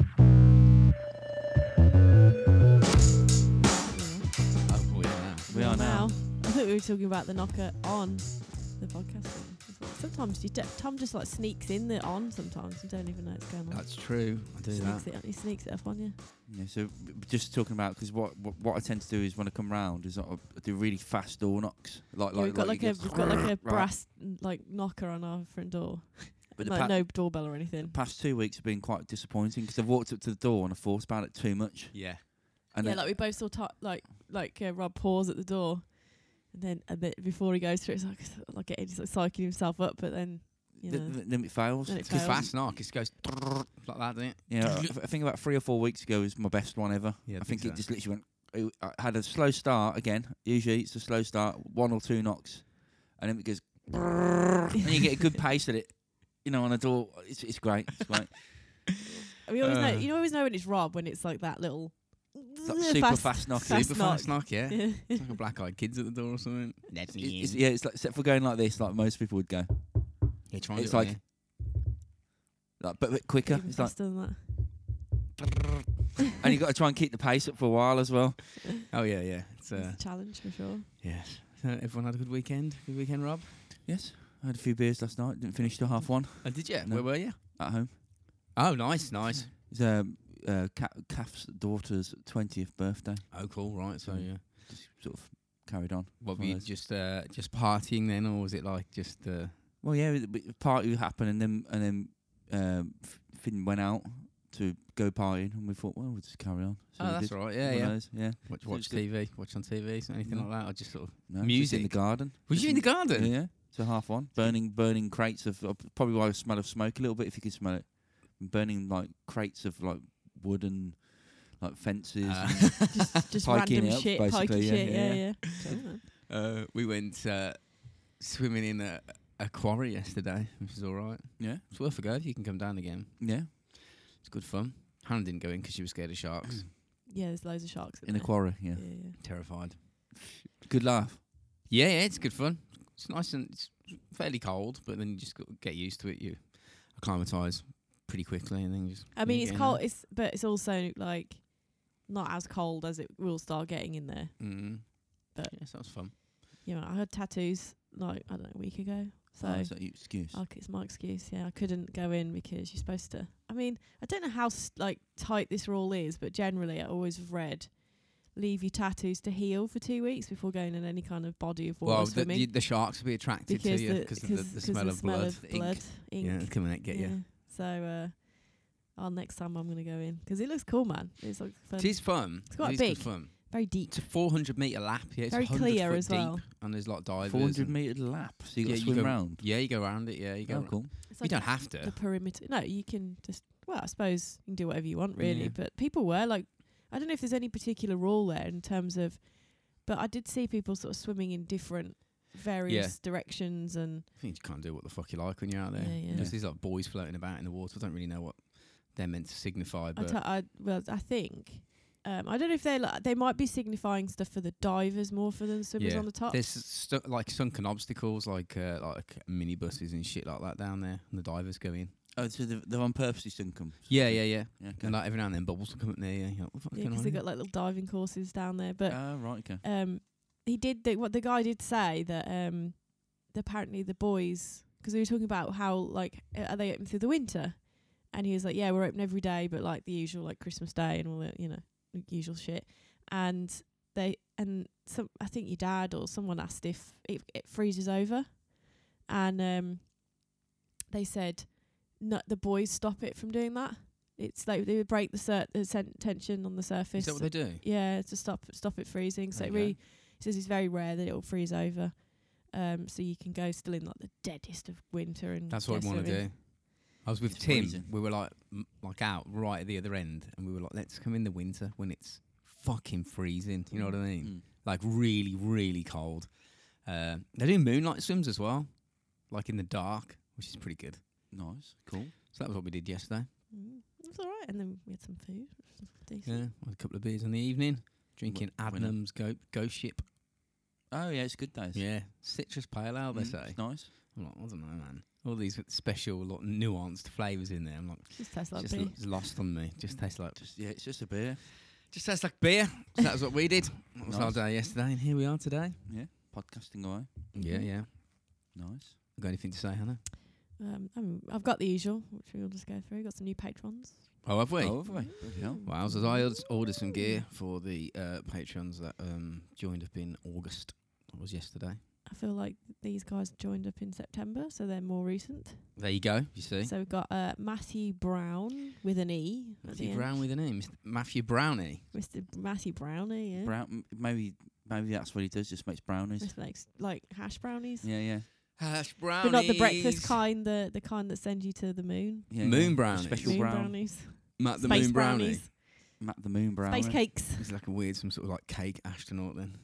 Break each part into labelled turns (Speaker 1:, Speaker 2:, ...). Speaker 1: Oh,
Speaker 2: were talking about the knocker on the podcast. One. as well. Sometimes you do, Tom just like sneaks in the on. Sometimes you don't even know it's going on.
Speaker 3: That's true. I do
Speaker 2: sneaks
Speaker 3: that.
Speaker 2: It, he sneaks it up on you.
Speaker 3: Yeah, so b- just talking about because what, what what I tend to do is when I come round is I I do really fast door knocks. Like
Speaker 2: Yeah,
Speaker 3: like
Speaker 2: we've got like,
Speaker 3: like you
Speaker 2: a
Speaker 3: get-
Speaker 2: we've got like a
Speaker 3: Right.
Speaker 2: brass n- like knocker on our front door,
Speaker 3: But the
Speaker 2: like
Speaker 3: pa-
Speaker 2: no doorbell or anything.
Speaker 3: past two weeks have been quite disappointing because I've walked up to the door and I thought about it too much.
Speaker 1: Yeah.
Speaker 3: And
Speaker 2: yeah,
Speaker 3: then-
Speaker 2: like we both saw t- like like uh, Rob pause at the door, and then a bit before he goes through, it's like like getting he's like psyching himself up, but then you
Speaker 3: th-
Speaker 2: know
Speaker 3: th- then it fails.
Speaker 2: then it
Speaker 1: It's too
Speaker 2: fails.
Speaker 1: fast knock. It goes like that, doesn't it?
Speaker 3: Yeah, I th- I think about three or four weeks ago was my best one ever.
Speaker 1: Yeah, I
Speaker 3: I
Speaker 1: think so.
Speaker 3: think it just literally went. It, I had a slow start again. Usually it's a slow start, one or two knocks, and then it goes. and you get a good pace at it. You know, on a door, it's it's great. It's great.
Speaker 2: We always know.
Speaker 1: Uh.
Speaker 2: You always know when it's Rob when it's like that little
Speaker 3: like super fast knock,
Speaker 2: fast
Speaker 1: Super
Speaker 2: knock.
Speaker 1: fast knock, yeah.
Speaker 2: Yeah.
Speaker 1: it's like a black eyed kid's at the door or something. Let
Speaker 3: It- it's- yeah, it's like except for going like this, like most people would go,
Speaker 1: Yeah, try and
Speaker 3: it's
Speaker 1: do it,
Speaker 3: like- like but, but quicker.
Speaker 2: Even
Speaker 3: It's like,
Speaker 2: faster than that.
Speaker 3: and you got to try and keep the pace up for a while as well.
Speaker 1: yeah. Oh, yeah, yeah. It's, uh,
Speaker 2: It's a challenge for sure.
Speaker 1: yes. So everyone had a good weekend? Good weekend, Rob?
Speaker 3: Yes, I had a few beers last night. Didn't finish till half one
Speaker 1: Oh, did you?
Speaker 3: No.
Speaker 1: Where were you?
Speaker 3: at home.
Speaker 1: Oh, nice, nice.
Speaker 3: It's um, uh, Ca- Calf's daughter's twentieth birthday.
Speaker 1: Oh, cool, right. So,
Speaker 3: Mm.
Speaker 1: yeah.
Speaker 3: Just sort of carried on.
Speaker 1: What were
Speaker 3: One of
Speaker 1: you
Speaker 3: those.
Speaker 1: just uh, just partying then, or was it like just uh,
Speaker 3: Well, yeah, the the party would happen, and then and then um, F- Finn went out to go partying, and we thought, well, we'll just carry on.
Speaker 1: oh that's all right, yeah, yeah.
Speaker 3: yeah.
Speaker 1: Watch,
Speaker 3: So
Speaker 1: watch
Speaker 3: it's good.
Speaker 1: TV, watch on TV, so anything
Speaker 3: No.
Speaker 1: like that, or just sort of.
Speaker 3: No, just in the
Speaker 1: Music.
Speaker 3: garden.
Speaker 1: Was you in the
Speaker 3: Yeah,
Speaker 1: garden?
Speaker 3: yeah. So half one, burning burning crates of uh, probably why I smell of smoke a little bit if you could smell it, burning like crates of like wood and like fences. and-
Speaker 1: Uh,
Speaker 2: Just just
Speaker 3: Piking
Speaker 2: random
Speaker 3: it up,
Speaker 2: shit, piking
Speaker 3: basically, yeah,
Speaker 2: shit. Yeah,
Speaker 3: yeah,
Speaker 2: yeah. Cool, man.
Speaker 1: uh, we went uh, swimming in a, a quarry yesterday, which is all right.
Speaker 3: yeah,
Speaker 1: It's worth a go. You can come down again.
Speaker 3: yeah.
Speaker 1: It's good fun. Hannah didn't go in 'cause she was scared of sharks.
Speaker 2: yeah, there's loads of sharks
Speaker 3: In a quarry. Yeah.
Speaker 2: Yeah, yeah.
Speaker 1: Terrified.
Speaker 3: Good laugh.
Speaker 1: Yeah, yeah, it's good fun. It's nice and it's fairly cold, but then you just got get used to it. You acclimatise pretty quickly, and then you just.
Speaker 2: I mean,
Speaker 1: you
Speaker 2: it's
Speaker 1: get in
Speaker 2: cold. It's but it's also like not as cold as it will start getting in there.
Speaker 1: there. Mm.
Speaker 2: But-
Speaker 1: yes, that was fun.
Speaker 2: You know, I had tattoos like I don't know a week ago, so
Speaker 3: Oh, is that your excuse?
Speaker 2: Oh, it's my excuse. Yeah, I couldn't go in because you're supposed to. I mean, I don't know how s like tight this rule is, but generally, I always read leave your tattoos to heal for two weeks before going in any kind of body of water
Speaker 1: Well, the,
Speaker 2: swimming
Speaker 1: you, the sharks will be attracted
Speaker 2: because
Speaker 1: to you
Speaker 2: the,
Speaker 1: because of the,
Speaker 2: 'cause-
Speaker 1: the
Speaker 2: 'cause
Speaker 1: smell of blood,
Speaker 2: of
Speaker 1: the
Speaker 2: blood,
Speaker 1: ink. Yeah, it's coming out get you.
Speaker 2: So, uh, oh, next time I'm gonna go in because it looks cool, man. It's like fun.
Speaker 1: It is fun.
Speaker 2: It's quite
Speaker 1: it is good
Speaker 2: big.
Speaker 1: fun.
Speaker 2: very deep.
Speaker 1: It's a 400 meter lap. Yeah, it's
Speaker 2: Very
Speaker 1: 100
Speaker 2: clear
Speaker 1: foot
Speaker 2: as well.
Speaker 1: Deep, and there's a lot of divers.
Speaker 3: Four hundred
Speaker 1: and-
Speaker 3: meter lap. So you got
Speaker 1: Yeah,
Speaker 3: to
Speaker 1: you
Speaker 3: swim
Speaker 1: go-
Speaker 3: round.
Speaker 1: Yeah, you go around it. Yeah, you go.
Speaker 3: Oh,
Speaker 1: around-
Speaker 3: cool.
Speaker 2: It's
Speaker 1: You
Speaker 2: like
Speaker 1: don't have to.
Speaker 2: the perimeter. No, you can just well, I suppose you can do whatever you want really.
Speaker 1: Yeah.
Speaker 2: But people were like, I don't know if there's any particular rule there in terms of, but I did see people sort of swimming in different various directions and
Speaker 1: I think you can't do what the fuck you like when you're out there.
Speaker 2: Yeah, yeah.
Speaker 1: There's these like boys floating about in the water. I don't really know what they're meant to signify,
Speaker 2: I
Speaker 1: but
Speaker 2: t- I well I think. Um, I don't know if they like, they might be signifying stuff for the divers more for than swimmers
Speaker 1: Yeah.
Speaker 2: on the top.
Speaker 1: there's stu- like sunken obstacles, like uh, like minibuses and shit like that down there, and the divers go in.
Speaker 3: Oh, so they've, they've on purposely sunk 'em.
Speaker 1: Yeah, yeah, yeah.
Speaker 3: Yeah, okay.
Speaker 1: And like every now and then bubbles will come up there. Yeah, you're like, what the fuck's
Speaker 2: Yeah,
Speaker 1: going
Speaker 2: 'cause
Speaker 1: on
Speaker 2: they
Speaker 1: here?
Speaker 2: got like little diving courses down there. But
Speaker 3: Ah, right, okay.
Speaker 2: um, he did the, what the guy did say that um, apparently the boys because we were talking about how like uh, are they open through the winter, and he was like, yeah, we're open every day, but like the usual like Christmas Day and all the you know the usual shit, and they and some I think your dad or someone asked if it, it freezes over, and um, they said, no, the boys stop it from doing that. It's like they would break the, sur- the sen- tension on the
Speaker 1: Is
Speaker 2: surface.
Speaker 1: that what they do?
Speaker 2: Yeah, to stop stop it freezing. So it
Speaker 1: Okay.
Speaker 2: really he says it's very rare that it'll freeze over. Um, so you can go still in like the deadest of winter and
Speaker 1: That's what
Speaker 2: go
Speaker 1: I want to
Speaker 2: swimming.
Speaker 1: do. I was with
Speaker 3: It's
Speaker 1: Tim.
Speaker 3: freezing.
Speaker 1: We were like, m- like out right at the other end, and we were like, let's come in the winter when it's fucking freezing. You know what I mean?
Speaker 3: Mm.
Speaker 1: Like really, really cold. Uh, they do moonlight swims as well, like in the dark, which is pretty good.
Speaker 3: Nice, cool.
Speaker 1: So that was what we did yesterday.
Speaker 2: Mm, it's all right. And then we had some food, which was
Speaker 1: Yeah,
Speaker 2: decent.
Speaker 1: had a couple of beers in the evening, drinking
Speaker 3: winner.
Speaker 1: Adnams Go Go Ship.
Speaker 3: Oh yeah, it's good days.
Speaker 1: Yeah, citrus pale ale. They
Speaker 3: Mm,
Speaker 1: say.
Speaker 3: it's nice.
Speaker 1: I'm like, I don't know, man. All these special, like, nuanced flavors in there. I'm like,
Speaker 2: Just tastes like
Speaker 1: just
Speaker 2: beer.
Speaker 1: lo- lost on me. Just tastes like
Speaker 3: Just yeah, it's just a beer.
Speaker 1: Just tastes like beer. So that was what we did. That was
Speaker 3: Nice.
Speaker 1: our day yesterday, and here we are today.
Speaker 3: Yeah. podcasting away.
Speaker 1: Yeah, yeah.
Speaker 3: Nice.
Speaker 1: Got anything to say, Hannah?
Speaker 2: Um, I mean, I've got the usual, which we'll just go through. Got some new patrons. Mm-hmm.
Speaker 1: Oh, have we?
Speaker 3: Oh, have we? Bloody hell.
Speaker 1: Wow, so I ord- ordered some
Speaker 2: Mm.
Speaker 1: gear for the uh, patrons that um, joined up in August. That was yesterday.
Speaker 2: I feel like these guys joined up in September, so they're more recent.
Speaker 1: There you go. You see,
Speaker 2: So we've got uh, Matthew Brown with an E. at the
Speaker 1: Matthew
Speaker 2: end.
Speaker 1: Brown with a name, Mr. Matthew Brownie.
Speaker 2: Mr. Matthew Brownie, yeah.
Speaker 3: Brown, m- maybe maybe that's what he does. Just makes brownies.
Speaker 2: This makes like hash brownies.
Speaker 3: Yeah, yeah,
Speaker 1: Hash
Speaker 2: But
Speaker 1: brownies.
Speaker 2: not the breakfast kind, the the kind that sends you to the moon.
Speaker 3: yeah.
Speaker 1: Moon
Speaker 3: yeah.
Speaker 1: brownies.
Speaker 3: Special
Speaker 2: Moon
Speaker 3: brown.
Speaker 2: brownies.
Speaker 1: Matt the
Speaker 2: Space
Speaker 1: Moon Brownie.
Speaker 2: brownies.
Speaker 3: Matt the moon brownie.
Speaker 2: Space cakes
Speaker 1: He's like a weird, some sort of like cake astronaut then.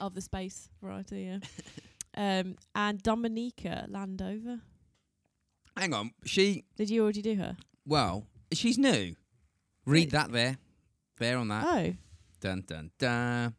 Speaker 2: of the space variety, yeah. um and Dominica Landover.
Speaker 1: Hang on, she.
Speaker 2: Did you already do her?
Speaker 1: Well, she's new.
Speaker 2: Wait.
Speaker 1: Read that there. There on that.
Speaker 2: oh.
Speaker 1: Dun dun dun.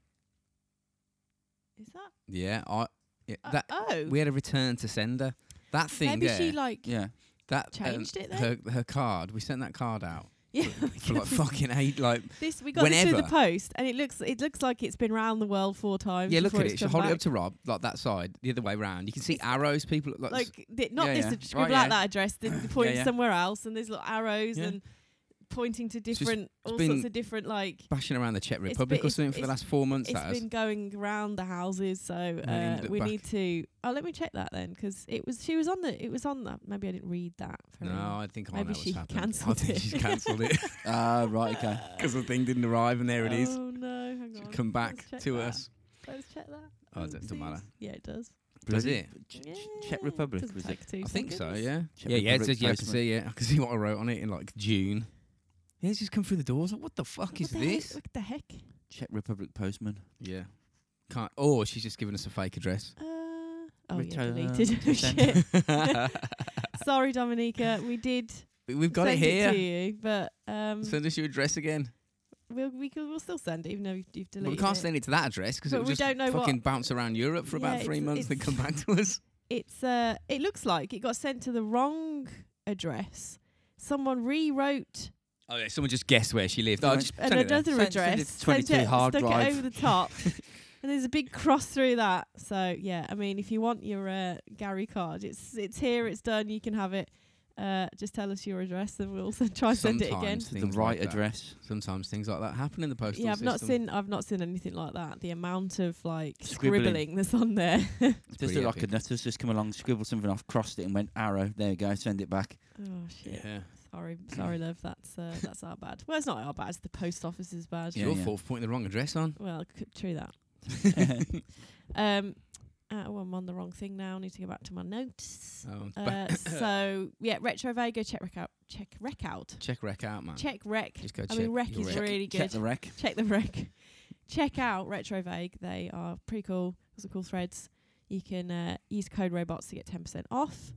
Speaker 2: Is that
Speaker 1: Yeah, I. Yeah,
Speaker 2: uh,
Speaker 1: that
Speaker 2: oh
Speaker 1: we had a return to sender. That thing
Speaker 2: maybe
Speaker 1: there.
Speaker 2: she like
Speaker 3: Yeah.
Speaker 1: that um,
Speaker 2: changed it then?
Speaker 1: Her, her card. We sent that card out
Speaker 2: yeah,
Speaker 1: for like fucking eight. Like
Speaker 2: this we got this through the
Speaker 1: whenever.
Speaker 2: post and it looks it looks like it's been round the world four times.
Speaker 1: yeah, look
Speaker 2: before
Speaker 1: at
Speaker 2: it's
Speaker 1: it. She
Speaker 2: come
Speaker 1: hold it
Speaker 2: back.
Speaker 1: up to Rob, like that side, the other way round. You can see arrows. People like,
Speaker 2: like th- not
Speaker 3: yeah,
Speaker 2: this
Speaker 3: yeah.
Speaker 2: ad-
Speaker 3: Right,
Speaker 2: scribble
Speaker 3: yeah.
Speaker 2: out that address then point
Speaker 3: yeah.
Speaker 2: somewhere else and there's little arrows
Speaker 1: Yeah.
Speaker 2: and pointing to
Speaker 1: just-
Speaker 2: different all sorts
Speaker 1: been-
Speaker 2: of different like
Speaker 1: bashing around the Czech
Speaker 2: been-
Speaker 1: Republic or
Speaker 2: it's-
Speaker 1: something for the
Speaker 2: it's-
Speaker 1: last four months.
Speaker 2: it's
Speaker 1: That has.
Speaker 2: been going round the houses so uh,
Speaker 1: need to
Speaker 2: we
Speaker 1: look
Speaker 2: need to oh let me check that then 'cause it was she was on the it was on that maybe i didn't read that very
Speaker 1: No, I think I
Speaker 2: Maybe
Speaker 1: know what's
Speaker 2: she
Speaker 1: happened.
Speaker 2: cancelled
Speaker 1: I think
Speaker 2: it.
Speaker 1: she's cancelled it
Speaker 3: Ah, right. Okay.
Speaker 1: because the thing didn't arrive, and there it is.
Speaker 2: oh no hang
Speaker 1: Should
Speaker 2: on
Speaker 1: Come back
Speaker 2: Let's check
Speaker 1: to
Speaker 2: that.
Speaker 1: us.
Speaker 2: let's check that
Speaker 1: Oh,
Speaker 2: Um,
Speaker 1: it doesn't matter.
Speaker 2: seems- yeah it does
Speaker 1: Does
Speaker 3: Bloody
Speaker 1: it?
Speaker 3: Ch- Ch-
Speaker 2: Yeah,
Speaker 3: Czech Republic
Speaker 2: doesn't
Speaker 3: was it?
Speaker 2: take two
Speaker 1: I think so.
Speaker 2: seconds.
Speaker 1: Yeah.
Speaker 3: Czech
Speaker 1: yeah, yeah. It
Speaker 3: Republic
Speaker 1: says, yeah. I can
Speaker 3: placement.
Speaker 1: see. Yeah, I can see what I wrote on it in like June. Yeah, it's just come through the doors. Like, what the fuck
Speaker 2: what
Speaker 1: is
Speaker 2: the
Speaker 1: this?
Speaker 2: heck? what the heck
Speaker 3: Czech Republic postman.
Speaker 1: Yeah. Can't. Or she's just given us a fake address.
Speaker 2: uh oh yeah
Speaker 3: Return
Speaker 2: deleted
Speaker 3: to
Speaker 2: shit
Speaker 3: sender.
Speaker 2: Sorry, Dominica. We did
Speaker 1: We've got it
Speaker 2: send
Speaker 1: here.
Speaker 2: to you, but um,
Speaker 1: Send us your address again.
Speaker 2: we'll, we can, we'll still send it, even though you've, you've
Speaker 1: But
Speaker 2: deleted
Speaker 1: we can't
Speaker 2: it.
Speaker 1: send it to that address because
Speaker 2: But
Speaker 1: it'll
Speaker 2: we
Speaker 1: just
Speaker 2: don't know what-
Speaker 1: fucking bounce around Europe for
Speaker 2: Yeah,
Speaker 1: about three
Speaker 2: it's-
Speaker 1: months, then
Speaker 2: it's-
Speaker 1: come back to us.
Speaker 2: It's uh, it looks like it got sent to the wrong address. Someone rewrote
Speaker 1: Oh yeah, someone just guessed where she lived. Oh,
Speaker 3: Right.
Speaker 1: just
Speaker 2: an
Speaker 1: send it there.
Speaker 2: another
Speaker 3: Send- send
Speaker 2: address,
Speaker 3: it to 22
Speaker 2: sent it,
Speaker 3: hard
Speaker 2: stuck
Speaker 3: drive.
Speaker 2: it over the top, and there's a big cross through that. So yeah, I mean, if you want your uh, Gary card, it's it's here, it's done. You can have it. Uh, just tell us your address, and we'll s- try and send it again.
Speaker 1: Sometimes
Speaker 3: The
Speaker 1: things
Speaker 3: right
Speaker 1: like that.
Speaker 3: address.
Speaker 1: Sometimes things like that happen in the postal
Speaker 2: Yeah, I've
Speaker 1: system.
Speaker 2: not seen I've not seen anything like that. The amount of like
Speaker 3: Scribbling.
Speaker 2: scribbling, that's on there.
Speaker 3: Just
Speaker 1: pretty
Speaker 3: look like a
Speaker 1: epic.
Speaker 3: nutter's just come along, scribbled something off, crossed it, and went arrow. There you go. Send it back.
Speaker 2: oh shit!
Speaker 1: Yeah.
Speaker 2: Sorry, sorry, love. That's uh, that's our bad. Well, it's not our bad. It's the post office is bad.
Speaker 1: It's
Speaker 3: Yeah,
Speaker 1: your
Speaker 3: yeah.
Speaker 1: fault for putting the wrong address on.
Speaker 2: Well, c- true that. Um, uh, oh, I'm on the wrong thing now. I need to go back to my notes.
Speaker 1: Oh,
Speaker 2: Uh, so yeah, retro Vega check rec out. Check rec out.
Speaker 1: check wreck out, man.
Speaker 2: Check rec.
Speaker 1: Just go
Speaker 2: I
Speaker 1: check.
Speaker 2: mean, rec
Speaker 1: your
Speaker 2: is
Speaker 1: wreck.
Speaker 2: really
Speaker 3: Check
Speaker 2: good.
Speaker 3: the wreck.
Speaker 2: check the rec. check out Retro Vague. They are pretty cool. Got some cool threads. You can uh, use code robots to get 10% off.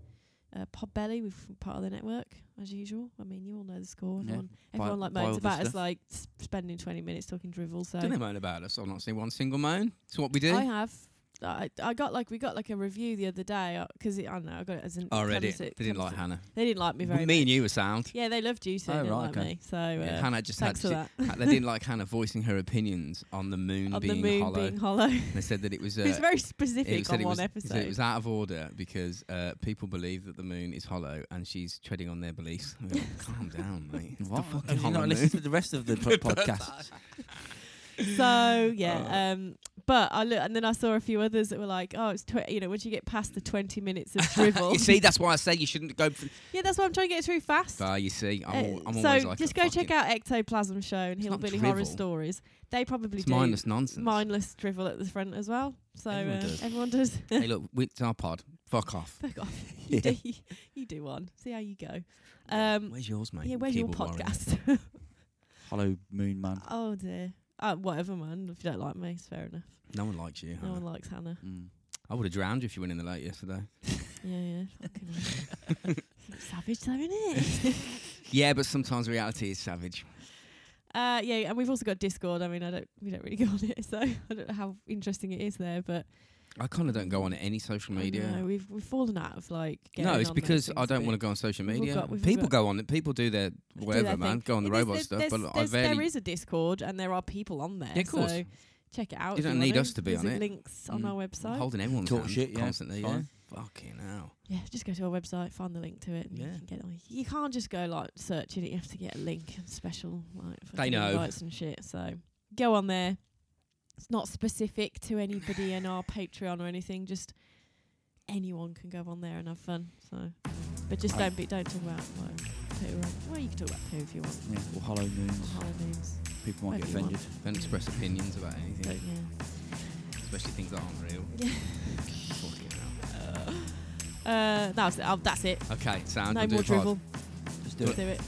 Speaker 2: Uh, Podbelly, we've part of the network as usual. I mean, you all know the score.
Speaker 3: Yeah.
Speaker 2: Everyone,
Speaker 3: Buy-
Speaker 2: everyone like
Speaker 3: buy all
Speaker 2: moans
Speaker 3: the
Speaker 2: about us
Speaker 3: stuff.
Speaker 2: like s- spending 20 minutes talking drivel. So
Speaker 1: Don't they moan about us? I've not seen one single moan. So what we do?
Speaker 2: Oh. I have. I, I got like we got like a review the other day because I don't know I got it as an.
Speaker 1: I read
Speaker 2: comes
Speaker 1: it.
Speaker 2: to-
Speaker 1: They didn't
Speaker 2: comes
Speaker 1: like
Speaker 2: to-
Speaker 1: Hannah.
Speaker 2: They didn't like me very.
Speaker 1: Me
Speaker 2: much.
Speaker 1: and you were sound.
Speaker 2: Yeah, they loved you, so
Speaker 3: Oh,
Speaker 2: they didn't
Speaker 3: right,
Speaker 2: like
Speaker 3: okay.
Speaker 2: me. So uh,
Speaker 1: Yeah, Hannah just had.
Speaker 2: thanks for
Speaker 1: She,
Speaker 2: that.
Speaker 1: they didn't like Hannah voicing her opinions on the moon
Speaker 2: On the
Speaker 1: being
Speaker 2: moon
Speaker 1: hollow.
Speaker 2: being hollow.
Speaker 1: They said that it was. Uh,
Speaker 2: It's very
Speaker 1: it
Speaker 2: specific
Speaker 1: said
Speaker 2: on
Speaker 1: it
Speaker 2: one
Speaker 1: was, it said
Speaker 2: episode.
Speaker 1: It was out of order because uh, people believe that the moon is hollow, and she's treading on their beliefs. I mean, Calm down, mate. It's The
Speaker 3: What?
Speaker 1: fucking
Speaker 3: Have you
Speaker 1: hollow
Speaker 3: not
Speaker 1: moon.
Speaker 3: listened to the rest of the po- podcast?
Speaker 2: So yeah, um, but I look, and then I saw a few others that were like, oh, it's tw- you know, once you get past the twenty minutes of drivel,
Speaker 1: You see, that's why I say you shouldn't go. For,
Speaker 2: yeah, that's why I'm trying to get through fast.
Speaker 1: Ah, you see, I'm, al-
Speaker 2: Uh,
Speaker 1: I'm
Speaker 2: so
Speaker 1: always like.
Speaker 2: just
Speaker 1: a
Speaker 2: go
Speaker 1: fucking-
Speaker 2: check out Ectoplasm Show and
Speaker 1: It's not
Speaker 2: Hillbilly Horror
Speaker 1: drivel.
Speaker 2: Stories. They probably
Speaker 1: It's
Speaker 2: do
Speaker 1: mindless nonsense.
Speaker 2: mindless drivel at the front as well. So
Speaker 1: Everyone
Speaker 2: uh,
Speaker 1: does.
Speaker 2: everyone does.
Speaker 1: hey, look, we- it's our pod. Fuck off.
Speaker 2: Fuck off. You, do, you do one. See how you go. Um,
Speaker 1: where's yours, mate?
Speaker 2: yeah, where's your
Speaker 1: Keyboard warrior.
Speaker 2: podcast?
Speaker 3: Hollow Moon Man.
Speaker 2: oh dear. Uh, whatever, man. If you don't like me, it's fair enough.
Speaker 1: No one likes you.
Speaker 2: No
Speaker 1: Hannah.
Speaker 2: one likes Hannah.
Speaker 3: Mm.
Speaker 1: I would have drowned you if you went in the lake yesterday.
Speaker 2: Yeah, yeah. Fucking hell. savage though, isn't it?
Speaker 1: Yeah, but sometimes reality is savage.
Speaker 2: uh, yeah, and we've also got Discord. I mean, I don't, we don't really go on it, so I don't know how interesting it is there. But
Speaker 1: I kind of don't go on any social
Speaker 2: I don't
Speaker 1: media.
Speaker 2: know, we've we've fallen out of like.
Speaker 1: No, it's because I don't want to go on social
Speaker 2: We've all
Speaker 1: media.
Speaker 2: got- we've all
Speaker 1: people
Speaker 2: got-
Speaker 1: go on it. People do their whatever, man. Go on the robot stuff, but I
Speaker 2: there
Speaker 1: barely.
Speaker 2: is a Discord, and there are people on there.
Speaker 1: Yeah, of course.
Speaker 2: So Check it
Speaker 1: You
Speaker 2: out. if
Speaker 1: don't need
Speaker 2: wanna.
Speaker 1: us to be
Speaker 2: There's
Speaker 1: on
Speaker 2: uh,
Speaker 1: it.
Speaker 2: Links on
Speaker 3: Mm.
Speaker 2: our website.
Speaker 1: Holding everyone's
Speaker 3: Talk
Speaker 1: hand
Speaker 3: shit, yeah,
Speaker 1: constantly,
Speaker 3: it's
Speaker 1: yeah.
Speaker 3: fine.
Speaker 1: Fucking hell.
Speaker 2: Yeah, just go to our website, find the link to it, and
Speaker 1: Yeah.
Speaker 2: you can get it. You can't just go like searching it. You have to get a link and special like fucking
Speaker 1: know.
Speaker 2: invites and shit. So go on there. It's not specific to anybody in our Patreon or anything. Just anyone can go on there and have fun. So, but just don't be don't talk about like, poo. Or, well, you can talk about poo if you want.
Speaker 3: Yeah, or hollow moons.
Speaker 2: Or Hollow moons.
Speaker 3: People might get
Speaker 2: Whatever you
Speaker 3: offended.
Speaker 1: Don't express opinions about
Speaker 2: But
Speaker 1: anything,
Speaker 2: yeah.
Speaker 1: especially things that aren't real.
Speaker 2: Yeah.
Speaker 1: Fucking hell.
Speaker 2: Uh, that's it. Oh, that's it.
Speaker 1: Okay, sound.
Speaker 2: no
Speaker 1: we'll do
Speaker 2: more
Speaker 1: a pod.
Speaker 2: drivel.
Speaker 3: Just do
Speaker 2: Let's
Speaker 3: it.
Speaker 2: do it.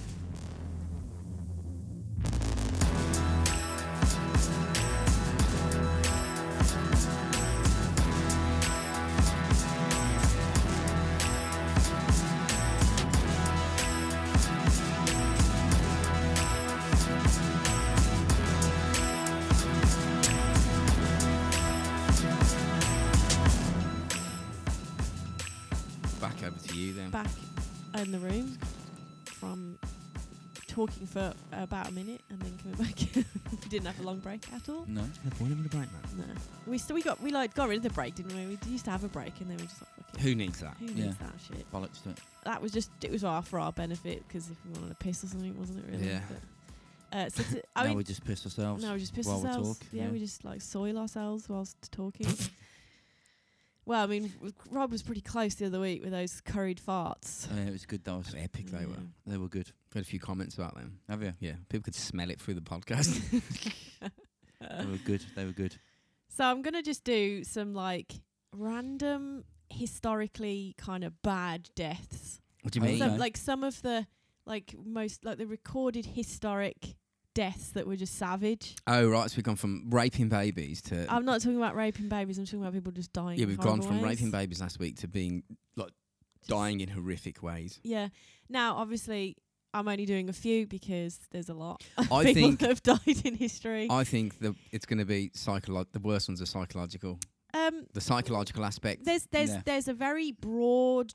Speaker 1: Back over to you then.
Speaker 2: back in the room from talking for about a minute and then coming back. we didn't have a long break at all.
Speaker 3: No.
Speaker 1: No point in the break, man.
Speaker 2: No, we still we got we like got rid of the break, didn't we? We used to have a break and then we just like fuck it.
Speaker 1: Who needs that?
Speaker 2: Who
Speaker 3: Yeah.
Speaker 2: needs that shit?
Speaker 3: Bollocks to it.
Speaker 2: That was just it was all for our benefit because if we wanted to piss or something, wasn't it really?
Speaker 1: Yeah.
Speaker 2: But, uh, so to, I
Speaker 3: now
Speaker 2: mean,
Speaker 3: we just piss ourselves.
Speaker 2: no, we just piss
Speaker 3: while we
Speaker 2: ourselves.
Speaker 3: talk,
Speaker 2: yeah,
Speaker 3: yeah.
Speaker 2: we just like soil ourselves whilst talking. well, I mean, w- Rob was pretty close the other week with those curried farts.
Speaker 3: Yeah, it was good though.
Speaker 1: They're epic they were.
Speaker 2: Yeah.
Speaker 3: They were good.
Speaker 1: Got a few comments about them.
Speaker 3: Have you?
Speaker 1: Yeah, people could smell it through the podcast.
Speaker 3: They were good. They were good.
Speaker 2: So I'm gonna just do some like random historically kind of bad deaths.
Speaker 1: what do you
Speaker 3: Oh,
Speaker 1: mean?
Speaker 3: so-
Speaker 2: Some,
Speaker 3: Okay.
Speaker 2: like some of the like most like the recorded historic deaths that were just savage.
Speaker 1: oh right, so we've gone from raping babies to
Speaker 2: I'm not talking about raping babies. I'm talking about people just dying.
Speaker 1: Uh, yeah,
Speaker 2: in
Speaker 1: we've gone
Speaker 2: horrible
Speaker 1: from
Speaker 2: ways.
Speaker 1: raping babies last week to being like dying in horrific ways.
Speaker 2: Yeah. Now, obviously, I'm only doing a few because there's a lot. of
Speaker 1: I
Speaker 2: people
Speaker 1: think-
Speaker 2: that have died in history.
Speaker 1: I think the it's going to be psycholo- The worst ones are psychological.
Speaker 2: um,
Speaker 1: The psychological aspect.
Speaker 2: there's there's
Speaker 3: Yeah.
Speaker 2: there's a very broad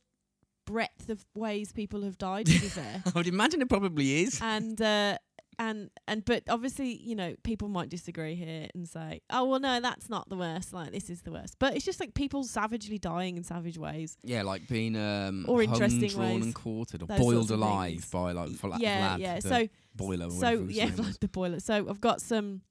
Speaker 2: breadth of ways people have died. To be fair.
Speaker 1: I would imagine it probably is.
Speaker 2: and uh, and and but obviously you know people might disagree here and say oh well no that's not the worst like this is the worst but it's just like people savagely dying in savage ways
Speaker 1: Yeah, like being um,
Speaker 2: Or
Speaker 1: hung,
Speaker 2: interesting
Speaker 1: drawn
Speaker 2: ways.
Speaker 1: and quartered, or
Speaker 2: Those sorts
Speaker 1: boiled
Speaker 2: of
Speaker 1: alive
Speaker 2: things.
Speaker 1: by like Vla-
Speaker 2: yeah
Speaker 1: Oh, Vlad
Speaker 2: yeah
Speaker 1: the
Speaker 2: so
Speaker 1: boiler. or
Speaker 2: so
Speaker 1: whatever his
Speaker 2: yeah
Speaker 1: name was.
Speaker 2: Vlad the boiler so I've got some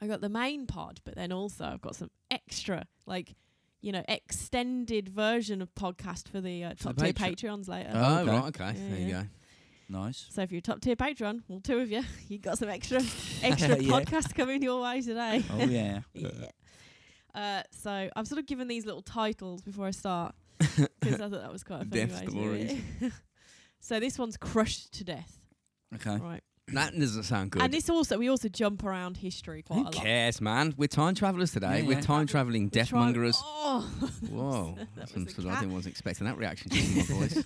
Speaker 2: I got the main pod but then also I've got some extra like you know extended version of podcast for the uh,
Speaker 1: For the
Speaker 2: top tier
Speaker 1: Patreon.
Speaker 2: Patreons later.
Speaker 1: Oh,
Speaker 3: Oh, okay.
Speaker 1: right, okay.
Speaker 2: Yeah,
Speaker 1: there you
Speaker 2: yeah.
Speaker 1: go.
Speaker 3: Nice.
Speaker 2: So if you're a top tier Patreon, well, two of you, you got some extra extra
Speaker 3: Yeah.
Speaker 2: podcast coming your way today.
Speaker 3: Oh yeah.
Speaker 2: Yeah. Uh, so I've sort of given these little titles before I start because I thought that was quite a funny
Speaker 1: Death
Speaker 2: way to do it. so this one's crushed to death,
Speaker 3: Okay.
Speaker 2: right?
Speaker 1: That doesn't sound good.
Speaker 2: And this also we also jump around history quite
Speaker 1: Who
Speaker 2: a lot.
Speaker 1: cares, man? We're time travelers today.
Speaker 3: Yeah,
Speaker 1: We're
Speaker 3: yeah.
Speaker 1: time traveling
Speaker 2: We try-
Speaker 1: deathmongerers.
Speaker 2: Oh, that
Speaker 1: Whoa,
Speaker 2: was- that
Speaker 1: some
Speaker 2: was a
Speaker 1: sort of- I
Speaker 2: cat.
Speaker 1: didn't wasn't expecting that reaction just in my voice.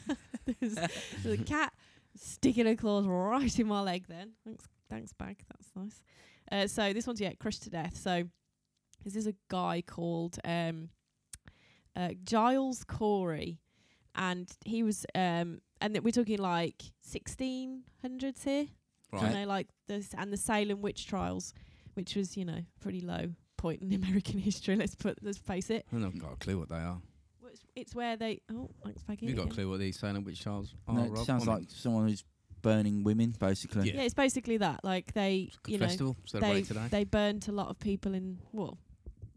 Speaker 2: There's there's a cat sticking her claws right in my leg. Then thanks, thanks, bag. That's nice. Uh, so this one's yeah, crushed to death. So this is a guy called um, uh, Giles Corey, and he was um, and th- we're talking like 1600s here. You
Speaker 1: Right.
Speaker 2: know, like the and the Salem witch trials, which was you know pretty low point in American history. Let's put let's face it.
Speaker 1: I've not got a clue what they are.
Speaker 2: Well, It's, it's where they oh thanks, Baggy.
Speaker 1: You got a clue what these Salem witch trials are?
Speaker 3: No, it
Speaker 1: Oh, Rob?
Speaker 3: sounds
Speaker 1: I mean,
Speaker 3: like someone who's burning women, basically.
Speaker 1: Yeah.
Speaker 2: Yeah, it's basically that. Like they,
Speaker 1: it's a good
Speaker 2: you know,
Speaker 1: festival celebrate
Speaker 2: they
Speaker 1: today.
Speaker 2: they burnt a lot of people in well,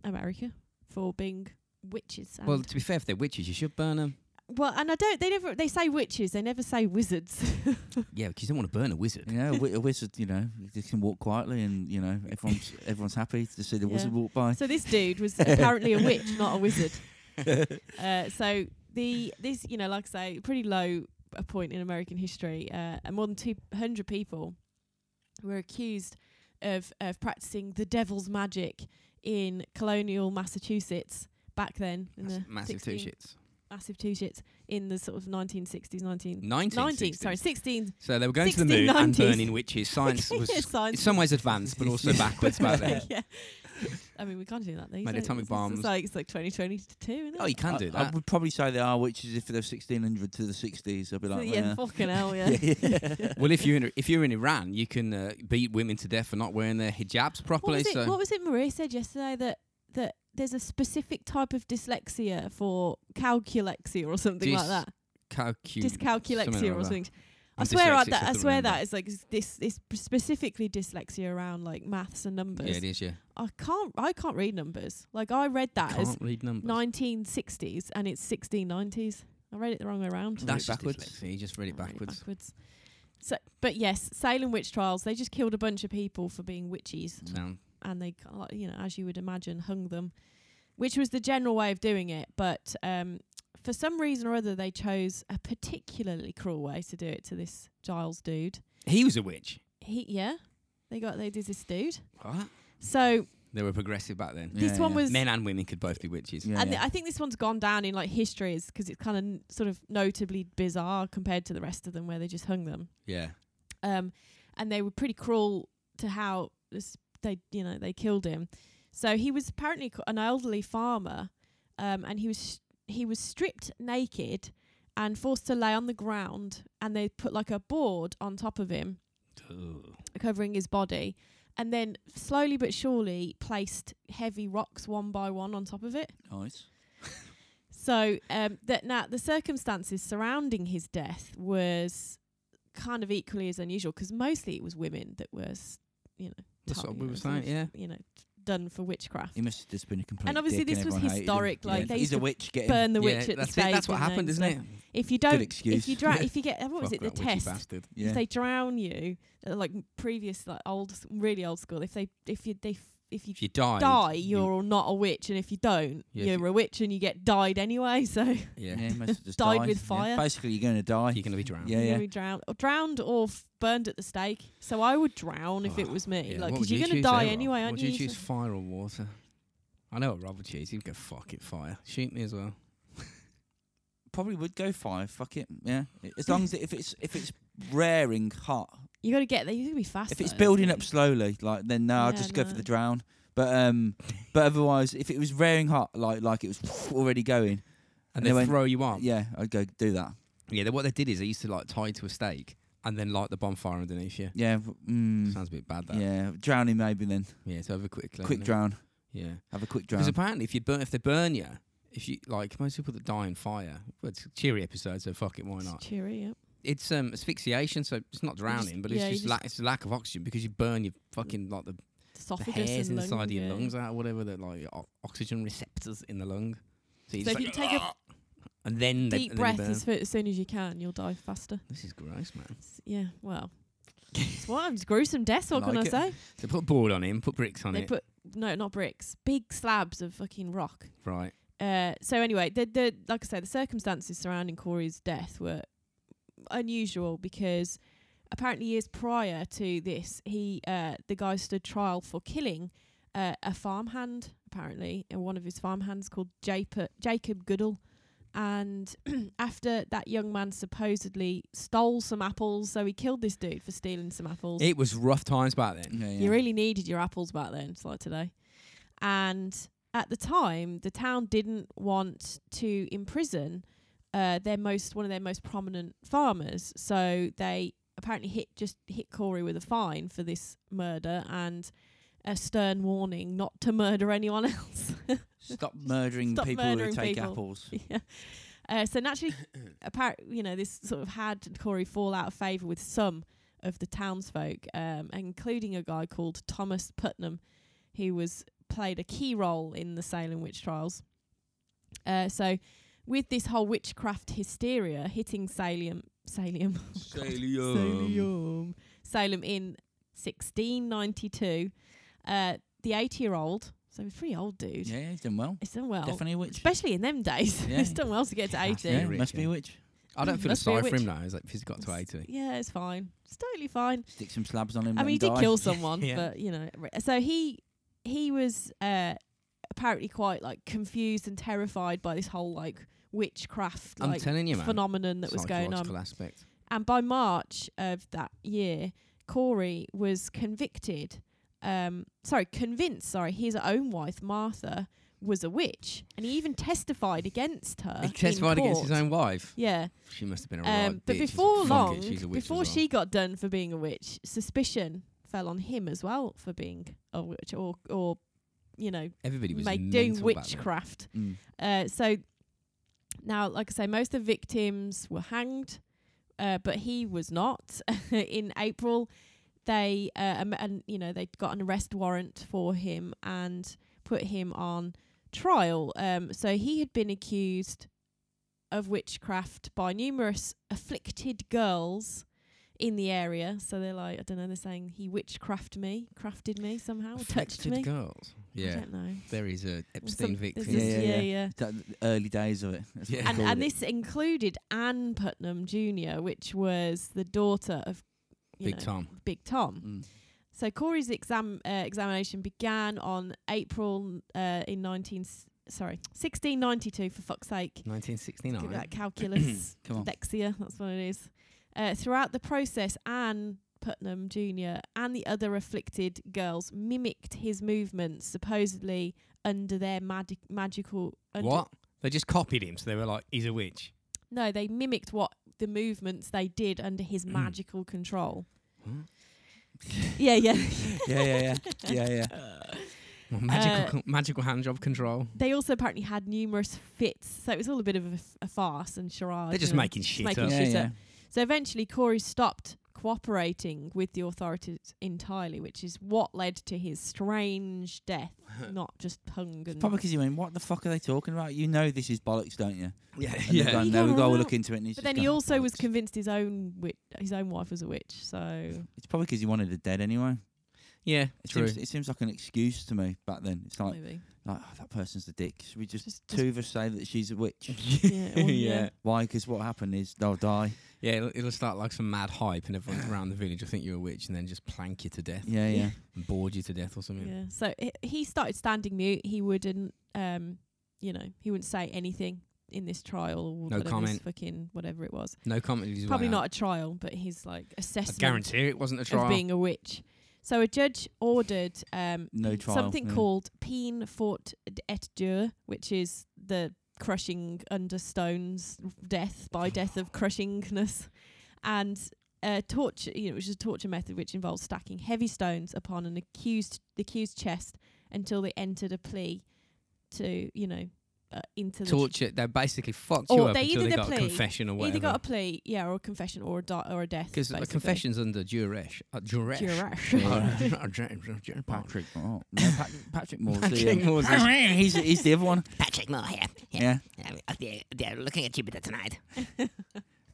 Speaker 2: America for being witches. And
Speaker 1: well, to be fair, if they're witches, you should burn them.
Speaker 2: well, and I don't. They never. They say witches. They never say wizards.
Speaker 1: Yeah, because you don't want to burn a wizard.
Speaker 3: You know, a wi- a wizard, you know, they can walk quietly and, you know, everyone's everyone's happy to see the
Speaker 2: Yeah.
Speaker 3: wizard walk by.
Speaker 2: so this dude was apparently a witch, not a wizard. Uh, so the this you know, like I say, pretty low a point in American history. Uh, and more than two hundred people were accused of of practicing the devil's magic in colonial Massachusetts back then. In
Speaker 1: That's
Speaker 2: the
Speaker 1: massive
Speaker 2: 16
Speaker 1: two shits.
Speaker 2: massive two shits in the sort of 1960s, 19,
Speaker 1: 19.
Speaker 2: 19 sorry, 16.
Speaker 1: So they were going to the moon
Speaker 2: 1690s.
Speaker 1: and burning witches. Science was
Speaker 2: Yeah,
Speaker 1: in
Speaker 2: science.
Speaker 1: some ways advanced, but also backwards back then.
Speaker 2: yeah. I mean, we can't do that these
Speaker 1: Made
Speaker 2: days.
Speaker 1: atomic
Speaker 2: It's-
Speaker 1: bombs.
Speaker 2: It's like it's like 2022, isn't it?
Speaker 1: Oh, you can
Speaker 3: I,
Speaker 1: do
Speaker 3: I
Speaker 1: that.
Speaker 3: would probably say they are witches if they're 1600 to the 60s. I'd be
Speaker 2: So,
Speaker 3: like,
Speaker 2: yeah,
Speaker 3: yeah.
Speaker 2: fucking hell, yeah.
Speaker 1: well, if you're in if you're in Iran, you can uh, beat women to death for not wearing their hijabs
Speaker 2: What
Speaker 1: properly.
Speaker 2: was, it,
Speaker 1: so
Speaker 2: what was it Maria said yesterday that that there's a specific type of dyslexia for calculexia or something like
Speaker 1: Dys-
Speaker 2: that?
Speaker 1: calcu- something
Speaker 2: Dyscalculexia or
Speaker 1: other.
Speaker 2: something. I
Speaker 1: I'm
Speaker 2: swear, I,
Speaker 1: dyslexic, so
Speaker 2: that, I
Speaker 1: have to
Speaker 2: swear
Speaker 1: remember.
Speaker 2: that it's like s- this. It's specifically dyslexia around like maths and numbers.
Speaker 1: Yeah, it is. Yeah,
Speaker 2: I can't. I can't read numbers. Like I read that as
Speaker 1: can't read numbers.
Speaker 2: 1960s and it's 1690s. I read it the wrong way around.
Speaker 3: Read
Speaker 1: That's
Speaker 3: it
Speaker 1: just
Speaker 3: backwards.
Speaker 1: dyslexia, You just read it
Speaker 2: I read
Speaker 1: backwards.
Speaker 2: backwards. So, but yes, Salem witch trials. They just killed a bunch of people for being witches,
Speaker 1: Sound.
Speaker 2: and they, ca- like, you know, as you would imagine, hung them, which was the general way of doing it. But um, for some reason or other, they chose a particularly cruel way to do it to this Giles dude.
Speaker 1: He was a witch.
Speaker 2: He, yeah, they got they did this dude.
Speaker 1: What?
Speaker 2: So
Speaker 1: They were progressive back then.
Speaker 2: this
Speaker 3: Yeah,
Speaker 2: one
Speaker 3: yeah.
Speaker 2: was
Speaker 1: Men and women could both be witches.
Speaker 3: Yeah,
Speaker 2: and
Speaker 3: yeah.
Speaker 2: I think this one's gone down in like history is 'cause it's kind of n- sort of notably bizarre compared to the rest of them where they just hung them.
Speaker 1: Yeah.
Speaker 2: Um, and they were pretty cruel to how this, they, you know, they killed him. So he was apparently c- an elderly farmer, um, and he was he was stripped naked and forced to lay on the ground, and they put like a board on top of him covering his body, and then slowly but surely placed heavy rocks one by one on top of it.
Speaker 3: nice.
Speaker 2: So um, that now the circumstances surrounding his death was kind of equally as unusual 'cause mostly it was women that were, s you know,
Speaker 1: That's
Speaker 2: tar-
Speaker 1: what
Speaker 2: you
Speaker 1: we
Speaker 2: know,
Speaker 1: were
Speaker 2: sort of,
Speaker 1: saying, yeah.
Speaker 2: you know, done for witchcraft.
Speaker 3: He must have just been a complete.
Speaker 2: And obviously
Speaker 3: dick
Speaker 2: this was
Speaker 3: everyone hated him.
Speaker 2: historic, like, they
Speaker 3: he's
Speaker 2: used
Speaker 3: a
Speaker 2: to
Speaker 3: witch. Get him.
Speaker 2: Burn the
Speaker 1: yeah,
Speaker 2: witch at the
Speaker 1: that's
Speaker 2: stake.
Speaker 1: it. That's what
Speaker 2: didn't they,
Speaker 1: happened,
Speaker 2: and
Speaker 1: isn't
Speaker 2: stuff.
Speaker 1: it?
Speaker 2: If you don't, if
Speaker 3: excuse.
Speaker 2: you drown, if you get, what was
Speaker 1: Fuck
Speaker 2: it? The
Speaker 1: that witchy
Speaker 2: test.
Speaker 1: bastard.
Speaker 3: Yeah.
Speaker 2: If they drown you, uh, like previous, like old, s- really old school. If they, if you, they, f- if you
Speaker 1: If you died,
Speaker 2: die,
Speaker 1: you-
Speaker 2: you're not a witch, and if you don't,
Speaker 1: Yeah, if
Speaker 2: you're
Speaker 1: you-
Speaker 2: a witch, and you get died anyway. So
Speaker 1: yeah,
Speaker 3: Yeah, he must have just
Speaker 2: Died
Speaker 3: died
Speaker 2: with
Speaker 3: Yeah,
Speaker 2: fire.
Speaker 3: Basically, you're going to die.
Speaker 1: you're gonna be drowned.
Speaker 3: yeah,
Speaker 2: You're
Speaker 3: yeah.
Speaker 2: gonna be drowned, or drowned, or f- burned at the stake. So I would drown if it
Speaker 1: Oh,
Speaker 2: was me,
Speaker 1: Yeah,
Speaker 2: like
Speaker 1: what
Speaker 2: 'cause
Speaker 1: would
Speaker 2: you're
Speaker 1: you
Speaker 2: gonna
Speaker 1: choose
Speaker 2: die
Speaker 1: there, Rob?
Speaker 2: anyway, aren't
Speaker 1: Would you
Speaker 2: you?
Speaker 1: choose
Speaker 2: So-
Speaker 1: fire or water? I know what Rob would choose. He'd go fuck it, fire. Shoot me as well.
Speaker 3: Probably would go fire. Fuck it. Yeah. As long as it, if it's if it's raring hot,
Speaker 2: you got to get there. You're gonna be fast.
Speaker 3: if it's
Speaker 2: though,
Speaker 3: building
Speaker 2: that's
Speaker 3: up
Speaker 2: the
Speaker 3: slowly, like then no, I'll
Speaker 2: Yeah,
Speaker 3: just go for
Speaker 2: no.
Speaker 3: the drown. But um, but otherwise, if it was raring hot, like like it was already going,
Speaker 1: And
Speaker 3: they
Speaker 1: they,
Speaker 3: went-
Speaker 1: throw you on. Yeah,
Speaker 3: yeah, I'd go do that.
Speaker 1: yeah. Then what they did is they used to like tie you to a stake and then light the bonfire underneath you.
Speaker 3: Yeah. v- Mm,
Speaker 1: Sounds a bit bad. That. Yeah,
Speaker 3: yeah. Drowning maybe then.
Speaker 1: It's over quickly. isn't
Speaker 3: Quick
Speaker 1: it?
Speaker 3: drown.
Speaker 1: Yeah.
Speaker 3: Have a quick drown.
Speaker 1: Because apparently, if you burn, if they burn you, if you like most people that die in fire, well, it's a cheery episode, so fuck it, why
Speaker 2: It's
Speaker 1: not?
Speaker 2: cheery, yeah.
Speaker 1: It's um asphyxiation, so it's not drowning, but it's
Speaker 2: yeah, you
Speaker 1: just,
Speaker 2: just-
Speaker 1: la- it's lack of oxygen because you burn your fucking like the, the
Speaker 2: Esophagus
Speaker 1: hairs
Speaker 2: and
Speaker 1: inside
Speaker 2: lungs,
Speaker 1: your
Speaker 2: yeah.
Speaker 1: lungs out, or whatever that like o- oxygen receptors in the lung. So, you
Speaker 2: So
Speaker 1: just
Speaker 2: if you
Speaker 1: like, "Ah!"
Speaker 2: take a
Speaker 1: and then they,
Speaker 2: deep
Speaker 1: and then you
Speaker 2: breath as,
Speaker 1: burn.
Speaker 2: fa- as soon as you can, you'll die faster.
Speaker 1: This is gross, man.
Speaker 2: It's- yeah, well, it's one of them's gruesome deaths. What can
Speaker 3: Like
Speaker 2: I
Speaker 3: it.
Speaker 2: say?
Speaker 1: They put a board on him, put bricks on
Speaker 2: They
Speaker 1: it,
Speaker 2: put no, not bricks, big slabs of fucking rock.
Speaker 1: right?
Speaker 2: Uh, so anyway, the the like I say, the circumstances surrounding Corey's death were unusual because apparently years prior to this, he uh, the guy stood trial for killing uh, a farmhand apparently, and one of his farmhands called Jacob Jacob Goodall. And after that young man supposedly stole some apples, so he killed this dude for stealing some apples.
Speaker 1: It was rough times back then.
Speaker 3: yeah, yeah.
Speaker 2: You really needed your apples back then, it's like today. And at the time, the town didn't want to imprison uh, their most one of their most prominent farmers, so they apparently hit just hit Corey with a fine for this murder and a stern warning not to murder anyone else.
Speaker 3: Stop murdering
Speaker 2: Stop
Speaker 3: people
Speaker 2: murdering
Speaker 3: who take
Speaker 2: people.
Speaker 3: apples.
Speaker 2: yeah. Uh, so naturally, apparent, you know, this sort of had Corey fall out of favour with some of the townsfolk, um, including a guy called Thomas Putnam, who was played a key role in the Salem witch trials. Uh, so, with this whole witchcraft hysteria hitting Salem, Salem, Salem, Salem in 1692, uh, the 80-year-old, so he's a pretty old dude.
Speaker 3: Yeah, yeah, he's done well.
Speaker 2: It's done well,
Speaker 3: Definitely a witch.
Speaker 2: especially in them days.
Speaker 3: Yeah.
Speaker 2: it's done well to get to 80.
Speaker 3: yeah,
Speaker 1: Eric,
Speaker 3: must be
Speaker 1: yeah.
Speaker 3: a witch.
Speaker 1: I don't feel
Speaker 2: Must be a
Speaker 1: sorry for
Speaker 2: witch.
Speaker 1: him now. He's like, he's got to eighty.
Speaker 2: Yeah, it's fine. It's totally fine.
Speaker 3: Stick some slabs on him.
Speaker 2: I mean, he did kill someone,
Speaker 1: Yeah.
Speaker 2: but you know, r- so he he was uh, apparently quite like confused and terrified by this whole like witchcraft
Speaker 1: I'm
Speaker 2: like
Speaker 1: telling you, man.
Speaker 2: phenomenon that was going on.
Speaker 1: Psychological aspect.
Speaker 2: And by March of that year, Corey was convicted um, sorry, convinced, sorry, his own wife, Martha, was a witch. And he even testified against her.
Speaker 1: He
Speaker 2: uh, in
Speaker 1: testified against his
Speaker 2: court.
Speaker 1: own wife.
Speaker 2: Yeah.
Speaker 1: She must have been a right
Speaker 2: Um, but
Speaker 1: bitch.
Speaker 2: before
Speaker 1: Fuck it,
Speaker 2: long,
Speaker 1: she's a witch as
Speaker 2: before
Speaker 1: well.
Speaker 2: she got done for being a witch, suspicion fell on him as well for being a witch or, or you know,
Speaker 1: everybody was
Speaker 2: make, doing
Speaker 1: mental back then.
Speaker 2: witchcraft.
Speaker 3: Mm.
Speaker 2: Uh, so now, like I say, most of the victims were hanged, uh, but he was not. In April, they uh, um, and you know they got an arrest warrant for him and put him on trial. Um, so he had been accused of witchcraft by numerous afflicted girls in the area. So they're like, I don't know, they're saying he witchcraft me, crafted me somehow, touched
Speaker 1: Affected
Speaker 2: me.
Speaker 1: girls.
Speaker 2: I
Speaker 1: Yeah,
Speaker 2: don't know.
Speaker 1: there is a
Speaker 2: There's
Speaker 1: Epstein
Speaker 2: some- there's
Speaker 1: victim.
Speaker 2: this-
Speaker 3: Yeah, yeah,
Speaker 2: yeah,
Speaker 3: yeah.
Speaker 2: yeah.
Speaker 3: That, the early days of it. that's what
Speaker 1: Yeah.
Speaker 3: they
Speaker 2: And,
Speaker 3: called
Speaker 2: and
Speaker 3: it.
Speaker 2: this included Anne Putnam Jr., which was the daughter of you
Speaker 1: Big
Speaker 2: know,
Speaker 1: Tom.
Speaker 2: Big Tom.
Speaker 1: Mm.
Speaker 2: So Corey's exam uh, examination began on April uh, in 19 s- sorry 1692 for fuck's sake. Get
Speaker 1: 1969.
Speaker 2: that calculus
Speaker 3: Come on.
Speaker 2: dyslexia, that's what it is. Uh, throughout the process, Anne Putnam Jr. and the other afflicted girls mimicked his movements, supposedly under their magic magical. Under,
Speaker 1: What? They just copied him, so they were like, "He's a witch."
Speaker 2: No, they mimicked what the movements they did under
Speaker 3: Mm.
Speaker 2: his magical control.
Speaker 1: Huh?
Speaker 2: Yeah, yeah.
Speaker 3: yeah, yeah, yeah, yeah, yeah.
Speaker 1: Well,
Speaker 2: Uh,
Speaker 1: magical, con- magical hand job control.
Speaker 2: They also apparently had numerous fits, so it was all a bit of a, f- a farce and charade.
Speaker 1: They're just
Speaker 2: you know.
Speaker 1: making shit
Speaker 2: making
Speaker 1: up.
Speaker 3: yeah,
Speaker 2: shit
Speaker 3: yeah.
Speaker 2: up. So eventually, Corey stopped cooperating with the authorities entirely, which is what led to his strange death, not just hung and.
Speaker 3: Probably 'cause you went, what the fuck are they talking about? You know this is bollocks, don't you?
Speaker 1: Yeah,
Speaker 3: And they've
Speaker 1: yeah.
Speaker 3: gone,
Speaker 2: You
Speaker 3: no,
Speaker 2: can't
Speaker 3: we've got to
Speaker 2: rule
Speaker 3: look
Speaker 2: out-
Speaker 3: into it. And it's
Speaker 2: but
Speaker 3: just
Speaker 2: then he
Speaker 3: gone,
Speaker 2: also was
Speaker 3: bollocks.
Speaker 2: convinced his own wit- his own wife was a witch. So
Speaker 3: It's probably 'cause he wanted her dead anyway.
Speaker 1: Yeah,
Speaker 3: It
Speaker 1: true.
Speaker 3: seems, it seems like an excuse to me back then. It's like,
Speaker 2: maybe
Speaker 3: like oh, that person's the dick. Should we just,
Speaker 2: just, just
Speaker 3: two of us say that she's a witch?
Speaker 2: yeah, well, yeah.
Speaker 3: Why? 'Cause what happened is they'll die.
Speaker 1: yeah. It'll, it'll start like some mad hype, and everyone around the village will think you're a witch, and then just plank you to death,
Speaker 3: Yeah, yeah.
Speaker 1: and board you to death, or something.
Speaker 2: Yeah. So h- he started standing mute. He wouldn't, um, you know, he wouldn't say anything in this trial or whatever this
Speaker 1: comment.
Speaker 2: fucking whatever it was.
Speaker 1: No comment. is his way
Speaker 2: Probably
Speaker 1: out.
Speaker 2: not a trial, but his like
Speaker 1: I
Speaker 2: assessment
Speaker 1: guarantee it wasn't a
Speaker 2: of
Speaker 1: trial.
Speaker 2: being a witch. So a judge ordered um,
Speaker 3: No trial.
Speaker 2: something
Speaker 3: yeah.
Speaker 2: called peine fort et dure, which is the crushing under stones death by death of crushingness, and uh, torture. You know, which is a torture method which involves stacking heavy stones upon an accused the accused chest until they entered a plea to you know uh, into the
Speaker 1: torture. They basically fucked you
Speaker 2: Or
Speaker 1: up
Speaker 2: they
Speaker 1: until
Speaker 2: either
Speaker 1: they
Speaker 2: the
Speaker 1: got a
Speaker 2: plea-
Speaker 1: confession or whatever.
Speaker 2: either got a plea, yeah, or a confession, or a di- or a death.
Speaker 1: because a
Speaker 2: basically.
Speaker 1: confession's under duress. Uh, duress.
Speaker 2: Duress.
Speaker 1: Patrick
Speaker 3: Patrick Moore. No, Pat- Patrick Moore's the,
Speaker 1: Moore's
Speaker 3: um, he's, he's the other one.
Speaker 4: Patrick Moore here.
Speaker 3: Yeah.
Speaker 4: They're, they're looking at Jupiter tonight.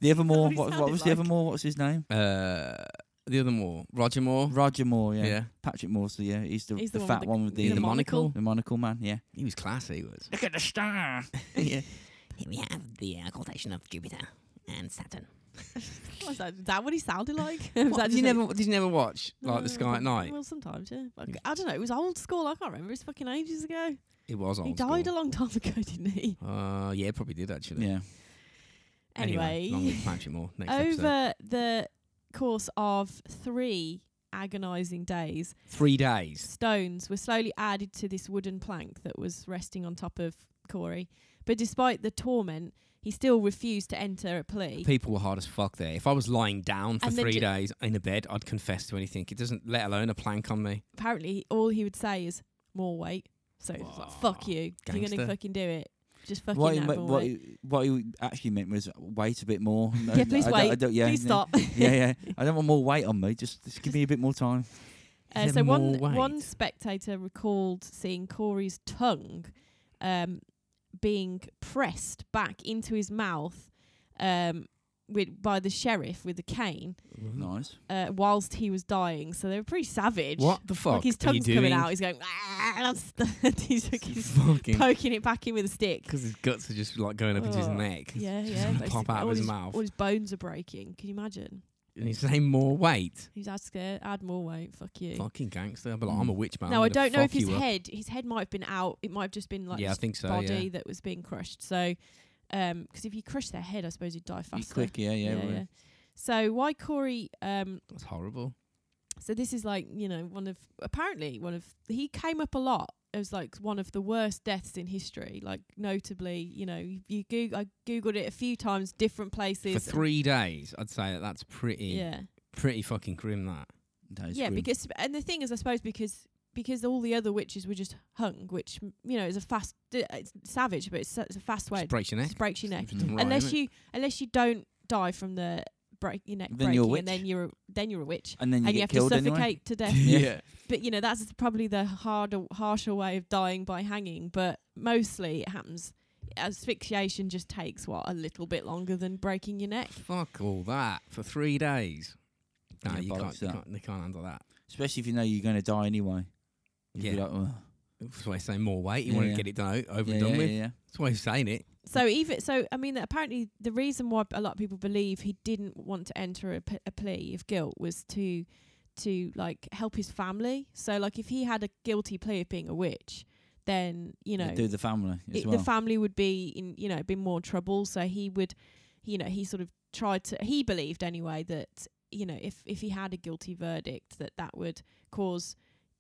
Speaker 3: The other Moore.
Speaker 2: That's what
Speaker 3: What,
Speaker 2: he
Speaker 3: what was
Speaker 2: sounded
Speaker 3: the other
Speaker 2: like.
Speaker 3: Moore? What's his name?
Speaker 1: Uh, the other Moore, Roger Moore.
Speaker 3: Roger Moore, yeah.
Speaker 1: Yeah,
Speaker 3: Patrick Moore's the, yeah. He's the,
Speaker 2: He's
Speaker 3: the,
Speaker 2: the one with
Speaker 3: fat
Speaker 2: the-
Speaker 3: one with the,
Speaker 1: the
Speaker 3: the,
Speaker 1: monocle.
Speaker 3: the monocle man, yeah.
Speaker 1: he was classy. He was.
Speaker 4: Look at the star.
Speaker 1: yeah.
Speaker 4: Here we have the uh, occultation of Jupiter and Saturn.
Speaker 2: Was that, is that what he sounded like? Was that
Speaker 1: What, did you
Speaker 2: just
Speaker 1: never? Did you never watch like
Speaker 2: No,
Speaker 1: the Sky at Night?
Speaker 2: Well, sometimes, yeah. But
Speaker 1: Yeah.
Speaker 2: I don't know. It was old school. I can't remember. It's fucking ages ago.
Speaker 1: It was old.
Speaker 2: he died
Speaker 1: school.
Speaker 2: a long time ago, didn't he?
Speaker 1: Uh, yeah, probably did actually.
Speaker 3: Yeah.
Speaker 2: Anyway,
Speaker 1: long live Patrick Moore. Next episode.
Speaker 2: over the course of three agonising days,
Speaker 1: Three days.
Speaker 2: stones were slowly added to this wooden plank that was resting on top of Corey. But despite the torment, he still refused to enter a plea.
Speaker 1: People were hard as fuck there. If I was lying down for
Speaker 2: And then
Speaker 1: three
Speaker 2: ju-
Speaker 1: days in a bed, I'd confess to anything. It doesn't, let alone a plank on me.
Speaker 2: Apparently, he- all he would say is more weight. So it's like, fuck
Speaker 1: Wow.
Speaker 2: you. If You're gonna
Speaker 1: Gangster.
Speaker 2: fucking do it. Just fucking
Speaker 3: What he,
Speaker 2: have
Speaker 3: meant-
Speaker 2: more
Speaker 3: what,
Speaker 2: weight.
Speaker 3: he, what he actually meant was wait a bit more. No,
Speaker 2: Yeah, please
Speaker 3: I don't- I
Speaker 2: wait.
Speaker 3: don't- yeah,
Speaker 2: Please
Speaker 3: no.
Speaker 2: stop.
Speaker 3: Yeah, yeah. I don't want more weight on me. Just, just give me a bit more time.
Speaker 2: Uh,
Speaker 1: Is
Speaker 2: so
Speaker 1: there
Speaker 2: one
Speaker 1: more
Speaker 2: one
Speaker 1: weight?
Speaker 2: spectator recalled seeing Corey's tongue um, being pressed back into his mouth um, with by the sheriff with a cane
Speaker 3: Nice.
Speaker 2: uh, whilst he was dying. So they were pretty savage.
Speaker 1: What the fuck?
Speaker 2: Like his
Speaker 1: are you
Speaker 2: tongue's
Speaker 1: doing?
Speaker 2: coming out. He's going. "Ah," and he's, like, he's
Speaker 1: Fucking
Speaker 2: poking it back in with a stick.
Speaker 1: because his guts are just like going up into his
Speaker 2: Oh,
Speaker 1: neck.
Speaker 2: Yeah,
Speaker 1: Just
Speaker 2: yeah.
Speaker 1: wanna
Speaker 2: basically.
Speaker 1: pop out
Speaker 2: all
Speaker 1: of his
Speaker 2: his
Speaker 1: mouth.
Speaker 2: All his bones are breaking. Can you imagine?
Speaker 1: And he's saying more weight.
Speaker 2: He's had scared. Add more weight. Fuck you.
Speaker 1: Fucking gangster. But like, I'm a witch man.
Speaker 2: No,
Speaker 1: I'm
Speaker 2: I
Speaker 1: gonna
Speaker 2: don't know if
Speaker 1: fuck
Speaker 2: his
Speaker 1: you up.
Speaker 2: head his head might have been out. It might have just been like
Speaker 1: yeah, I
Speaker 2: his
Speaker 1: think so.
Speaker 2: body
Speaker 1: Yeah.
Speaker 2: that was being crushed. So, um 'cause if you crush their head, I suppose you'd die
Speaker 3: Be
Speaker 2: faster.
Speaker 3: quick, yeah, yeah.
Speaker 2: yeah,
Speaker 3: well,
Speaker 2: yeah. So why Corey um
Speaker 1: That's horrible.
Speaker 2: So this is like you know one of apparently one of he came up a lot as like one of the worst deaths in history. Like notably, you know, you, you Goog- I googled it a few times, different places.
Speaker 1: For three days, I'd say that that's pretty,
Speaker 2: yeah,
Speaker 1: pretty fucking grim. That
Speaker 3: That is
Speaker 2: yeah.
Speaker 3: grim.
Speaker 2: Because and the thing is, I suppose because because all the other witches were just hung, which m you know is a fast, uh, it's savage, but it's, it's a fast way.
Speaker 1: just breaks your neck.
Speaker 2: Just breaks your neck.
Speaker 1: If it's done right,
Speaker 2: unless
Speaker 1: innit?
Speaker 2: you unless you don't die from the break your neck
Speaker 3: Then
Speaker 2: breaking,
Speaker 3: you're a
Speaker 2: and then you're a, then you're a witch,
Speaker 3: and then you
Speaker 2: and
Speaker 3: get
Speaker 2: you have to
Speaker 3: killed
Speaker 2: suffocate
Speaker 3: anyway.
Speaker 2: to death.
Speaker 3: Yeah.
Speaker 2: But you know that's probably the harder, harsher way of dying by hanging. But mostly it happens. Asphyxiation just takes what a little bit longer than breaking your neck.
Speaker 1: Fuck all that for three days. Nah,
Speaker 3: Yeah,
Speaker 1: you,
Speaker 3: bollocks
Speaker 1: can't, you
Speaker 3: that.
Speaker 1: can't. They can't handle that.
Speaker 3: Especially if you know you're going to die anyway. You'd be
Speaker 1: Yeah.
Speaker 3: like, "Ugh."
Speaker 1: That's why I say more weight. You
Speaker 3: Yeah,
Speaker 1: want to
Speaker 3: yeah.
Speaker 1: get it done o- over
Speaker 3: yeah,
Speaker 1: and done
Speaker 3: yeah,
Speaker 1: with.
Speaker 3: yeah.
Speaker 1: That's why he's saying it.
Speaker 2: So even so, I mean, apparently the reason why a lot of people believe he didn't want to enter a, p- a plea of guilt was to to like help his family. So like if he had a guilty plea of being a witch, then you
Speaker 3: Yeah,
Speaker 2: know
Speaker 3: do the family as
Speaker 2: it,
Speaker 3: well.
Speaker 2: the family would be in you know be more trouble. So he would, you know, he sort of tried to. He believed anyway that you know if if he had a guilty verdict that that would cause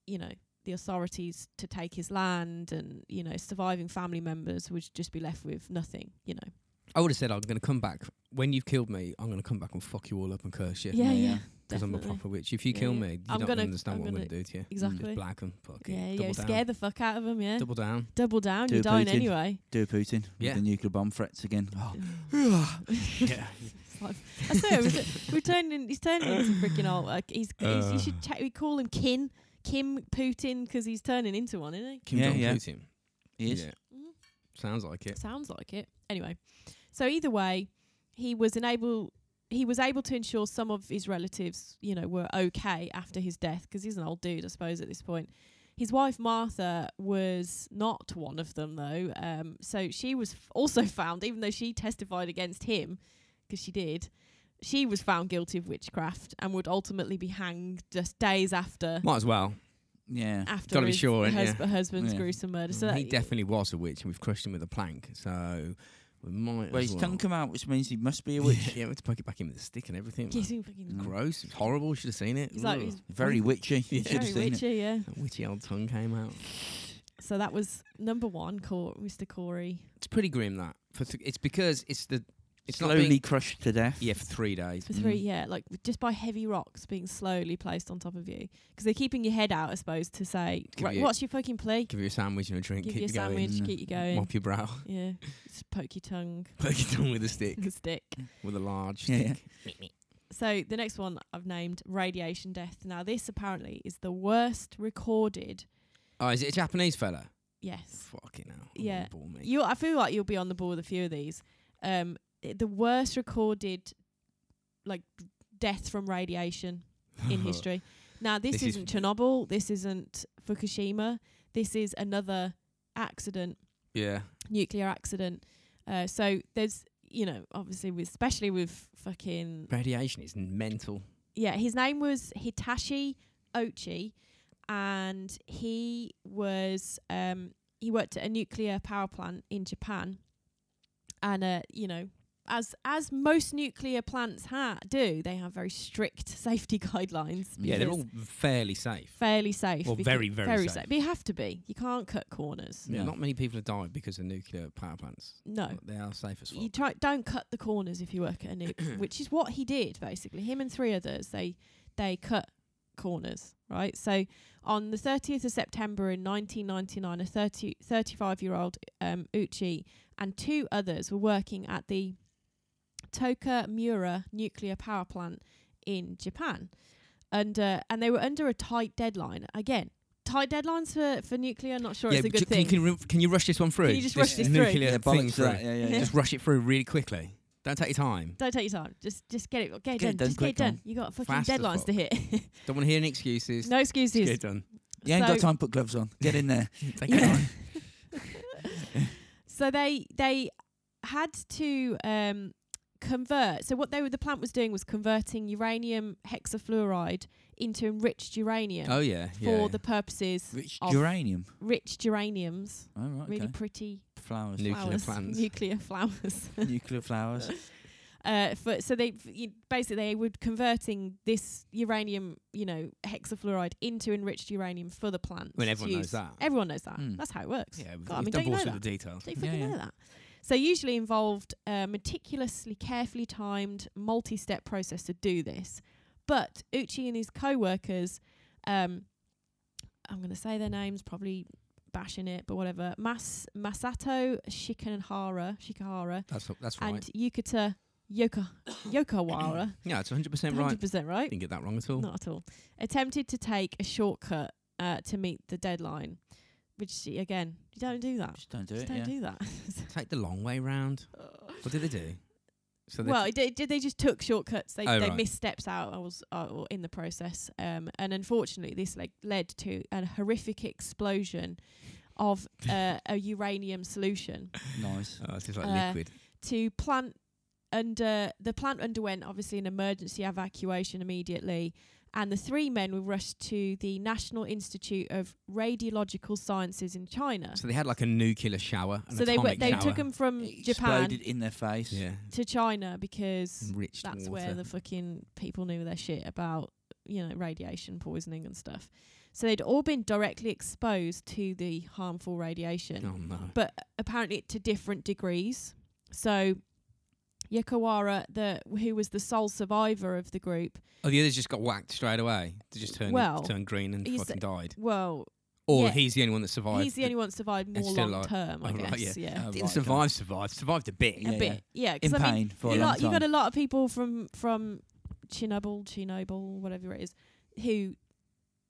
Speaker 2: you know the authorities to take his land and you know surviving family members would just be left with nothing. You know.
Speaker 1: I would have said I'm going to come back when you've killed me. I'm going to come back and fuck you all up and curse you.
Speaker 2: Yeah,
Speaker 3: yeah,
Speaker 2: yeah.
Speaker 1: because I'm a
Speaker 2: definitely.
Speaker 1: proper witch. If you
Speaker 3: Yeah,
Speaker 1: kill
Speaker 2: yeah.
Speaker 1: me, you
Speaker 2: I'm
Speaker 1: don't
Speaker 2: gonna-
Speaker 1: understand
Speaker 2: I'm
Speaker 1: what I'm
Speaker 2: gonna-
Speaker 1: going to do to you.
Speaker 2: Exactly.
Speaker 1: Just black and fuck it.
Speaker 2: Yeah,
Speaker 1: Double
Speaker 2: yeah.
Speaker 1: down.
Speaker 2: Scare the fuck out of them. Yeah.
Speaker 1: Double down.
Speaker 2: Double down.
Speaker 3: Do
Speaker 2: you're
Speaker 3: a
Speaker 2: dying
Speaker 3: Putin.
Speaker 2: anyway.
Speaker 3: do Putin
Speaker 1: Yeah.
Speaker 3: with the nuclear bomb threats again. Oh,
Speaker 1: yeah.
Speaker 2: I say it was- we're turning. He's turning into freaking old. Like he's, he's. You
Speaker 1: Uh.
Speaker 2: should check. We call him Kin Kim Putin 'cause he's turning into one, isn't he?
Speaker 1: Kim
Speaker 3: Yeah,
Speaker 1: Jong
Speaker 3: yeah.
Speaker 1: Putin.
Speaker 3: he is.
Speaker 1: Yeah.
Speaker 2: Mm.
Speaker 1: Sounds like it.
Speaker 2: Sounds like it. Anyway, so either way, he was unable. He was able to ensure some of his relatives, you know, were okay after his death 'cause he's an old dude, I suppose, at this point. His wife Martha was not one of them, though. Um, so she was f- also found, even though she testified against him, 'cause she did. She was found guilty of witchcraft and would ultimately be hanged just days after
Speaker 1: Might as well.
Speaker 3: Yeah.
Speaker 2: after
Speaker 1: Gotta be
Speaker 2: his
Speaker 1: sure, ain't
Speaker 2: hus-
Speaker 1: ya? Mm,
Speaker 2: husband's
Speaker 3: Yeah.
Speaker 2: gruesome murder. So
Speaker 1: he
Speaker 2: that-
Speaker 1: definitely was a witch, and we've crushed him with a plank. So we might. as
Speaker 3: Well, his
Speaker 1: well.
Speaker 3: tongue come out, which means he must be a witch.
Speaker 1: yeah, we had to poke it back in with a stick and everything.
Speaker 2: He's
Speaker 1: man.
Speaker 2: fucking-
Speaker 3: Mm.
Speaker 1: Gross. It's horrible. Should have seen it.
Speaker 2: he's like
Speaker 1: Ugh.
Speaker 2: he's
Speaker 3: Very witchy.
Speaker 1: Yeah.
Speaker 3: You should have
Speaker 2: very
Speaker 3: seen it.
Speaker 2: witchy, yeah.
Speaker 1: that witchy old tongue came out.
Speaker 2: So that was number one, Cor- Mr. Corey.
Speaker 1: It's pretty grim that. For th- it's because it's the it's not
Speaker 3: Slowly
Speaker 1: being-
Speaker 3: crushed to death.
Speaker 1: yeah for three days. Mm.
Speaker 2: For three, yeah, like just by heavy rocks being slowly placed on top of you. 'Cause they're keeping your head out, I suppose, to say,
Speaker 1: Give
Speaker 2: right,
Speaker 1: you-
Speaker 2: what's your fucking plea?
Speaker 1: Give you a sandwich and a drink.
Speaker 2: Give
Speaker 1: keep
Speaker 2: you a
Speaker 1: you going. uh,
Speaker 2: sandwich, keep you going.
Speaker 1: Mop your brow.
Speaker 2: Yeah, just poke your tongue
Speaker 1: Poke it down with a stick.
Speaker 2: with a stick.
Speaker 1: With a large
Speaker 3: Yeah,
Speaker 1: stick.
Speaker 3: yeah.
Speaker 2: So the next one I've named radiation death. Now this apparently is the worst recorded.
Speaker 1: Oh, is it a Japanese fella?
Speaker 2: Yes,
Speaker 1: Fucking hell.
Speaker 2: Yeah.
Speaker 1: Bore me.
Speaker 2: you. I feel like you'll be on the ball with a few of these. Um, i- the worst recorded, like death from radiation. in history. Now, this,
Speaker 1: Uh-huh. This is-
Speaker 2: isn't Chernobyl. This isn't Fukushima. This is another accident,
Speaker 1: yeah.
Speaker 2: nuclear accident. Uh, so there's, you know, obviously with especially with fucking
Speaker 1: Radiation is mental.
Speaker 2: yeah. His name was Hitashi Ochi, and he was um he worked at a nuclear power plant in Japan, and uh, you know. As as most nuclear plants ha- do, they have very strict safety guidelines.
Speaker 1: Yeah, they're
Speaker 2: because-
Speaker 1: all fairly safe.
Speaker 2: fairly safe.
Speaker 1: Well,
Speaker 2: becau-
Speaker 1: very, very safe. Mm.
Speaker 2: But you have to be. You can't cut corners.
Speaker 3: Yeah.
Speaker 1: Not many people have died because of nuclear power plants.
Speaker 2: No.
Speaker 1: But They are safe as fuck.
Speaker 2: You try don't cut the corners if you work at a nuke, which is what he did basically. Him and three others, they they cut corners, right? So on the 30th of September in 1999, a 30, 35-year-old um, Uchi and two others were working at the Tokamura nuclear power plant in Japan. And uh, and they were under a tight deadline. Again, tight deadlines for, for nuclear, not sure it's a
Speaker 1: but
Speaker 2: good
Speaker 1: ju-
Speaker 2: thing.
Speaker 1: Can you, can, ru- can you rush this one through?
Speaker 2: you just rush this through?
Speaker 1: nuclear
Speaker 3: Yeah,
Speaker 1: thing
Speaker 3: bollocks to
Speaker 1: through.
Speaker 3: that. Yeah, yeah, yeah.
Speaker 1: Just rush it through really quickly. Don't take your time.
Speaker 2: Don't take your time. Just just get it get it
Speaker 3: Get it
Speaker 2: done.
Speaker 3: done
Speaker 2: Just get it
Speaker 3: quick,
Speaker 2: done.
Speaker 3: man.
Speaker 2: You got fucking
Speaker 1: Fast as
Speaker 2: deadlines to hit.
Speaker 1: Don't want to hear any excuses.
Speaker 2: no
Speaker 1: Just get
Speaker 2: excuses.
Speaker 1: it done.
Speaker 3: You ain't got
Speaker 2: So-
Speaker 3: time to put gloves on. Get in there.
Speaker 1: Take your
Speaker 2: Yeah.
Speaker 1: time.
Speaker 2: so they they had to um convert. So what they were the plant was doing was converting uranium hexafluoride into enriched uranium
Speaker 1: Oh yeah.
Speaker 2: for
Speaker 1: yeah.
Speaker 2: the purposes
Speaker 3: Rich
Speaker 2: Off.
Speaker 3: uranium.
Speaker 2: rich geraniums,
Speaker 3: All right.
Speaker 2: really
Speaker 3: okay.
Speaker 2: pretty
Speaker 3: Flowers.
Speaker 1: Nuclear
Speaker 2: flowers,
Speaker 1: plants.
Speaker 2: nuclear flowers.
Speaker 3: Nuclear flowers.
Speaker 2: Uh, for so they f- you- basically they were converting this uranium, you know, hexafluoride into enriched uranium for the plant.
Speaker 1: When
Speaker 2: to
Speaker 1: everyone knows
Speaker 2: use.
Speaker 1: that. Hmm.
Speaker 2: Everyone knows that.
Speaker 3: Mm.
Speaker 2: That's how it works.
Speaker 1: Yeah,
Speaker 2: God, I
Speaker 1: he's done
Speaker 2: mean, don't you know
Speaker 1: bullshit
Speaker 2: that?
Speaker 1: with the details.
Speaker 2: Don't you fucking
Speaker 1: yeah, yeah.
Speaker 2: know that? So usually involved a meticulously, carefully timed, multi-step process to do this. But Uchi and his co-workers, um, I'm going to say their names, probably bashing it, but whatever. Mas Masato Shikanhara, Shikahara,
Speaker 1: That's that's right. Mm.
Speaker 2: and Yukuta Yoka Yokawara.
Speaker 1: yeah, it's 100 percent right.
Speaker 2: Hundred percent right.
Speaker 1: Didn't get that wrong at all.
Speaker 2: Not at all. Attempted to take a shortcut uh, to meet the deadline, which again, you don't do that.
Speaker 3: Just don't do
Speaker 2: Just
Speaker 3: it.
Speaker 2: don't
Speaker 3: yeah.
Speaker 2: do that.
Speaker 1: Take the long way round. What did they do? So they
Speaker 2: well, it did, did they just took shortcuts? They
Speaker 1: Oh,
Speaker 2: they
Speaker 1: right.
Speaker 2: missed steps out. I was uh, or in the process, um, and unfortunately, this like led to a horrific explosion of uh, a uranium solution.
Speaker 3: Nice.
Speaker 1: Oh, it's just like
Speaker 2: Uh,
Speaker 1: liquid.
Speaker 2: To plant under the plant underwent obviously an emergency evacuation immediately, and the three men were rushed to the National Institute of Radiological Sciences in China.
Speaker 1: So they had like a nuclear shower. An
Speaker 2: So they were,
Speaker 1: atomic
Speaker 2: they
Speaker 1: shower.
Speaker 2: took 'em from
Speaker 3: It
Speaker 2: Japan
Speaker 3: Exploded in their face.
Speaker 1: Yeah.
Speaker 2: to China because
Speaker 1: Enriched
Speaker 2: that's
Speaker 1: water.
Speaker 2: where the fucking people knew their shit about you know radiation poisoning and stuff so they'd all been directly exposed to the harmful radiation
Speaker 1: Oh no.
Speaker 2: but apparently to different degrees so Yakawara, the who was the sole survivor of the group,
Speaker 1: Oh, the others just got whacked straight away. They just turned
Speaker 2: Well,
Speaker 1: turned green and
Speaker 2: he's-
Speaker 1: fucking died.
Speaker 2: well,
Speaker 1: Or
Speaker 2: yeah.
Speaker 1: he's the only one that survived.
Speaker 2: he's the only one that survived more
Speaker 1: still
Speaker 2: long
Speaker 1: alive.
Speaker 2: term, I
Speaker 1: Oh,
Speaker 2: guess.
Speaker 1: right, yeah.
Speaker 2: yeah.
Speaker 3: Oh,
Speaker 1: Didn't
Speaker 3: right,
Speaker 1: survive. Survived. Survived a bit.
Speaker 3: Yeah,
Speaker 2: a bit, yeah.
Speaker 3: In
Speaker 2: 'cause I mean,
Speaker 3: pain for a
Speaker 2: you
Speaker 3: long
Speaker 2: lot, you got a
Speaker 3: time.
Speaker 2: lot of people from from Chernobyl, Chernobyl, whatever it is, who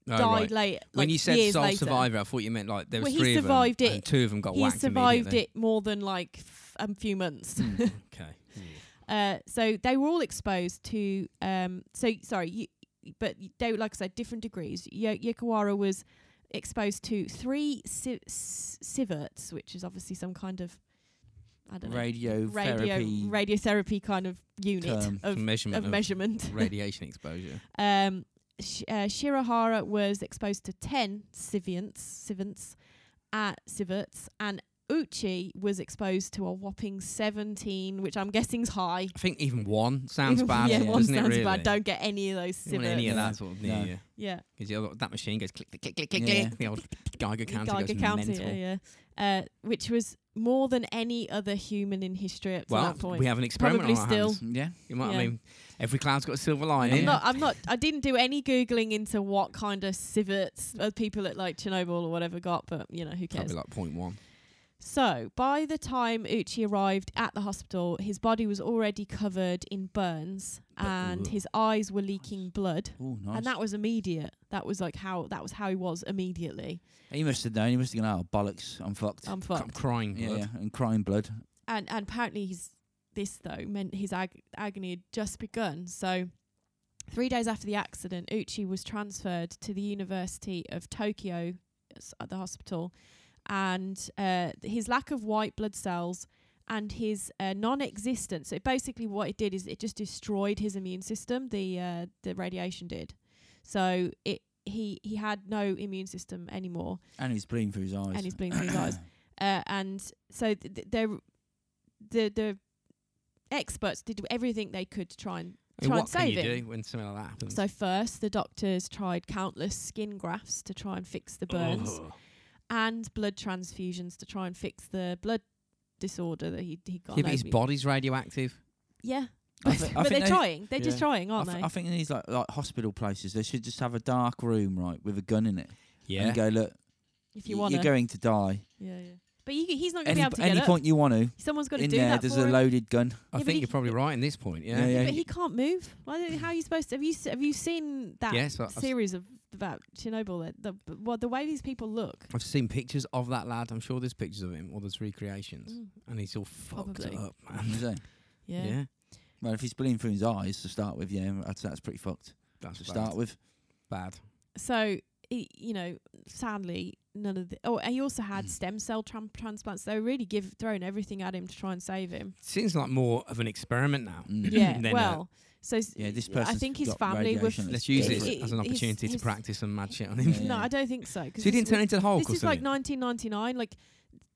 Speaker 1: Oh,
Speaker 2: died
Speaker 1: right.
Speaker 2: late. Like
Speaker 1: when you said
Speaker 2: years
Speaker 1: sole
Speaker 2: later.
Speaker 1: survivor, I thought you meant like there was
Speaker 2: Well, he
Speaker 1: three of
Speaker 2: survived
Speaker 1: them,
Speaker 2: it.
Speaker 1: and two of them got
Speaker 2: he
Speaker 1: whacked.
Speaker 2: survived
Speaker 1: immediately. Hmm.
Speaker 2: it more than like f- a few months.
Speaker 1: Okay.
Speaker 2: uh, so they were all exposed to. Um, so sorry, you, but they were like I said, different degrees. Yo- Yokowara was exposed to three si- s- sieverts, which is obviously some kind of I don't know
Speaker 3: Radio
Speaker 2: radio
Speaker 3: therapy.
Speaker 2: radiotherapy kind of unit
Speaker 3: term.
Speaker 2: of,
Speaker 1: measurement
Speaker 2: of
Speaker 1: of
Speaker 2: measurement.
Speaker 1: radiation exposure.
Speaker 2: Um, Sh- uh, Shirahara was exposed to 10 siviants, siviants, uh, sieverts, and Uchi was exposed to a whopping 17, which I'm guessing's high.
Speaker 1: I think even one sounds bad.
Speaker 2: yeah, one
Speaker 1: doesn't
Speaker 2: sounds
Speaker 1: it, really?
Speaker 2: bad. Don't get any of those
Speaker 1: You don't want any
Speaker 2: sieverts.
Speaker 1: of
Speaker 3: No.
Speaker 1: that sort of near
Speaker 3: No.
Speaker 1: you.
Speaker 2: Yeah.
Speaker 1: 'Cause the other, that machine goes click, click, click, click, click,
Speaker 3: Yeah.
Speaker 1: click. The old Geiger counter
Speaker 2: Geiger
Speaker 1: goes
Speaker 2: counter,
Speaker 1: mental.
Speaker 2: yeah. yeah. Uh, which was more than any other human in history up to
Speaker 1: Well,
Speaker 2: that point.
Speaker 1: we have an experiment
Speaker 2: Probably
Speaker 1: on our
Speaker 2: still.
Speaker 1: hands.
Speaker 3: Mm, Yeah.
Speaker 1: You know what I
Speaker 2: Yeah.
Speaker 1: mean? Every cloud's got a silver
Speaker 2: I'm
Speaker 1: lining.
Speaker 2: not. I'm not. I didn't do any googling into what kind of sieverts uh, people at like Chernobyl or whatever got, but you know who cares.
Speaker 1: Probably like point one.
Speaker 2: So, by the time Uchi arrived at the hospital, his body was already covered in burns
Speaker 1: Bu-
Speaker 2: and
Speaker 1: Ooh.
Speaker 2: his eyes were leaking blood.
Speaker 3: Oh, nice.
Speaker 2: And that was immediate. That was like how that was how he was immediately.
Speaker 3: he must have known. He must have gone, oh, bollocks, I'm fucked.
Speaker 2: I'm
Speaker 1: I'm
Speaker 2: fucked.
Speaker 1: crying
Speaker 3: yeah,
Speaker 1: blood.
Speaker 3: yeah, and crying blood.
Speaker 2: And and apparently his this though meant his ag- agony had just begun. So, 3 days after the accident, Uchi was transferred to the University of Tokyo s- at the hospital and uh, th- his lack of white blood cells and his uh, non-existence. So basically, what it did is it just destroyed his immune system. The uh, the radiation did. So it he he had no immune system anymore,
Speaker 3: And he's bleeding through his eyes.
Speaker 2: and he's bleeding through his eyes. Uh, and so th- th- they're the the experts did everything they could to try and
Speaker 1: I mean,
Speaker 2: try and
Speaker 1: what can
Speaker 2: save
Speaker 1: you
Speaker 2: him.
Speaker 1: do when something like that happens?
Speaker 2: So first, the doctors tried countless skin grafts to try and fix
Speaker 3: Oh.
Speaker 2: the burns
Speaker 1: Ugh.
Speaker 2: and blood transfusions to try and fix the blood disorder that he he got.
Speaker 1: Yeah, but his
Speaker 2: over.
Speaker 1: body's radioactive.
Speaker 2: yeah,
Speaker 3: I
Speaker 2: but,
Speaker 3: thi- I
Speaker 2: but
Speaker 3: think
Speaker 2: they're
Speaker 3: they-
Speaker 2: trying. They're just
Speaker 3: yeah.
Speaker 2: trying,
Speaker 3: I,
Speaker 2: aren't
Speaker 3: th-
Speaker 2: they?
Speaker 3: I think in these like, like hospital places, they should just have a dark room, right, with a gun in it. And go, look,
Speaker 2: if you
Speaker 3: y-
Speaker 2: want
Speaker 3: you're
Speaker 2: to,
Speaker 3: going to die.
Speaker 2: yeah, yeah. But you, he's not going to
Speaker 3: Any,
Speaker 2: be able to
Speaker 3: any
Speaker 2: get
Speaker 3: point you want to,
Speaker 2: up. Someone's got to
Speaker 3: in
Speaker 2: do
Speaker 3: there,
Speaker 2: that
Speaker 3: there's
Speaker 2: for
Speaker 3: a
Speaker 2: him.
Speaker 3: loaded gun.
Speaker 1: I
Speaker 2: Yeah, but
Speaker 1: think
Speaker 2: he-
Speaker 1: you're probably right in this point. Yeah.
Speaker 3: Yeah,
Speaker 2: Yeah, but he can't move. Why, don't- how are you supposed to? Have you s- have you seen that
Speaker 1: Yes, I- I've s-
Speaker 2: series of about Chernobyl? that- The, the well, the way these people look.
Speaker 1: I've seen pictures of that lad. I'm sure there's pictures of him or there's recreations,
Speaker 2: Mm,
Speaker 1: and he's all fucked
Speaker 2: Probably.
Speaker 1: up,
Speaker 3: You
Speaker 1: man.
Speaker 3: see?
Speaker 2: yeah.
Speaker 3: Well, if he's bleeding through his eyes to start with, yeah, that's, that's pretty fucked
Speaker 1: That's
Speaker 3: to
Speaker 1: bad.
Speaker 3: start with.
Speaker 1: bad.
Speaker 2: So he, you know, sadly, none of the. Oh, and he also had stem cell tram- transplants. They were really give throwing everything at him to try and save him.
Speaker 1: Seems like more of an experiment now.
Speaker 3: Mm.
Speaker 2: yeah.
Speaker 1: Then, uh,
Speaker 2: Well, so s-
Speaker 3: Yeah, this
Speaker 2: I
Speaker 3: person's
Speaker 2: think his
Speaker 3: got
Speaker 2: family were.
Speaker 3: radiation.
Speaker 1: Let's use
Speaker 2: It-
Speaker 1: it,
Speaker 2: it-
Speaker 1: as an
Speaker 2: his-
Speaker 1: opportunity to
Speaker 2: his-
Speaker 1: practice some mad shit on him.
Speaker 3: Yeah.
Speaker 2: No, I don't think so. 'cause
Speaker 1: So he
Speaker 2: this
Speaker 1: didn't turn into the Hulk
Speaker 2: This
Speaker 1: or
Speaker 2: is like
Speaker 1: something.
Speaker 2: 1999. Like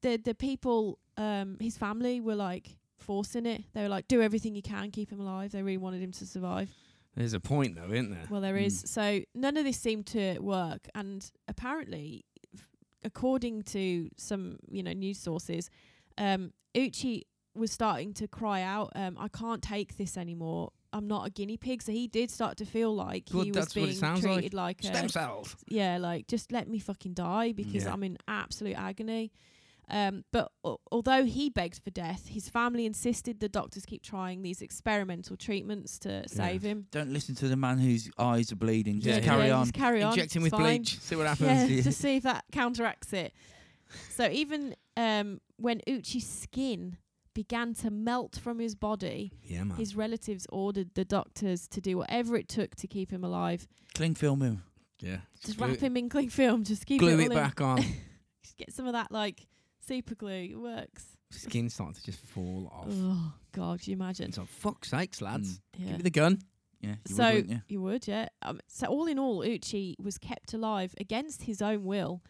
Speaker 2: the the people, um, his family were like, forcing it. They were like, do everything you can, keep him alive. They really wanted him to survive.
Speaker 1: There's a point though, isn't there?
Speaker 2: Well, there is.
Speaker 1: Hmm.
Speaker 2: So none of this seemed to work, and apparently, f- according to some you know news sources, um, Uchi was starting to cry out, um, "I can't take this anymore. I'm not a guinea pig." So he did start to feel like
Speaker 1: Good,
Speaker 2: he was
Speaker 1: that's what it
Speaker 2: being
Speaker 1: sounds like.
Speaker 2: treated like, a,
Speaker 1: Stem cells.
Speaker 2: yeah, like just let me fucking die because
Speaker 1: Yeah.
Speaker 2: I'm in absolute agony. Um, but al- although he begged for death, his family insisted the doctors keep trying these experimental treatments to save him.
Speaker 3: Don't listen to the man whose eyes are bleeding. Just
Speaker 1: Yeah, yeah.
Speaker 3: carry
Speaker 2: Yeah,
Speaker 3: on.
Speaker 2: Just carry on.
Speaker 1: Inject him
Speaker 2: it's
Speaker 1: with
Speaker 2: fine.
Speaker 1: bleach. See what
Speaker 2: Yeah,
Speaker 1: happens.
Speaker 2: to see if that counteracts it. So even um, when Uchi's skin began to melt from his body,
Speaker 1: Yeah, man.
Speaker 2: his relatives ordered the doctors to do whatever it took to keep him alive.
Speaker 3: Cling film him.
Speaker 1: Yeah.
Speaker 2: Just
Speaker 1: Glue
Speaker 2: wrap
Speaker 1: it-
Speaker 2: him in cling film. Just keep
Speaker 1: Glue
Speaker 2: it, all
Speaker 1: it
Speaker 2: in.
Speaker 1: back on.
Speaker 2: Just get some of that like super glue. It works.
Speaker 1: Skin starting to just fall off.
Speaker 2: Oh God, can you imagine?
Speaker 1: It's like, fuck's sakes, lads.
Speaker 2: Mm. Yeah.
Speaker 1: Give me the gun.
Speaker 3: Yeah. You
Speaker 2: so
Speaker 3: would, wouldn't you?
Speaker 2: you would, yeah. Um, so all in all, Uchi was kept alive against his own will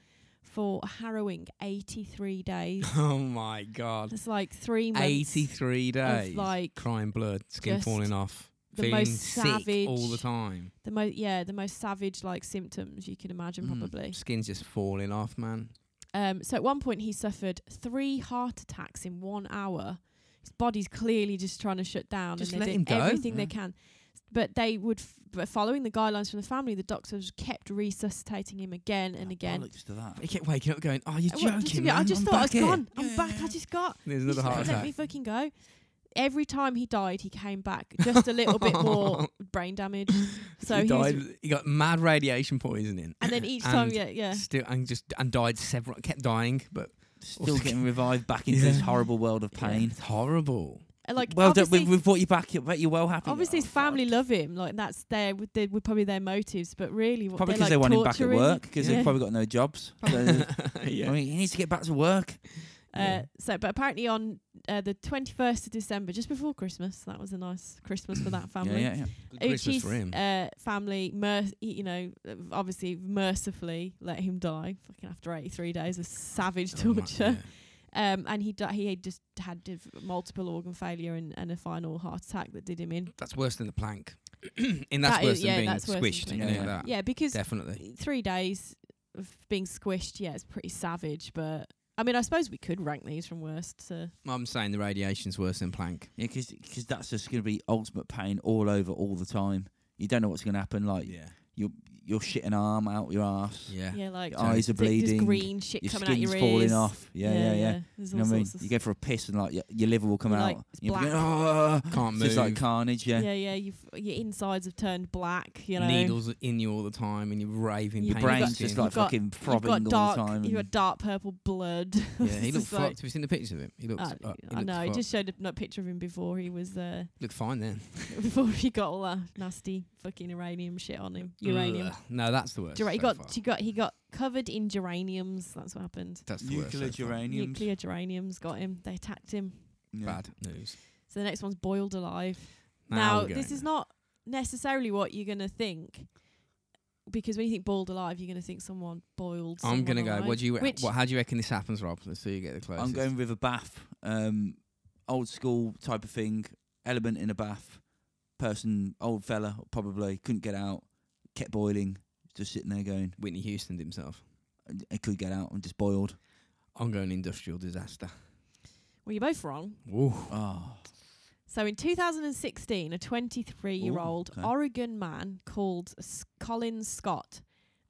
Speaker 2: for a harrowing 83 days.
Speaker 1: Oh my god.
Speaker 2: It's like three months.
Speaker 1: 83 days.
Speaker 2: like,
Speaker 1: crying blood, skin
Speaker 2: just
Speaker 1: falling off.
Speaker 2: the
Speaker 1: feeling
Speaker 2: most
Speaker 1: sick
Speaker 2: savage-
Speaker 1: all the time.
Speaker 2: The most, yeah, the most savage like symptoms you can imagine,
Speaker 3: Mm.
Speaker 2: probably.
Speaker 1: Skin's just falling off, man.
Speaker 2: Um, so at one point, he suffered three heart attacks in one hour. His body's clearly just trying to shut down,
Speaker 1: Just
Speaker 2: and
Speaker 1: let
Speaker 2: they
Speaker 1: him
Speaker 2: did
Speaker 1: go.
Speaker 2: everything they
Speaker 3: Yeah.
Speaker 2: can. But they would, f- but following the guidelines from the family, the doctors kept resuscitating him again and
Speaker 3: Ah,
Speaker 2: again.
Speaker 3: bollocks to that.
Speaker 1: He kept waking up going, Oh, you're
Speaker 2: Uh, well, just to
Speaker 1: joking.
Speaker 2: be- I
Speaker 1: man,
Speaker 2: just
Speaker 1: I'm
Speaker 2: thought I was
Speaker 1: back here."
Speaker 2: gone. I'm
Speaker 3: Yeah,
Speaker 2: back.
Speaker 3: yeah.
Speaker 2: I just got.
Speaker 1: There's
Speaker 2: He's
Speaker 1: another
Speaker 2: like,
Speaker 1: heart
Speaker 2: let me
Speaker 1: attack.
Speaker 2: fucking go. Every time he died, he came back just a little bit more brain damage. So
Speaker 1: he
Speaker 2: he was-
Speaker 1: died. He got mad radiation poisoning.
Speaker 2: and then each time,
Speaker 1: And
Speaker 2: yeah, yeah,
Speaker 1: Still, and just and died several. Kept dying, but
Speaker 3: Still getting revived back into this
Speaker 1: Yeah.
Speaker 3: horrible world of pain.
Speaker 1: it's horrible.
Speaker 2: And, like
Speaker 3: well done.
Speaker 2: obviously,
Speaker 3: We've, we've brought you back. I bet you're well happy.
Speaker 2: obviously his
Speaker 3: Oh,
Speaker 2: family
Speaker 3: fuck.
Speaker 2: love him. Like that's their, would- they were probably their motives. But really, what
Speaker 3: Probably
Speaker 2: they're,
Speaker 3: because
Speaker 2: like,
Speaker 3: they want him back at
Speaker 2: torturing-
Speaker 3: work because
Speaker 2: Yeah.
Speaker 3: they've probably got no jobs. So, Uh, I mean, he needs to get back to work.
Speaker 2: Uh,
Speaker 1: Yeah.
Speaker 2: So, but apparently on uh, the 21st of December, just before Christmas, that was a nice Christmas for that family.
Speaker 3: Yeah, yeah, yeah.
Speaker 1: Good Christmas
Speaker 2: Uchi's,
Speaker 1: for him.
Speaker 2: Uh, family, mer- he- you know, uh, obviously mercifully let him die. Fucking after 83 days of savage
Speaker 1: Oh my-
Speaker 2: torture.
Speaker 1: yeah.
Speaker 2: Um, and he di- he had just had div- multiple organ failure and, and a final heart attack that did him in.
Speaker 1: That's worse than the plank. and that's
Speaker 2: That is-
Speaker 1: worse
Speaker 2: yeah,
Speaker 1: than being
Speaker 2: that's worse than
Speaker 1: squished.
Speaker 2: being
Speaker 1: you know
Speaker 3: squished.
Speaker 1: that.
Speaker 2: Yeah, because
Speaker 1: Definitely.
Speaker 2: three days of being squished, yeah, it's pretty savage. But I mean, I suppose we could rank these from worst to
Speaker 1: I'm saying the radiation's worse than plank.
Speaker 3: Yeah, because that's just going to be ultimate pain all over all the time. You don't know what's going to happen. Like
Speaker 1: Yeah.
Speaker 3: your your shitting arm out your ass.
Speaker 1: Yeah.
Speaker 2: yeah, like
Speaker 3: Your eyes are
Speaker 2: just- just
Speaker 3: bleeding.
Speaker 2: green shit
Speaker 3: Your
Speaker 2: coming out
Speaker 3: skin's
Speaker 2: your ears,
Speaker 3: falling off. Yeah, yeah, yeah.
Speaker 2: There's
Speaker 3: You know
Speaker 2: all
Speaker 3: what I mean?
Speaker 2: sorts of
Speaker 3: You go for a piss and like your, your liver will come
Speaker 2: You're
Speaker 3: out.
Speaker 2: like, it's
Speaker 3: You'll be
Speaker 2: black.
Speaker 3: going, "Oh."
Speaker 1: Can't
Speaker 3: It's
Speaker 1: move.
Speaker 3: just like carnage. Yeah.
Speaker 2: yeah, yeah. You've, your insides have turned black. You know,
Speaker 1: Needles in you all the time, and you're raving.
Speaker 2: Your You've
Speaker 3: Your
Speaker 1: pain
Speaker 2: brain's got-
Speaker 3: brain's just
Speaker 2: you've
Speaker 3: like
Speaker 2: got-
Speaker 3: fucking
Speaker 2: you've
Speaker 3: throbbing all
Speaker 2: got
Speaker 3: the
Speaker 2: dark.
Speaker 3: time.
Speaker 2: You've got
Speaker 3: and-
Speaker 2: dark purple blood.
Speaker 1: Yeah,
Speaker 2: It's
Speaker 1: he looked
Speaker 2: just
Speaker 1: fucked.
Speaker 2: like-
Speaker 1: Have you seen the pictures of him? He looked.
Speaker 2: I,
Speaker 1: fucked. He
Speaker 2: I
Speaker 1: looked
Speaker 2: know. He
Speaker 1: fucked.
Speaker 2: just showed a, a picture of him before he was uh,
Speaker 1: looked fine then.
Speaker 2: before he got all that nasty fucking uranium shit on him. Uranium.
Speaker 1: Ugh. No, that's the worst.
Speaker 2: Gera- he
Speaker 1: so
Speaker 2: got
Speaker 1: far.
Speaker 2: he got he got covered in geraniums. That's what happened.
Speaker 1: That's the worst.
Speaker 3: Nuclear
Speaker 1: so far.
Speaker 3: geranium.
Speaker 2: Nuclear geraniums got him. They attacked him.
Speaker 1: Bad news.
Speaker 2: So the next one's boiled alive.
Speaker 1: Now
Speaker 2: Now,
Speaker 1: we're
Speaker 2: this
Speaker 1: going
Speaker 2: is
Speaker 1: there.
Speaker 2: not necessarily what you're gonna think, because when you think boiled alive, you're gonna think someone boiled.
Speaker 1: I'm
Speaker 2: someone
Speaker 1: gonna go.
Speaker 2: alive.
Speaker 1: What do you?
Speaker 2: Which-
Speaker 1: What? How do you reckon this happens, Rob? Let's see. You get the closest.
Speaker 3: I'm going with a bath, um, old school type of thing, element in a bath, person, old fella, probably, couldn't get out, kept boiling, just sitting there going,
Speaker 1: Whitney Houston himself.
Speaker 3: I could get out, I'm just boiled.
Speaker 1: I'm going industrial disaster.
Speaker 2: Well, you're both wrong.
Speaker 1: Ooh.
Speaker 3: Oh,
Speaker 2: So in 2016, a 23 year old
Speaker 3: okay.
Speaker 2: Oregon man called S- Colin Scott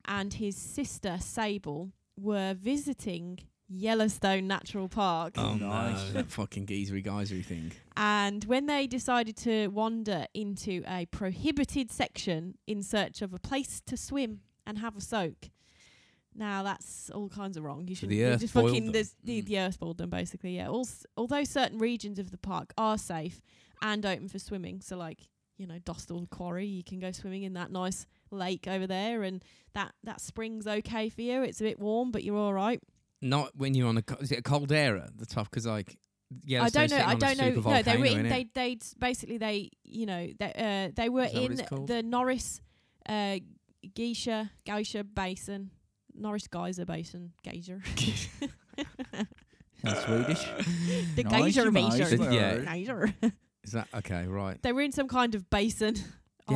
Speaker 2: and his sister Sable were visiting Yellowstone Natural Park.
Speaker 1: Oh
Speaker 3: Nice.
Speaker 1: no! That fucking geezery geysery thing.
Speaker 2: And when they decided to wander into a prohibited section in search of a place to swim and have a soak. Now that's all kinds of wrong. You should
Speaker 1: the earth
Speaker 2: just
Speaker 1: boiled
Speaker 2: fucking
Speaker 1: them.
Speaker 2: there's the,
Speaker 3: Mm.
Speaker 2: the earth boiled them basically. Yeah. Also, although certain regions of the park are safe and open for swimming, so like you know Dostal Quarry, you can go swimming in that nice lake over there, and that that spring's okay for you. It's a bit warm, but you're all right.
Speaker 1: Not when you're on a. co- Is it a caldera? The top because like. Yeah,
Speaker 2: I don't know. I
Speaker 1: On
Speaker 2: don't
Speaker 1: a
Speaker 2: know.
Speaker 1: super
Speaker 2: No, they
Speaker 1: volcano,
Speaker 2: were in.
Speaker 1: innit?
Speaker 2: They they basically they you know they uh, they were
Speaker 1: Is that what
Speaker 2: in
Speaker 1: it's called?
Speaker 2: the Norris uh, geisha geisha basin, Norris geyser basin, geyser.
Speaker 3: in Swedish.
Speaker 2: The
Speaker 3: Nice,
Speaker 2: geyser
Speaker 3: nice,
Speaker 2: basin.
Speaker 3: nice.
Speaker 1: Yeah.
Speaker 2: Geyser.
Speaker 1: Is that okay? Right.
Speaker 2: they were in some kind of basin
Speaker 1: Yeah,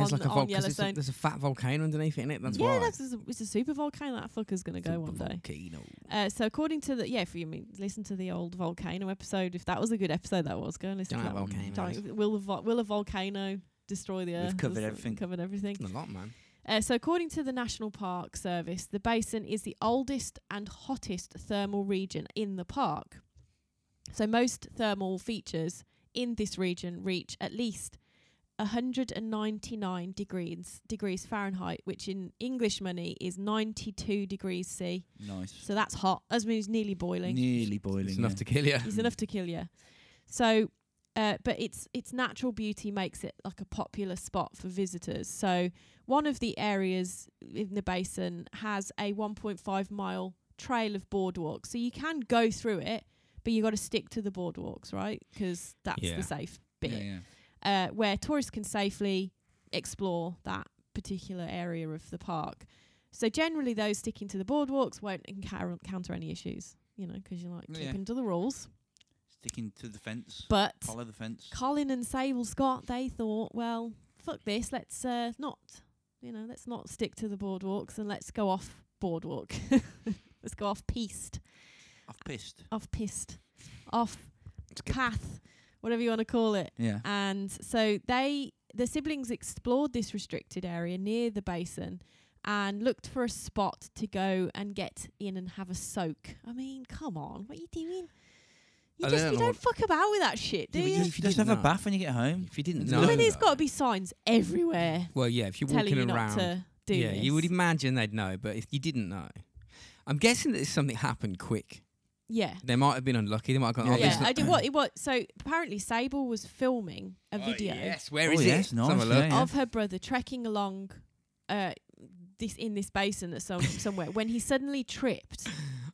Speaker 2: on,
Speaker 1: it's like a
Speaker 2: on
Speaker 1: volcano. There's, a-
Speaker 2: Yellowstone.
Speaker 1: there's a fat volcano underneath it, isn't it? That's
Speaker 2: yeah,
Speaker 1: why.
Speaker 2: that's it's a, it's a super volcano. That fucker's gonna go one day.
Speaker 1: Volcano.
Speaker 2: Uh, so according to the yeah, if you mean listen to the old volcano episode, if that was a good episode, that was go and listen
Speaker 1: Don't
Speaker 2: to
Speaker 1: have
Speaker 2: that. one.
Speaker 1: volcanoes.
Speaker 2: Don't- will a vo- will a volcano destroy the
Speaker 3: We've
Speaker 2: earth?
Speaker 3: covered
Speaker 2: That's-
Speaker 3: everything.
Speaker 2: Covered everything.
Speaker 1: A lot, man.
Speaker 2: Uh, so, according to the National Park Service, the basin is the oldest and hottest thermal region in the park. So, most thermal features in this region reach at least 199 degrees degrees Fahrenheit, which in English money is 92 degrees C.
Speaker 3: Nice.
Speaker 2: So that's hot. As means nearly boiling.
Speaker 3: Nearly boiling.
Speaker 1: It's enough
Speaker 3: yeah.
Speaker 1: to kill you.
Speaker 2: It's enough to kill you. So, uh, but its its natural beauty makes it like a popular spot for visitors. So, one of the areas in the basin has a 1.5 mile trail of boardwalk, so you can go through it, but you got to stick to the boardwalks, right? 'Cause that's
Speaker 1: Yeah.
Speaker 2: the safe bit
Speaker 3: Yeah, yeah.
Speaker 2: uh, where tourists can safely explore that particular area of the park. So generally, those sticking to the boardwalks won't encounter, encounter any issues, you know, 'cause you're like
Speaker 3: Yeah.
Speaker 2: keeping to the rules.
Speaker 3: Sticking to the fence.
Speaker 2: But
Speaker 3: Follow the fence.
Speaker 2: Colin and Sable Scott, they thought, well, fuck this, let's uh, not, you know, let's not stick to the boardwalks and let's go off boardwalk. let's go off piste,
Speaker 3: I've pissed.
Speaker 2: off piste, off path, whatever you want to call it.
Speaker 3: Yeah.
Speaker 2: And so they, the siblings explored this restricted area near the basin and looked for a spot to go and get in and have a soak. I mean, come on, what are you doing? You
Speaker 1: I
Speaker 2: just
Speaker 1: don't
Speaker 2: you
Speaker 1: know
Speaker 2: don't fuck about with that shit, do
Speaker 1: Yeah, but
Speaker 2: you?
Speaker 1: you-
Speaker 3: Just,
Speaker 1: if
Speaker 3: just
Speaker 1: didn't
Speaker 3: have
Speaker 1: know.
Speaker 3: a bath when you get home.
Speaker 1: If you didn't
Speaker 3: No.
Speaker 1: know.
Speaker 2: I mean, there's
Speaker 1: that-
Speaker 2: got to be signs everywhere
Speaker 1: Well, yeah, if you're
Speaker 2: telling
Speaker 1: walking
Speaker 2: you
Speaker 1: around.
Speaker 2: not to do
Speaker 1: yeah,
Speaker 2: this.
Speaker 1: you would imagine they'd know, but if you didn't know. I'm guessing that something happened quick.
Speaker 2: yeah.
Speaker 1: They might have been unlucky. They might have gone, oh,
Speaker 3: Yeah.
Speaker 1: there's
Speaker 2: Yeah,
Speaker 1: no-
Speaker 2: I did what? What? So apparently, Sable was filming a video.
Speaker 1: Oh, yes, where
Speaker 3: Oh,
Speaker 1: is
Speaker 3: yes,
Speaker 1: it?
Speaker 3: nice,
Speaker 1: Let's have a look.
Speaker 3: yeah, yeah.
Speaker 2: of her brother trekking along uh this in this basin at some somewhere when he suddenly tripped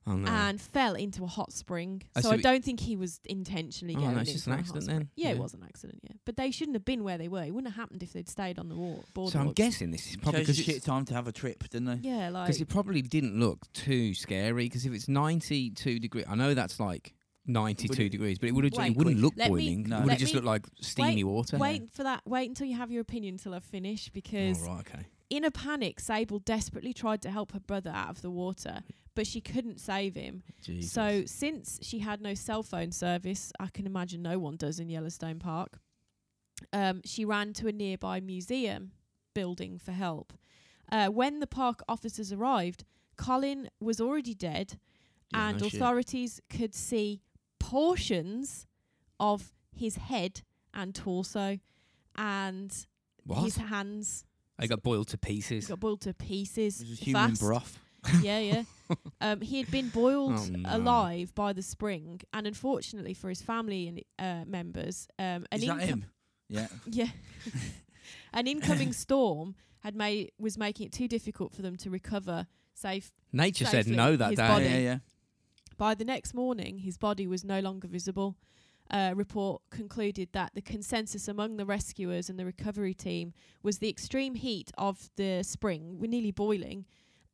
Speaker 1: Oh, no.
Speaker 2: and fell into a hot spring.
Speaker 1: Oh,
Speaker 2: so
Speaker 1: so
Speaker 2: I
Speaker 1: it-
Speaker 2: don't think he was intentionally
Speaker 1: oh,
Speaker 2: going
Speaker 1: no, it's
Speaker 2: into
Speaker 1: just an
Speaker 2: a hot
Speaker 1: accident
Speaker 2: spring.
Speaker 1: then.
Speaker 2: Yeah, it was an accident, yeah. But they shouldn't have been where they were. It wouldn't have happened if they'd stayed on the wall boardwalk.
Speaker 1: So I'm guessing this is probably
Speaker 3: Chose a
Speaker 1: because it's
Speaker 3: shit time to have a trip, didn't they?
Speaker 2: Yeah, like
Speaker 1: Because it probably didn't look too scary. Because if it's 92 degree, I know that's like 92
Speaker 3: Wouldn't-
Speaker 1: degrees, but it would have
Speaker 2: Wait,
Speaker 1: it wouldn't look
Speaker 2: let me-
Speaker 1: boiling.
Speaker 3: No.
Speaker 1: It would
Speaker 2: let
Speaker 1: have just
Speaker 2: me-
Speaker 1: looked like steamy water.
Speaker 2: wait for that wait until you have your opinion till I finish because
Speaker 1: oh, right, okay.
Speaker 2: in a panic Sable desperately tried to help her brother out of the water, but she couldn't save him.
Speaker 1: Jesus.
Speaker 2: So since she had no cell phone service, I can imagine no one does in Yellowstone Park. Um, she ran to a nearby museum building for help. Uh, when the park officers arrived, Colin was already dead,
Speaker 1: Yeah,
Speaker 2: and
Speaker 1: no shit.
Speaker 2: authorities could see portions of his head and torso, and his
Speaker 1: what?
Speaker 2: hands
Speaker 1: I got boiled to
Speaker 2: He
Speaker 1: pieces.
Speaker 2: got boiled to pieces.
Speaker 3: It was human
Speaker 2: fast
Speaker 3: broth.
Speaker 2: yeah, yeah. Um, he had been boiled
Speaker 1: Oh, no.
Speaker 2: alive by the spring, and unfortunately for his family and uh, members, um, an
Speaker 3: Is that
Speaker 2: inco-
Speaker 3: him? Yeah.
Speaker 2: yeah, an incoming storm had made was making it too difficult for them to recover safe.
Speaker 1: Nature said
Speaker 2: safely
Speaker 1: no that
Speaker 2: his
Speaker 1: day.
Speaker 3: Yeah,
Speaker 2: body.
Speaker 3: yeah, yeah.
Speaker 2: By the next morning, his body was no longer visible. Uh, report concluded that the consensus among the rescuers and the recovery team was the extreme heat of the spring, we're nearly boiling,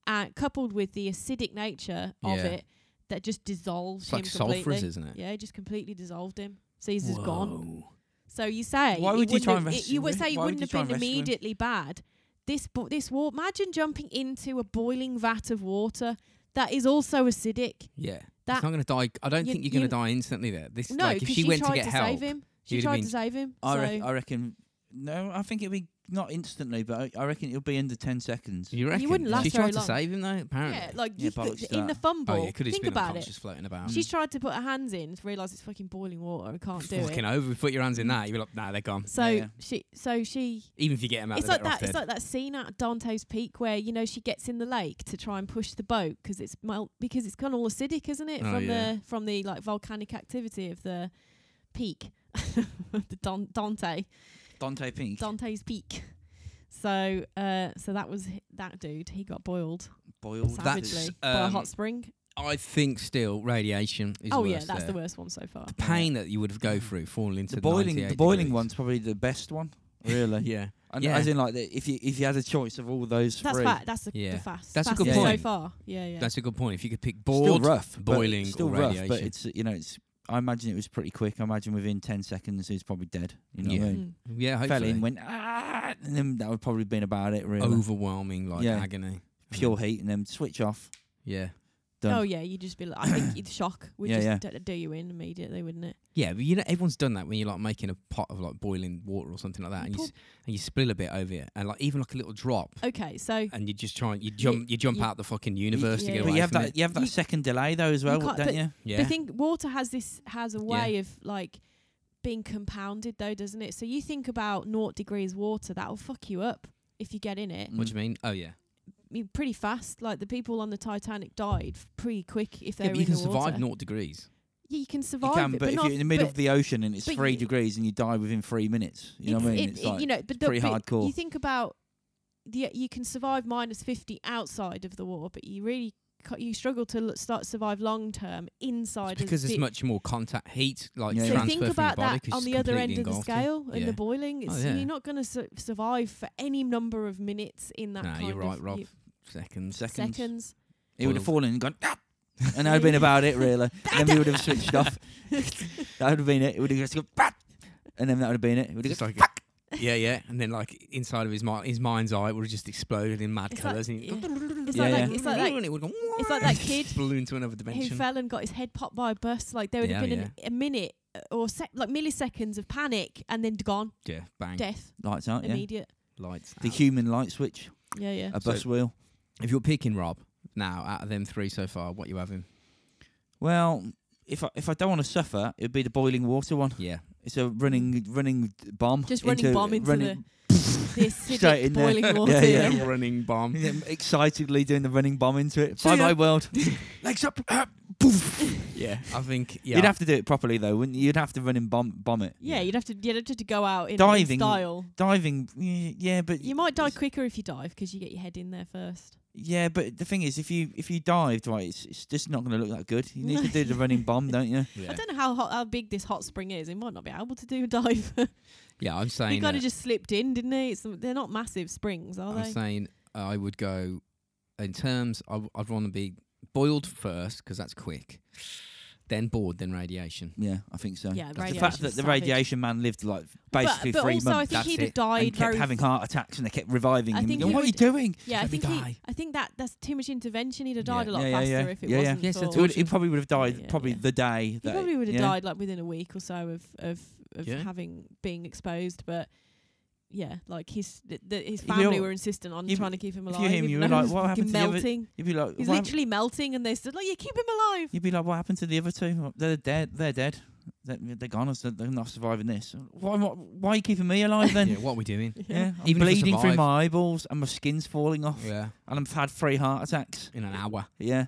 Speaker 2: uh, coupled with the acidic nature of
Speaker 1: Yeah.
Speaker 2: it that just dissolved
Speaker 1: It's like
Speaker 2: him completely.
Speaker 1: sulfurous, isn't it?
Speaker 2: Yeah, it just completely dissolved him. Caesar's gone.
Speaker 1: Whoa.
Speaker 2: So you say
Speaker 3: Why
Speaker 2: it
Speaker 3: would you
Speaker 2: wouldn't
Speaker 3: try
Speaker 2: have-
Speaker 3: and
Speaker 2: it-
Speaker 3: rescue
Speaker 2: you would
Speaker 3: him?
Speaker 2: say it
Speaker 3: Why would
Speaker 2: wouldn't
Speaker 3: you
Speaker 2: have been
Speaker 3: try and rescue him?
Speaker 2: immediately bad. This bo- this water. Imagine jumping into a boiling vat of water that is also acidic.
Speaker 1: Yeah.
Speaker 2: That-
Speaker 1: it's not going to die. I don't
Speaker 2: You-
Speaker 1: think you're going
Speaker 2: you-
Speaker 1: to die instantly there. This
Speaker 2: No,
Speaker 1: like if
Speaker 2: because
Speaker 1: she,
Speaker 2: she
Speaker 1: went
Speaker 2: tried
Speaker 1: to get help.
Speaker 2: save him. She
Speaker 1: you'd have
Speaker 2: tried
Speaker 1: been-
Speaker 2: to save him.
Speaker 3: I,
Speaker 2: so
Speaker 3: rec- I reckon. No, I think it'll be not instantly, but I, I reckon it'll be under ten seconds.
Speaker 1: You reckon?
Speaker 2: wouldn't last
Speaker 1: she
Speaker 2: very
Speaker 1: tried to
Speaker 2: long.
Speaker 1: save him though. Apparently.
Speaker 2: yeah, like
Speaker 3: Yeah,
Speaker 2: you
Speaker 3: bollocks
Speaker 2: could-
Speaker 3: to
Speaker 2: in the
Speaker 3: that.
Speaker 2: fumble.
Speaker 1: oh, yeah, could have just
Speaker 2: think
Speaker 1: been
Speaker 2: about
Speaker 1: unconscious
Speaker 2: it.
Speaker 1: floating about.
Speaker 2: She's tried to put her hands in to realise it's fucking boiling water and can't do
Speaker 1: Fucking
Speaker 2: it.
Speaker 1: over. We Put your hands in that. You'd be like, nah, they're gone.
Speaker 2: So
Speaker 3: Yeah.
Speaker 2: she, so she.
Speaker 1: Even if you get them out,
Speaker 2: it's
Speaker 1: they're
Speaker 2: like
Speaker 1: better off
Speaker 2: that. It's
Speaker 1: dead.
Speaker 2: like that scene at Dante's Peak where you know she gets in the lake to try and push the boat because it's melt because it's gone all acidic, isn't it?
Speaker 1: Oh,
Speaker 2: from
Speaker 1: yeah.
Speaker 2: the from the like volcanic activity of the peak, the Don, Dante.
Speaker 3: Dante Pink.
Speaker 2: Dante's Peak. So, uh, so that was h- that dude. He got boiled
Speaker 3: boiled.
Speaker 1: That's,
Speaker 2: savagely by a
Speaker 1: um,
Speaker 2: hot spring.
Speaker 1: I think still radiation is
Speaker 2: Oh
Speaker 1: worse
Speaker 2: yeah, that's
Speaker 1: there.
Speaker 2: the worst one so far.
Speaker 1: The pain that you would have go through falling into
Speaker 3: the boiling.
Speaker 1: 98
Speaker 3: The boiling
Speaker 1: degrees.
Speaker 3: one's probably the best one. Really?
Speaker 1: yeah.
Speaker 3: And
Speaker 1: Yeah.
Speaker 3: As in, like, the, if you if you had a choice of all those
Speaker 2: That's
Speaker 3: three,
Speaker 2: fa- that's the,
Speaker 1: Yeah.
Speaker 2: the fast.
Speaker 1: That's a
Speaker 2: fastest
Speaker 1: good
Speaker 2: so
Speaker 1: point.
Speaker 2: far. Yeah, yeah.
Speaker 1: That's a good point. If you could pick
Speaker 3: still
Speaker 1: board,
Speaker 3: rough, but
Speaker 1: boiling,
Speaker 3: still
Speaker 1: or
Speaker 3: rough. But
Speaker 1: radiation.
Speaker 3: it's you know, it's I imagine it was pretty quick. I imagine within ten seconds he's probably dead. You know, what I
Speaker 1: Yeah.
Speaker 3: mean?
Speaker 2: Mm.
Speaker 1: yeah,
Speaker 3: fell in,
Speaker 1: hopefully.
Speaker 3: went ah, and then that would probably been about it. Really,
Speaker 1: Overwhelming like
Speaker 3: Yeah.
Speaker 1: agony.
Speaker 3: pure heat, and then switch off.
Speaker 1: Yeah.
Speaker 3: Done.
Speaker 2: Oh yeah, you'd just be like, I think you'd shock would
Speaker 3: Yeah,
Speaker 2: just
Speaker 3: yeah.
Speaker 2: d- do you in immediately, wouldn't it?
Speaker 1: Yeah, but you know everyone's done that when you're like making a pot of like boiling water or something like that, and you s- and you spill a bit over it, and like even like a little drop,
Speaker 2: Okay, so
Speaker 1: and you just try and you jump you jump
Speaker 2: you-
Speaker 1: out the fucking universe
Speaker 2: yeah.
Speaker 1: to get
Speaker 3: But
Speaker 1: away
Speaker 3: you have
Speaker 1: from
Speaker 3: that
Speaker 1: it.
Speaker 3: you have that
Speaker 2: You-
Speaker 3: second delay though as well,
Speaker 2: can't-
Speaker 3: don't
Speaker 2: but-
Speaker 3: you?
Speaker 1: Yeah,
Speaker 2: the thing water has this has a way of like being compounded though, doesn't it? So you think about naught degrees water, that'll fuck you up if you get in it.
Speaker 1: what do you mean? Oh yeah,
Speaker 2: I mean, pretty fast. Like the people on the Titanic died f- pretty quick if they
Speaker 1: yeah,
Speaker 2: were
Speaker 1: but you
Speaker 2: in
Speaker 1: can
Speaker 2: the
Speaker 1: survive
Speaker 2: water.
Speaker 1: naught degrees.
Speaker 2: yeah, you can
Speaker 3: You
Speaker 2: survive
Speaker 3: can,
Speaker 2: it,
Speaker 3: but if
Speaker 2: not,
Speaker 3: you're in the middle of the ocean and it's
Speaker 2: but
Speaker 3: three
Speaker 2: you-
Speaker 3: degrees and you die within three minutes, you know what I mean?
Speaker 2: it-
Speaker 3: it's
Speaker 2: it-
Speaker 3: like
Speaker 2: you know, but the-
Speaker 3: pretty
Speaker 2: but
Speaker 3: hardcore.
Speaker 2: You think about the you can survive minus fifty outside of the water, but you really ca- you struggle to l- start survive long term inside.
Speaker 1: It's because
Speaker 2: of
Speaker 1: it's
Speaker 2: the,
Speaker 1: much more contact heat, like
Speaker 3: Yeah.
Speaker 2: So
Speaker 1: transfer
Speaker 2: think
Speaker 1: from
Speaker 2: about
Speaker 1: your body
Speaker 2: that
Speaker 1: 'cause
Speaker 2: on
Speaker 1: it's
Speaker 2: the other
Speaker 1: completely
Speaker 2: end of the
Speaker 1: engulfed you.
Speaker 2: scale in
Speaker 1: Yeah. Oh,
Speaker 2: the boiling. It's,
Speaker 1: yeah.
Speaker 2: You're not going to su- survive for any number of minutes in that.
Speaker 1: Nah,
Speaker 2: kind
Speaker 1: you're
Speaker 2: of
Speaker 1: right, Rob.
Speaker 2: you-
Speaker 1: Seconds.
Speaker 3: seconds.
Speaker 2: Seconds.
Speaker 3: He would have
Speaker 1: Boiled.
Speaker 3: fallen and gone, "Ah!" and that would have been about it, really. and then he would have switched off. That would have been it. It would have just gone, "Bah!" and then that would have been it. It would have
Speaker 1: Just
Speaker 3: gone,
Speaker 1: like yeah, yeah, and then like inside of his mind, his mind's eye would have just exploded in mad
Speaker 2: It's like-
Speaker 1: colours, and he'd
Speaker 2: yeah.
Speaker 1: go
Speaker 2: It's
Speaker 3: Yeah,
Speaker 2: like
Speaker 3: yeah.
Speaker 2: that- it's like that
Speaker 1: and it would go.
Speaker 2: it's like that kid
Speaker 1: balloon to another dimension.
Speaker 2: who fell and got his head popped by a bus. Like there would have
Speaker 1: Yeah,
Speaker 2: been an, a minute uh, or sec- like milliseconds of panic and then gone,
Speaker 1: yeah, bang,
Speaker 2: death,
Speaker 3: lights
Speaker 1: Oh,
Speaker 3: out, yeah.
Speaker 2: immediate.
Speaker 1: lights.
Speaker 3: The
Speaker 1: out.
Speaker 3: human light switch,
Speaker 2: Yeah, yeah.
Speaker 3: a bus wheel.
Speaker 1: If you're picking Rob now, out of them three so far, what you having?
Speaker 3: Well, if I if I don't want to suffer, it'd be the boiling water one.
Speaker 1: Yeah,
Speaker 3: It's a running running bomb.
Speaker 2: Mm. Just running bomb into
Speaker 3: running,
Speaker 2: the acidic
Speaker 3: Straight in there.
Speaker 2: boiling
Speaker 3: Yeah,
Speaker 2: water.
Speaker 3: yeah.
Speaker 2: yeah.
Speaker 1: running bomb.
Speaker 3: Yeah, excitedly doing the running bomb into it.
Speaker 2: So
Speaker 3: bye bye
Speaker 2: yeah.
Speaker 3: world. Legs up. ah, poof.
Speaker 1: yeah, I think yeah.
Speaker 3: You'd have to do it properly though, wouldn't you? You'd have to run and bomb bomb it.
Speaker 2: Yeah, you'd have to you'd have to go out in, in
Speaker 3: Diving.
Speaker 2: style.
Speaker 3: Diving, y- yeah, but
Speaker 2: You might die quicker if you dive because you get your head in there first.
Speaker 3: Yeah, but the thing is, if you if you dived right, it's, it's just not going to look that good. You need to do the running bomb, don't you?
Speaker 1: yeah.
Speaker 2: I don't know how hot, how big this hot spring is. He might not be able to do a dive.
Speaker 1: Yeah, I'm
Speaker 2: he
Speaker 1: saying.
Speaker 2: kind
Speaker 1: uh,
Speaker 2: of just slipped in, didn't he? It's, they're not massive springs, are
Speaker 1: I'm
Speaker 2: they?
Speaker 3: uh,
Speaker 1: saying uh, I would go in terms. I, would want to be boiled first 'cause that's quick. Then bored, then radiation.
Speaker 3: Yeah, I think so.
Speaker 2: Yeah,
Speaker 3: the fact
Speaker 2: radiation's
Speaker 3: that the
Speaker 2: savage.
Speaker 3: radiation man lived like basically
Speaker 2: but, but
Speaker 3: three
Speaker 2: also,
Speaker 3: months
Speaker 2: I think
Speaker 1: that's
Speaker 2: he'd have
Speaker 1: it.
Speaker 3: and
Speaker 2: died
Speaker 3: kept
Speaker 2: very.
Speaker 3: having heart attacks, and they kept reviving
Speaker 2: I
Speaker 3: him.
Speaker 2: think
Speaker 3: Going,
Speaker 2: he
Speaker 3: what are you
Speaker 2: would-
Speaker 3: doing?
Speaker 2: yeah, I
Speaker 1: let me
Speaker 2: think he,
Speaker 1: die.
Speaker 2: I think that that's too much intervention. He'd have died
Speaker 1: Yeah.
Speaker 2: a lot
Speaker 3: Yeah, yeah,
Speaker 2: faster
Speaker 3: yeah.
Speaker 2: if it
Speaker 3: Yeah, yeah.
Speaker 2: wasn't
Speaker 1: Yes, that's
Speaker 2: for.
Speaker 3: So he probably would have died
Speaker 2: Yeah,
Speaker 3: probably
Speaker 2: yeah.
Speaker 3: the day.
Speaker 2: He
Speaker 3: that
Speaker 2: probably would have
Speaker 3: yeah.
Speaker 2: died like within a week or so of of of
Speaker 1: Yeah.
Speaker 2: having being exposed, but. Yeah, like his th- th- his
Speaker 3: If you
Speaker 2: family
Speaker 3: all-
Speaker 2: were insistent on
Speaker 3: if-
Speaker 2: trying to keep him
Speaker 3: if
Speaker 2: alive.
Speaker 3: you're him,
Speaker 2: even
Speaker 3: you
Speaker 2: though
Speaker 3: were
Speaker 2: he
Speaker 3: like,
Speaker 2: was
Speaker 3: "What happened
Speaker 2: fucking
Speaker 3: to the other-
Speaker 2: melting?
Speaker 3: You'd be like,
Speaker 2: He's
Speaker 3: "What hap-
Speaker 2: literally melting, and they said, "Like, yeah, keep him alive."
Speaker 3: You'd be like, what happened to the other two? They're dead. They're dead. They're, they're gone. so They're not surviving this. Why? Why, why are you keeping me alive then?
Speaker 1: Yeah, what are we doing?
Speaker 3: Yeah, I'm
Speaker 1: Even if I
Speaker 3: bleeding through
Speaker 1: survive.
Speaker 3: my eyeballs and my skin's falling off,
Speaker 1: Yeah,
Speaker 3: and I've had three heart attacks.
Speaker 1: in an hour.
Speaker 3: Yeah,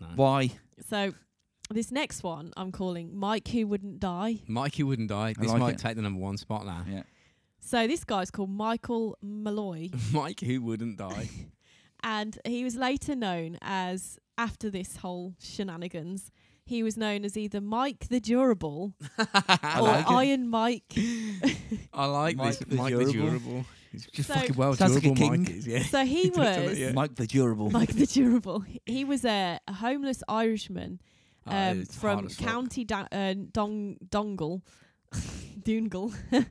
Speaker 1: No.
Speaker 3: why?
Speaker 2: So this next one I'm calling Mike Who Wouldn't Die.
Speaker 1: Mikey wouldn't die.
Speaker 3: I
Speaker 1: This
Speaker 3: like
Speaker 1: might
Speaker 3: it.
Speaker 1: take the number one spot now.
Speaker 3: Yeah,
Speaker 2: So this guy's called Michael Malloy
Speaker 1: Mike who wouldn't die.
Speaker 2: and he was later known as after this whole shenanigans, he was known as either Mike the Durable
Speaker 1: I
Speaker 2: or
Speaker 3: like it.
Speaker 2: Iron Mike.
Speaker 1: I like
Speaker 3: Mike
Speaker 1: this.
Speaker 3: the
Speaker 1: Mike the
Speaker 3: durable.
Speaker 1: durable. It's just
Speaker 2: So-
Speaker 1: fucking well
Speaker 3: Sounds like a
Speaker 1: durable. Mike
Speaker 3: king.
Speaker 1: is, yeah.
Speaker 2: So he was
Speaker 1: Yeah.
Speaker 3: Mike the durable.
Speaker 2: Mike the Durable. He was a, a homeless Irishman
Speaker 1: Ah,
Speaker 2: um,
Speaker 1: it's hard
Speaker 2: from
Speaker 1: as fuck.
Speaker 2: County da- uh, Dong Dongle, Doongle,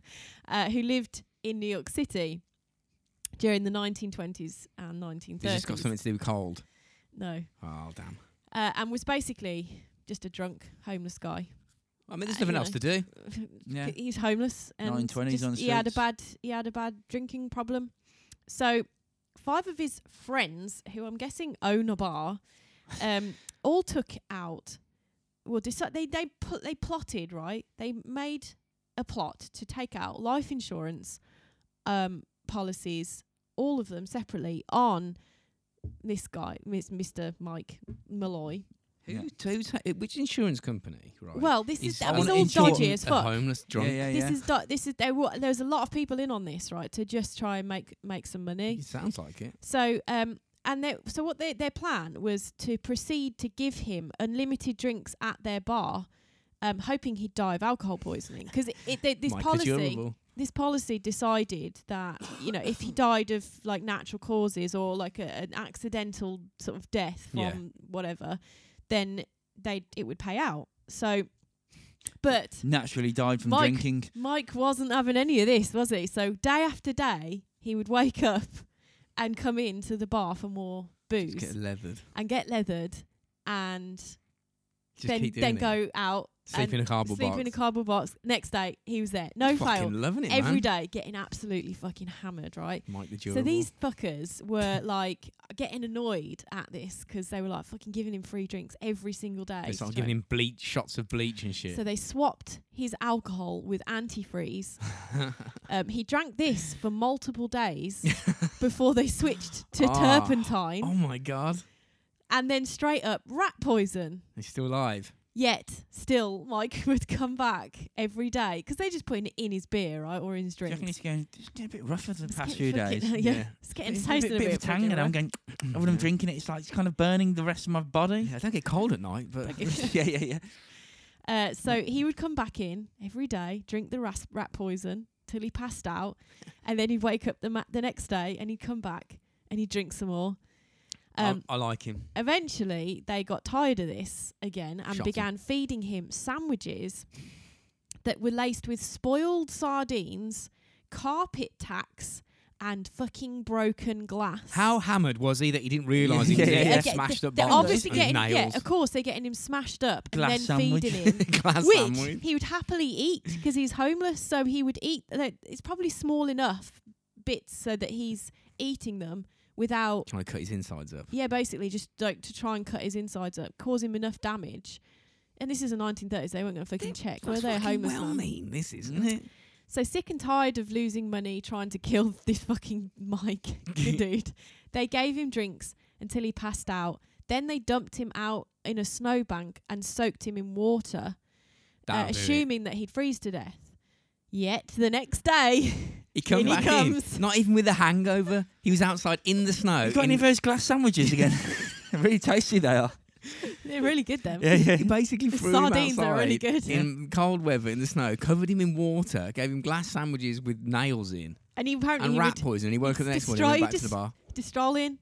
Speaker 2: uh, who lived in New York City during the 1920s and 1930s.
Speaker 1: This has got something to do with cold.
Speaker 2: no,
Speaker 1: Oh damn.
Speaker 2: uh, and was basically just a drunk homeless guy.
Speaker 1: I mean, there's
Speaker 2: Uh,
Speaker 1: nothing
Speaker 2: you
Speaker 1: else
Speaker 2: know.
Speaker 1: to do.
Speaker 3: Yeah.
Speaker 2: He's homeless and
Speaker 3: 1920s
Speaker 2: just-
Speaker 3: on the
Speaker 2: he had a bad
Speaker 3: streets.
Speaker 2: he had a bad drinking problem. So five of his friends, who I'm guessing own a bar, um, all took out. Well, deci- they they put they plotted right. They made a plot to take out life insurance um, policies, all of them separately on this guy, Mis- Mr. Mike Malloy.
Speaker 1: Who,
Speaker 3: Yeah.
Speaker 1: who ta- which insurance company? Right.
Speaker 2: Well, this is
Speaker 1: Is
Speaker 2: that was
Speaker 1: someone
Speaker 2: all
Speaker 1: insuring
Speaker 2: dodgy as
Speaker 1: A
Speaker 2: fuck.
Speaker 1: homeless drunk.
Speaker 3: Yeah, yeah,
Speaker 2: This
Speaker 3: yeah.
Speaker 2: is do- this is there. Were, there was a lot of people in on this, right, to just try and make make some money.
Speaker 1: It sounds like it.
Speaker 2: So um and they, so what they, their plan was to proceed to give him unlimited drinks at their bar, um hoping he'd die of alcohol poisoning because it, it, this
Speaker 1: Mike the
Speaker 2: policy
Speaker 1: Durable.
Speaker 2: this policy decided that you know if he died of like natural causes or like a, an accidental sort of death from
Speaker 1: Yeah.
Speaker 2: whatever, then they it would pay out. So, but
Speaker 3: Naturally died from
Speaker 2: Mike-
Speaker 3: drinking.
Speaker 2: Mike wasn't having any of this, was he? So day after day, he would wake up and come into the bar for more booze
Speaker 1: Just get leathered.
Speaker 2: and get leathered and
Speaker 1: Just
Speaker 2: then
Speaker 1: keep doing
Speaker 2: then
Speaker 1: it.
Speaker 2: go out
Speaker 1: Sleep
Speaker 2: and
Speaker 1: in a cardboard
Speaker 2: sleep
Speaker 1: box.
Speaker 2: in a cardboard box. Next day, he was there. No
Speaker 1: Fucking
Speaker 2: fail.
Speaker 1: loving it,
Speaker 2: Every
Speaker 1: man.
Speaker 2: day, getting absolutely fucking hammered, right?
Speaker 1: Mike the durable.
Speaker 2: So these fuckers were like getting annoyed at this 'cause they were like fucking giving him free drinks every single day.
Speaker 1: They started
Speaker 2: So-
Speaker 1: giving him bleach shots of bleach and shit.
Speaker 2: so they swapped his alcohol with antifreeze. um, he drank this for multiple days before they switched to
Speaker 1: Ah.
Speaker 2: turpentine
Speaker 1: oh my god,
Speaker 2: and then straight up rat poison.
Speaker 1: he's still alive.
Speaker 2: Yet, still, Mike would come back every day 'cause they just putting it in his beer, right, or in his
Speaker 3: Do you
Speaker 2: drink.
Speaker 3: reckon it's going, it's getting a bit rougher the
Speaker 2: It's
Speaker 3: past few
Speaker 2: getting fucking-
Speaker 3: days.
Speaker 2: yeah,
Speaker 1: Yeah.
Speaker 2: it's getting
Speaker 3: It's
Speaker 2: tasting
Speaker 3: a bit, bit of tang, and I'm going. When I'm drinking it, it's like it's kind of burning the rest of my body.
Speaker 1: Yeah, I don't get cold at night, but
Speaker 3: yeah, yeah, yeah.
Speaker 2: Uh, so he would come back in every day, drink the ras- rat poison till he passed out, and then he'd wake up the ma- the next day and he'd come back and he'd drink some more. Um,
Speaker 1: I, I like him.
Speaker 2: eventually, they got tired of this again and
Speaker 1: Shot him.
Speaker 2: began feeding him sandwiches that were laced with spoiled sardines, carpet tacks, and fucking broken glass.
Speaker 1: How hammered was he that he didn't realise he
Speaker 3: Yeah,
Speaker 1: was
Speaker 3: yeah,
Speaker 1: getting
Speaker 3: yeah.
Speaker 1: smashed up
Speaker 2: They're
Speaker 1: bottles
Speaker 2: obviously
Speaker 1: and
Speaker 2: getting, yeah,
Speaker 1: nails?
Speaker 2: of course, they're getting him smashed up and
Speaker 3: Glass
Speaker 2: then
Speaker 3: sandwich.
Speaker 2: feeding him
Speaker 1: Glass
Speaker 2: which
Speaker 1: sandwich.
Speaker 2: he would happily eat 'cause he's homeless. So he would eat. like, It's probably small enough bits so that he's eating them without.
Speaker 1: Trying to cut his insides up.
Speaker 2: Yeah, basically just like to try and cut his insides up, cause him enough damage. And this is the 1930s. They weren't going to fucking check. Were
Speaker 1: That's
Speaker 2: they Uh, a
Speaker 1: fucking
Speaker 2: homeless? man?
Speaker 1: whelming, this isn't it?
Speaker 2: So sick and tired of losing money trying to kill this fucking Mike the dude. They gave him drinks until he passed out. Then they dumped him out in a snowbank and soaked him in water, uh,
Speaker 1: That'll do it.
Speaker 2: assuming that he'd freeze to death. Yet the next day,
Speaker 1: He comes
Speaker 2: In he
Speaker 1: back
Speaker 2: comes.
Speaker 1: in. Not even with a hangover. He was outside in the snow.
Speaker 3: You got
Speaker 1: Oh, in-
Speaker 3: any of those glass sandwiches again? really tasty they are.
Speaker 2: they're really good then.
Speaker 3: Yeah, yeah.
Speaker 1: he basically
Speaker 2: The
Speaker 1: threw
Speaker 2: sardines
Speaker 1: him
Speaker 2: are really good.
Speaker 1: outside in cold weather in the snow, covered him in water, gave him glass sandwiches with nails in
Speaker 2: And he apparently
Speaker 1: and
Speaker 2: he
Speaker 1: rat
Speaker 2: would
Speaker 1: poison. He woke up the next morning and went back
Speaker 2: destroyed
Speaker 1: to the bar.
Speaker 2: just stroll in,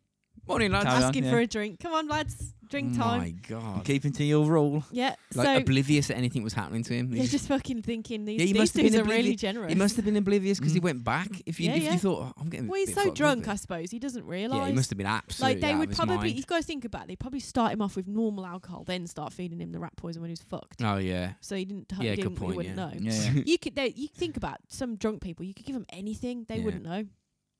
Speaker 1: Morning, lads. Oh,
Speaker 3: Carry on,
Speaker 2: asking
Speaker 3: yeah.
Speaker 2: for a drink. Come on, lads, drink time.
Speaker 1: Mm, My God.
Speaker 3: Keeping to your rule.
Speaker 2: Yeah.
Speaker 1: Like
Speaker 2: so
Speaker 1: oblivious that anything was happening to him. He
Speaker 2: they're
Speaker 1: just-
Speaker 2: just fucking thinking these,
Speaker 1: Yeah, he
Speaker 2: these
Speaker 1: must have
Speaker 2: dudes
Speaker 1: been
Speaker 2: are really
Speaker 1: oblivi-
Speaker 2: generous.
Speaker 1: he must have been oblivious because he
Speaker 3: Mm.
Speaker 1: went back. If you,
Speaker 2: Yeah,
Speaker 1: if
Speaker 2: yeah.
Speaker 1: you thought, oh, I'm getting. a
Speaker 2: well, he's
Speaker 1: bit
Speaker 2: so
Speaker 1: fucked up
Speaker 2: drunk,
Speaker 1: here."
Speaker 2: I suppose. He doesn't
Speaker 1: Yeah,
Speaker 2: realise.
Speaker 1: he must have been absolutely.
Speaker 2: like they
Speaker 1: out
Speaker 2: would
Speaker 1: of his
Speaker 2: probably
Speaker 1: mind.
Speaker 2: you've got to think about it. they'd probably start him off with normal alcohol then start feeding him the rat poison when he was fucked
Speaker 1: Oh yeah.
Speaker 2: so he didn't
Speaker 1: Yeah, good
Speaker 2: he, didn't,
Speaker 1: point,
Speaker 2: he wouldn't
Speaker 1: yeah.
Speaker 2: know
Speaker 3: Yeah,
Speaker 2: you could they, you think about some drunk people you could give them anything they
Speaker 1: Yeah.
Speaker 2: wouldn't know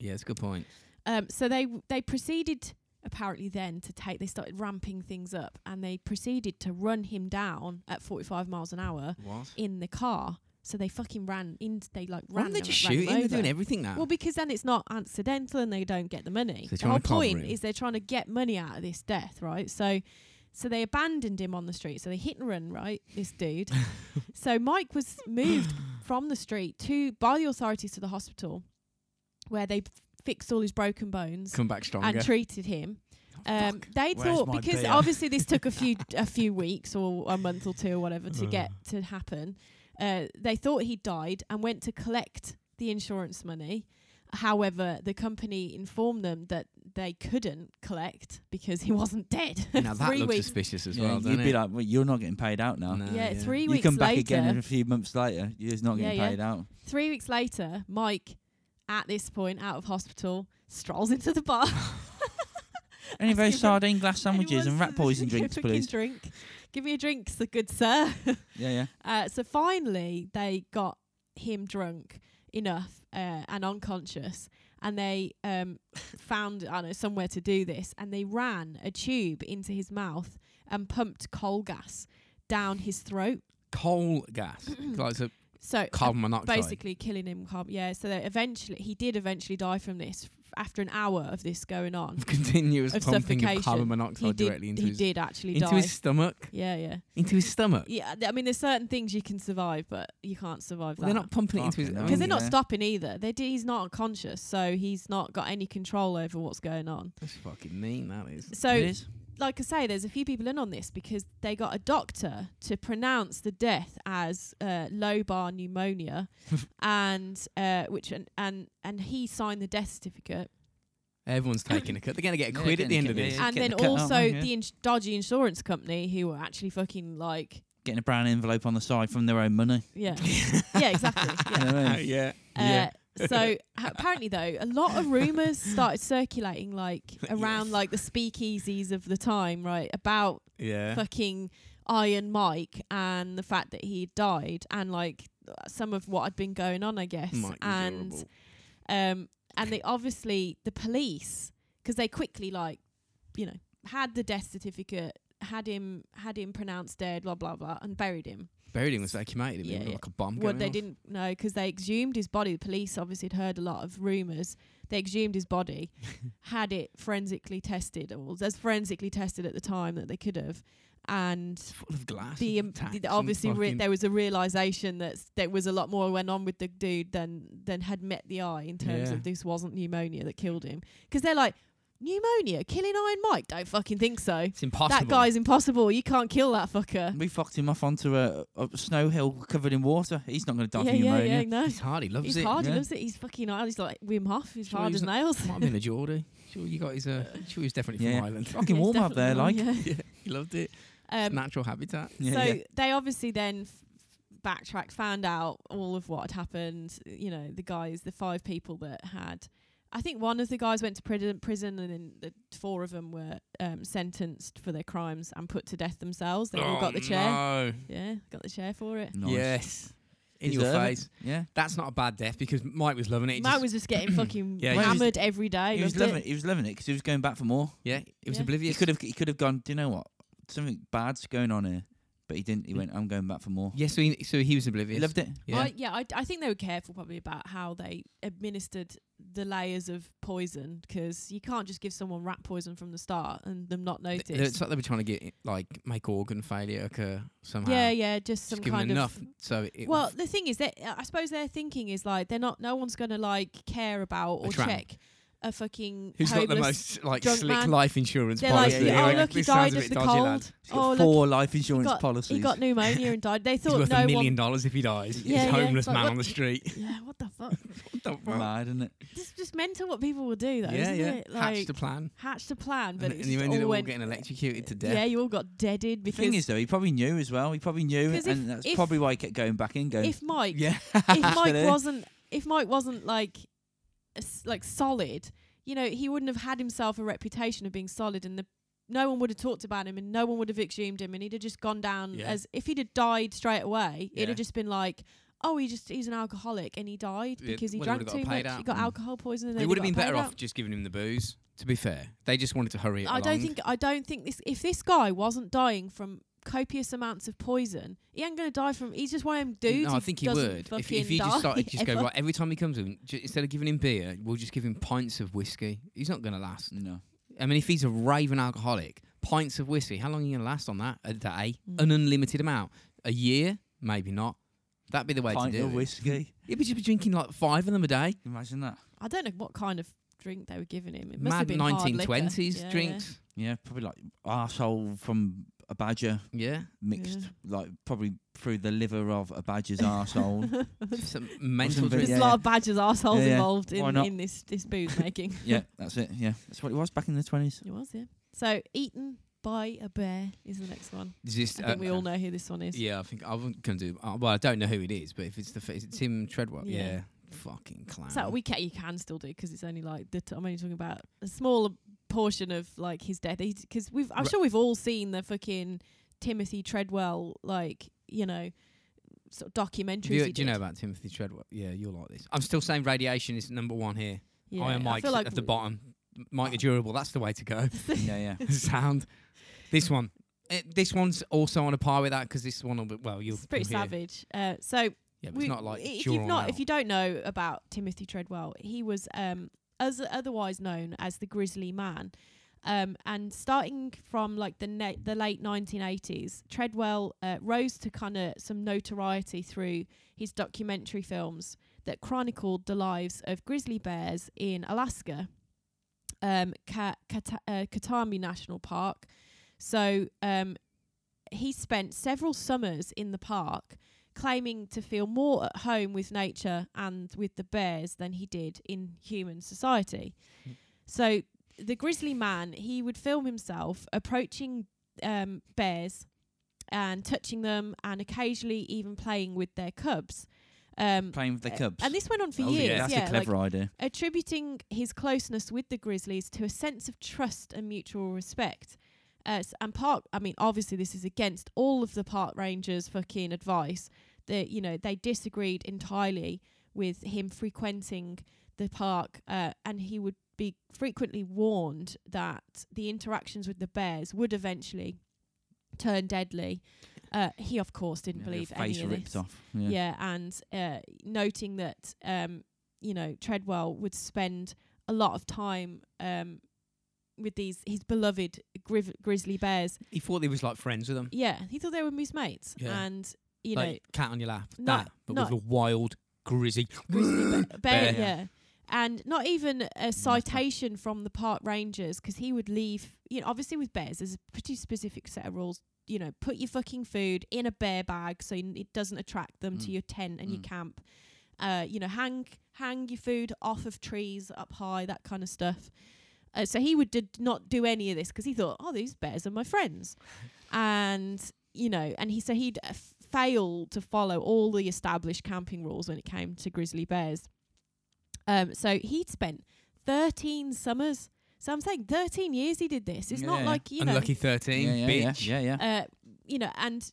Speaker 1: Yeah, it's a good point.
Speaker 2: um so they they proceeded apparently then to take they started ramping things up and they proceeded to run him down at 45 miles an hour
Speaker 1: What?
Speaker 2: in the car so they fucking ran in they like
Speaker 1: Why don't
Speaker 2: ran
Speaker 1: they
Speaker 2: him-
Speaker 1: just
Speaker 2: ran him
Speaker 1: shoot him? They're
Speaker 2: over.
Speaker 1: doing everything now.
Speaker 2: Well, because then it's not accidental and they don't get the money.
Speaker 1: Ah. So they're
Speaker 2: the whole
Speaker 1: trying to cover
Speaker 2: point
Speaker 1: him.
Speaker 2: is they're trying to get money out of this death, right? So so they abandoned him on the street. So they hit and run, right? This dude. so Mike was moved from the street to by the authorities to the hospital where they fixed all his broken bones
Speaker 1: Come back stronger.
Speaker 2: and treated him. Um,
Speaker 1: Where's
Speaker 2: they thought
Speaker 1: my
Speaker 2: because
Speaker 1: beer?
Speaker 2: obviously this took a few a few weeks or a month or two or whatever to
Speaker 1: Uh.
Speaker 2: get
Speaker 3: Mm.
Speaker 2: to happen. Uh, they thought he died and went to collect the insurance money. However, the company informed them that they couldn't collect because he wasn't dead.
Speaker 1: now that
Speaker 2: three
Speaker 1: looks
Speaker 2: weeks.
Speaker 1: suspicious as
Speaker 3: Yeah,
Speaker 1: well.
Speaker 3: you'd
Speaker 1: doesn't
Speaker 3: be
Speaker 1: it?
Speaker 3: like, well, you're not getting paid out now.
Speaker 1: No,
Speaker 2: yeah, three
Speaker 3: you
Speaker 2: weeks
Speaker 3: come back
Speaker 2: later.
Speaker 3: again a few months later. You're just not getting
Speaker 2: Yeah, yeah.
Speaker 3: paid out.
Speaker 2: Three weeks later, Mike, at this point out of hospital, strolls into the bar.
Speaker 3: Any of
Speaker 2: Asking
Speaker 3: those
Speaker 2: for-
Speaker 3: sardine glass sandwiches
Speaker 2: Anyone
Speaker 3: and rat poison drinks,
Speaker 2: fucking
Speaker 3: please?
Speaker 2: Drink. Give me a drink, so good sir.
Speaker 3: Yeah, yeah.
Speaker 2: Uh, so finally, they got him drunk enough uh, and unconscious, and they um, found I don't know somewhere to do this, and they ran a tube into his mouth and pumped coal gas down his throat.
Speaker 1: Coal gas. like so
Speaker 2: So
Speaker 1: carbon monoxide.
Speaker 2: basically killing him. Carb- yeah. So that eventually, he did eventually die from this f- after an hour of this going on.
Speaker 1: Continuous
Speaker 2: Of
Speaker 1: pumping
Speaker 2: suffocation.
Speaker 1: of carbon
Speaker 2: he
Speaker 1: monoxide
Speaker 2: did.
Speaker 1: directly into
Speaker 2: he
Speaker 1: his
Speaker 2: did actually
Speaker 1: into
Speaker 2: die.
Speaker 1: his stomach.
Speaker 2: yeah, yeah,
Speaker 1: Into his stomach.
Speaker 2: yeah. th- I mean, there's certain things you can survive, but you can't survive
Speaker 1: Well,
Speaker 2: that.
Speaker 1: they're not pumping it into his.
Speaker 3: Fucking
Speaker 1: I
Speaker 3: hell.
Speaker 2: because they're
Speaker 1: mean,
Speaker 2: not
Speaker 3: Yeah.
Speaker 2: stopping either. They do, he's not conscious, so he's not got any control over what's going on.
Speaker 1: That's fucking mean. That is.
Speaker 2: So
Speaker 3: it is.
Speaker 2: like I say, there's a few people in on this because they got a doctor to pronounce the death as uh, lobar pneumonia, and uh, which and, and and he signed the death certificate,
Speaker 1: Everyone's taking a cut. They're going to get a
Speaker 3: Yeah,
Speaker 1: quid at the end
Speaker 3: getting
Speaker 1: of
Speaker 3: a
Speaker 1: this.
Speaker 3: Yeah,
Speaker 2: and
Speaker 3: get
Speaker 2: then
Speaker 3: the cut, aren't
Speaker 2: also
Speaker 3: they? Yeah.
Speaker 2: the ins- dodgy insurance company who were actually fucking like,
Speaker 3: Getting a brown envelope on the side from their own money.
Speaker 2: yeah, yeah, exactly.
Speaker 3: You
Speaker 2: Yeah.
Speaker 3: know what I mean?
Speaker 1: Oh, yeah.
Speaker 2: Uh, so ha- apparently though a lot of rumors started circulating like around
Speaker 1: Yes.
Speaker 2: like the speakeasies of the time right about
Speaker 1: Yeah.
Speaker 2: fucking Iron Mike and the fact that he died and like some of what had been going on, I guess.
Speaker 1: Mike was
Speaker 2: and
Speaker 1: horrible.
Speaker 2: um, and they obviously the police because they quickly like you know had the death certificate, had him had him pronounced dead, blah blah blah, and buried him.
Speaker 1: Buried him was ecumated him
Speaker 2: Yeah,
Speaker 1: yeah,
Speaker 2: yeah.
Speaker 1: like a bomb.
Speaker 2: What
Speaker 1: going
Speaker 2: they
Speaker 1: off.
Speaker 2: didn't know because they exhumed his body. The police obviously had heard a lot of rumours. They exhumed his body, had it forensically tested, or was as forensically tested at the time that they could have, and
Speaker 1: It's full of glass.
Speaker 2: the,
Speaker 1: and
Speaker 2: um,
Speaker 1: tacks
Speaker 2: the
Speaker 1: and
Speaker 2: obviously re-
Speaker 1: fucking-
Speaker 2: there was a realization that s- there was a lot more went on with the dude than than had met the eye in terms
Speaker 1: Yeah.
Speaker 2: of this wasn't pneumonia that killed him. 'Cause they're like pneumonia killing Iron Mike. Don't fucking think so.
Speaker 1: it's impossible.
Speaker 2: That guy's impossible. You can't kill that fucker.
Speaker 3: We fucked him off onto a, a snow hill covered in water. He's not going to die
Speaker 2: Yeah,
Speaker 3: from
Speaker 2: yeah,
Speaker 3: pneumonia.
Speaker 2: yeah. No,
Speaker 1: He's hard. He loves
Speaker 2: he's
Speaker 1: it.
Speaker 2: hard.
Speaker 3: yeah.
Speaker 2: He loves it. He's fucking hard. He's like Wim Hof. He's
Speaker 1: Sure,
Speaker 2: hard
Speaker 1: he
Speaker 2: as
Speaker 1: was
Speaker 2: nails.
Speaker 1: Might have been a Geordie. Sure, you got his. Uh, sure, he was definitely
Speaker 3: Yeah.
Speaker 1: from Ireland.
Speaker 3: Fucking
Speaker 2: He's
Speaker 3: warm up
Speaker 2: definitely
Speaker 3: there,
Speaker 2: not,
Speaker 3: like.
Speaker 2: yeah.
Speaker 1: he loved it.
Speaker 2: Um,
Speaker 1: Natural habitat.
Speaker 3: Yeah,
Speaker 2: so
Speaker 3: yeah.
Speaker 2: they obviously then f- backtracked, found out all of what had happened. You know, the guys, the five people that had. I think one of the guys went to prison, prison and then the four of them were um, sentenced for their crimes and put to death themselves. They all got the chair.
Speaker 1: Oh, No.
Speaker 2: Yeah, got the chair for it.
Speaker 3: Nice.
Speaker 1: Yes. In your
Speaker 3: Deserve it.
Speaker 1: face.
Speaker 3: Yeah.
Speaker 1: That's not a bad death because Mike was loving it. He
Speaker 2: Matt
Speaker 1: just-
Speaker 2: was just getting fucking
Speaker 1: Yeah, he was-
Speaker 2: hammered every day.
Speaker 3: He was,
Speaker 2: loved
Speaker 3: loving it. he was loving it 'cause he was going back for more.
Speaker 1: yeah, it was
Speaker 2: Yeah.
Speaker 3: He
Speaker 1: oblivious.
Speaker 3: could have he could have gone. Do you know what? Something bad's going on here, but he didn't. He went. I'm going back for more.
Speaker 1: Mm. Yeah, so he, so he was oblivious.
Speaker 3: He loved it.
Speaker 1: Yeah.
Speaker 2: I, yeah, I, I think they were careful probably about how they administered the layers of poison 'cause you can't just give someone rat poison from the start and them not
Speaker 1: Th-
Speaker 2: notice.
Speaker 1: th- It's like they were trying to get like make organ failure occur somehow.
Speaker 2: Yeah, yeah, just some
Speaker 1: Just give them
Speaker 2: kind
Speaker 1: enough
Speaker 2: of.
Speaker 1: so it- it
Speaker 2: Well, the thing is that I suppose their thinking is like they're not. No one's gonna like care about or
Speaker 1: tramp.
Speaker 2: check a fucking
Speaker 1: Who's
Speaker 2: homeless.
Speaker 1: got the most like
Speaker 2: drunk
Speaker 1: slick
Speaker 2: man.
Speaker 1: life insurance
Speaker 2: They're like,
Speaker 1: policy?
Speaker 3: yeah,
Speaker 2: oh
Speaker 3: yeah.
Speaker 2: look, he
Speaker 1: This sounds
Speaker 2: died
Speaker 1: a
Speaker 2: of
Speaker 1: bit
Speaker 2: the
Speaker 1: dodgy,
Speaker 2: cold.
Speaker 1: lad.
Speaker 3: He's
Speaker 2: Oh,
Speaker 3: got
Speaker 2: look,
Speaker 3: four life insurance
Speaker 2: got-
Speaker 3: policies.
Speaker 2: he got pneumonia and died. They
Speaker 1: He's
Speaker 2: thought
Speaker 1: worth
Speaker 2: no
Speaker 1: a million
Speaker 2: one.
Speaker 1: dollars if he dies.
Speaker 2: Yeah,
Speaker 1: He's
Speaker 2: yeah.
Speaker 1: homeless
Speaker 2: Like,
Speaker 1: man
Speaker 2: what-
Speaker 1: on the street.
Speaker 2: Yeah, what the fuck?
Speaker 1: What the fuck?
Speaker 3: Mad, isn't it?
Speaker 2: just just mental what people will do though,
Speaker 1: yeah,
Speaker 2: isn't
Speaker 1: yeah.
Speaker 2: it? Like
Speaker 1: Hatched a plan,
Speaker 2: hatched a plan, but
Speaker 1: and,
Speaker 2: it's
Speaker 1: and you
Speaker 2: just
Speaker 1: ended up
Speaker 2: all
Speaker 1: all
Speaker 2: went.
Speaker 1: getting electrocuted to
Speaker 2: Yeah,
Speaker 1: death.
Speaker 2: you all got deaded
Speaker 3: The
Speaker 2: because
Speaker 3: thing is, though, he probably knew as well. He probably knew,
Speaker 2: 'Cause if-
Speaker 3: and that's
Speaker 2: if-
Speaker 3: probably why he kept going back in. Going,
Speaker 2: if Mike,
Speaker 1: Yeah,
Speaker 2: if Mike
Speaker 3: Absolutely.
Speaker 2: wasn't, if Mike wasn't like, s- like solid, you know, he wouldn't have had himself a reputation of being solid, and the no one would have talked about him, and no one would have exhumed him, and he'd have just gone down
Speaker 1: Yeah.
Speaker 2: as if he'd have died straight away. It'd
Speaker 1: Yeah.
Speaker 2: have just been like. Oh, he just he's an alcoholic and he died
Speaker 1: Yeah,
Speaker 2: because he
Speaker 1: well, he
Speaker 2: drank
Speaker 1: would've got
Speaker 2: too much.
Speaker 1: paid out.
Speaker 2: He got
Speaker 3: Mm.
Speaker 2: alcohol poisoning.
Speaker 1: they would have been better off just giving him the booze. To be fair, they just wanted to hurry it
Speaker 2: I
Speaker 1: along.
Speaker 2: don't think I don't think this if this guy wasn't dying from copious amounts of poison, he ain't gonna die from he's just one of them dudes.
Speaker 1: No, I
Speaker 2: who
Speaker 1: think he
Speaker 2: doesn't
Speaker 1: would. If,
Speaker 2: fucking
Speaker 1: if you
Speaker 2: die
Speaker 1: just started, just go
Speaker 2: ever.
Speaker 1: right every time he comes in, ju- instead of giving him beer, we'll just give him pints of whiskey. He's not going to last.
Speaker 3: no,
Speaker 1: I mean, if he's a raving alcoholic, pints of whiskey, how long are you going to last on that a day?
Speaker 2: Mm.
Speaker 1: An unlimited amount, a year, maybe not. That'd be the way
Speaker 3: pint
Speaker 1: to do
Speaker 3: of
Speaker 1: it.
Speaker 3: whiskey.
Speaker 1: He'd be just be drinking like five of them a day.
Speaker 3: Imagine that.
Speaker 2: I don't know what kind of drink they were giving him. It must
Speaker 1: Mad
Speaker 2: have been hard liquor.
Speaker 1: nineteen twenties
Speaker 2: Yeah, yeah.
Speaker 1: drinks.
Speaker 3: Yeah, probably like arsehole from a badger
Speaker 1: Yeah,
Speaker 3: mixed, like probably through the liver of a badger's arsehole.
Speaker 1: some mental
Speaker 2: There's
Speaker 3: something,
Speaker 1: drinks.
Speaker 2: a
Speaker 3: yeah.
Speaker 2: lot of badgers assholes
Speaker 3: Yeah, yeah.
Speaker 2: involved
Speaker 3: Why
Speaker 2: in,
Speaker 3: not?
Speaker 2: in this this booze making.
Speaker 3: yeah, that's it. Yeah, that's what it was back in the twenties.
Speaker 2: It was, yeah. So eaten by a bear is the next one.
Speaker 1: Just,
Speaker 2: I
Speaker 1: uh,
Speaker 2: think we all know who this one is.
Speaker 1: Yeah, I think I wasn't gonna do. Uh, well, I don't know who it is, but if it's the f- is it Tim Treadwell?
Speaker 2: Yeah.
Speaker 1: Yeah, fucking clown.
Speaker 2: So we ca- you can still do 'cause it's only like the t- I'm only talking about a small portion of like his death. Because we've I'm
Speaker 1: Ri-
Speaker 2: sure we've all seen the fucking Timothy Treadwell like you know sort of documentaries.
Speaker 1: Do you,
Speaker 2: he
Speaker 1: do you know
Speaker 2: did.
Speaker 1: about Timothy Treadwell? Yeah, you're like this. I'm still saying radiation is number one here.
Speaker 2: Yeah,
Speaker 1: I am Mike
Speaker 2: feel like
Speaker 1: at the
Speaker 2: w-
Speaker 1: bottom. Mike are durable. That's the way to go.
Speaker 3: yeah, yeah.
Speaker 1: Sound. This one. Uh, this one's also on a par with that 'cause this one, will be, well, you'll.
Speaker 2: It's pretty
Speaker 1: you'll hear.
Speaker 2: savage. Uh, so
Speaker 1: Yeah, but
Speaker 2: we-
Speaker 1: it's not like
Speaker 2: if
Speaker 1: Dural
Speaker 2: you've not
Speaker 1: now.
Speaker 2: if you don't know about Timothy Treadwell, he was um as otherwise known as the Grizzly Man. Um, and starting from like the ne- the late 1980s, Treadwell uh, rose to kind of some notoriety through his documentary films that chronicled the lives of grizzly bears in Alaska. um, Ka- Kata- uh, Katami National Park. So um, he spent several summers in the park, claiming to feel more at home with nature and with the bears than he did in human society. So the grizzly man, he would film himself approaching um, bears and touching them, and occasionally even playing with their cubs. Um,
Speaker 3: Playing with the
Speaker 2: uh,
Speaker 3: cubs.
Speaker 2: and this went on for
Speaker 3: Oh,
Speaker 2: years.
Speaker 3: Yeah, that's
Speaker 2: yeah,
Speaker 3: a
Speaker 2: like,
Speaker 3: clever idea.
Speaker 2: attributing his closeness with the Grizzlies to a sense of trust and mutual respect. Uh, s- and part, I mean, obviously this is against all of the park rangers' fucking advice. That you know they disagreed entirely with him frequenting the park, uh, and he would be frequently warned that the interactions with the bears would eventually turn deadly. Uh, he, of course, didn't
Speaker 3: Yeah,
Speaker 2: believe
Speaker 3: your
Speaker 2: any
Speaker 3: face
Speaker 2: of
Speaker 3: ripped
Speaker 2: this
Speaker 3: off.
Speaker 2: yeah,
Speaker 3: Yeah.
Speaker 2: and uh, noting that um, you know Treadwell would spend a lot of time um, with these his beloved griv- grizzly bears.
Speaker 1: He thought he was like friends with them.
Speaker 2: Yeah, he thought they were his mates,
Speaker 1: Yeah.
Speaker 2: and you know
Speaker 1: like cat on your lap.
Speaker 2: No,
Speaker 1: that, but
Speaker 2: no.
Speaker 1: with a wild grizzly.
Speaker 2: grizzly bear, bear
Speaker 1: Bear.
Speaker 2: yeah. And not even a citation from the park rangers 'cause he would leave. You know, obviously with bears, there's a pretty specific set of rules. You know, put your fucking food in a bear bag so n- it doesn't attract them to
Speaker 3: Mm.
Speaker 2: your tent and your
Speaker 3: Mm.
Speaker 2: camp. Uh, you know, hang hang your food off of trees up high, that kind of stuff. Uh, so he would did not do any of this 'cause he thought, oh, these bears are my friends, and you know, and he so he'd uh, f- failed to follow all the established camping rules when it came to grizzly bears. Um, so he'd spent 13 summers. So I'm saying 13 years he did this. It's not
Speaker 3: Yeah.
Speaker 2: like you know,
Speaker 1: Unlucky 13,
Speaker 3: yeah, yeah,
Speaker 1: bitch.
Speaker 3: yeah, yeah.
Speaker 2: uh, you know, and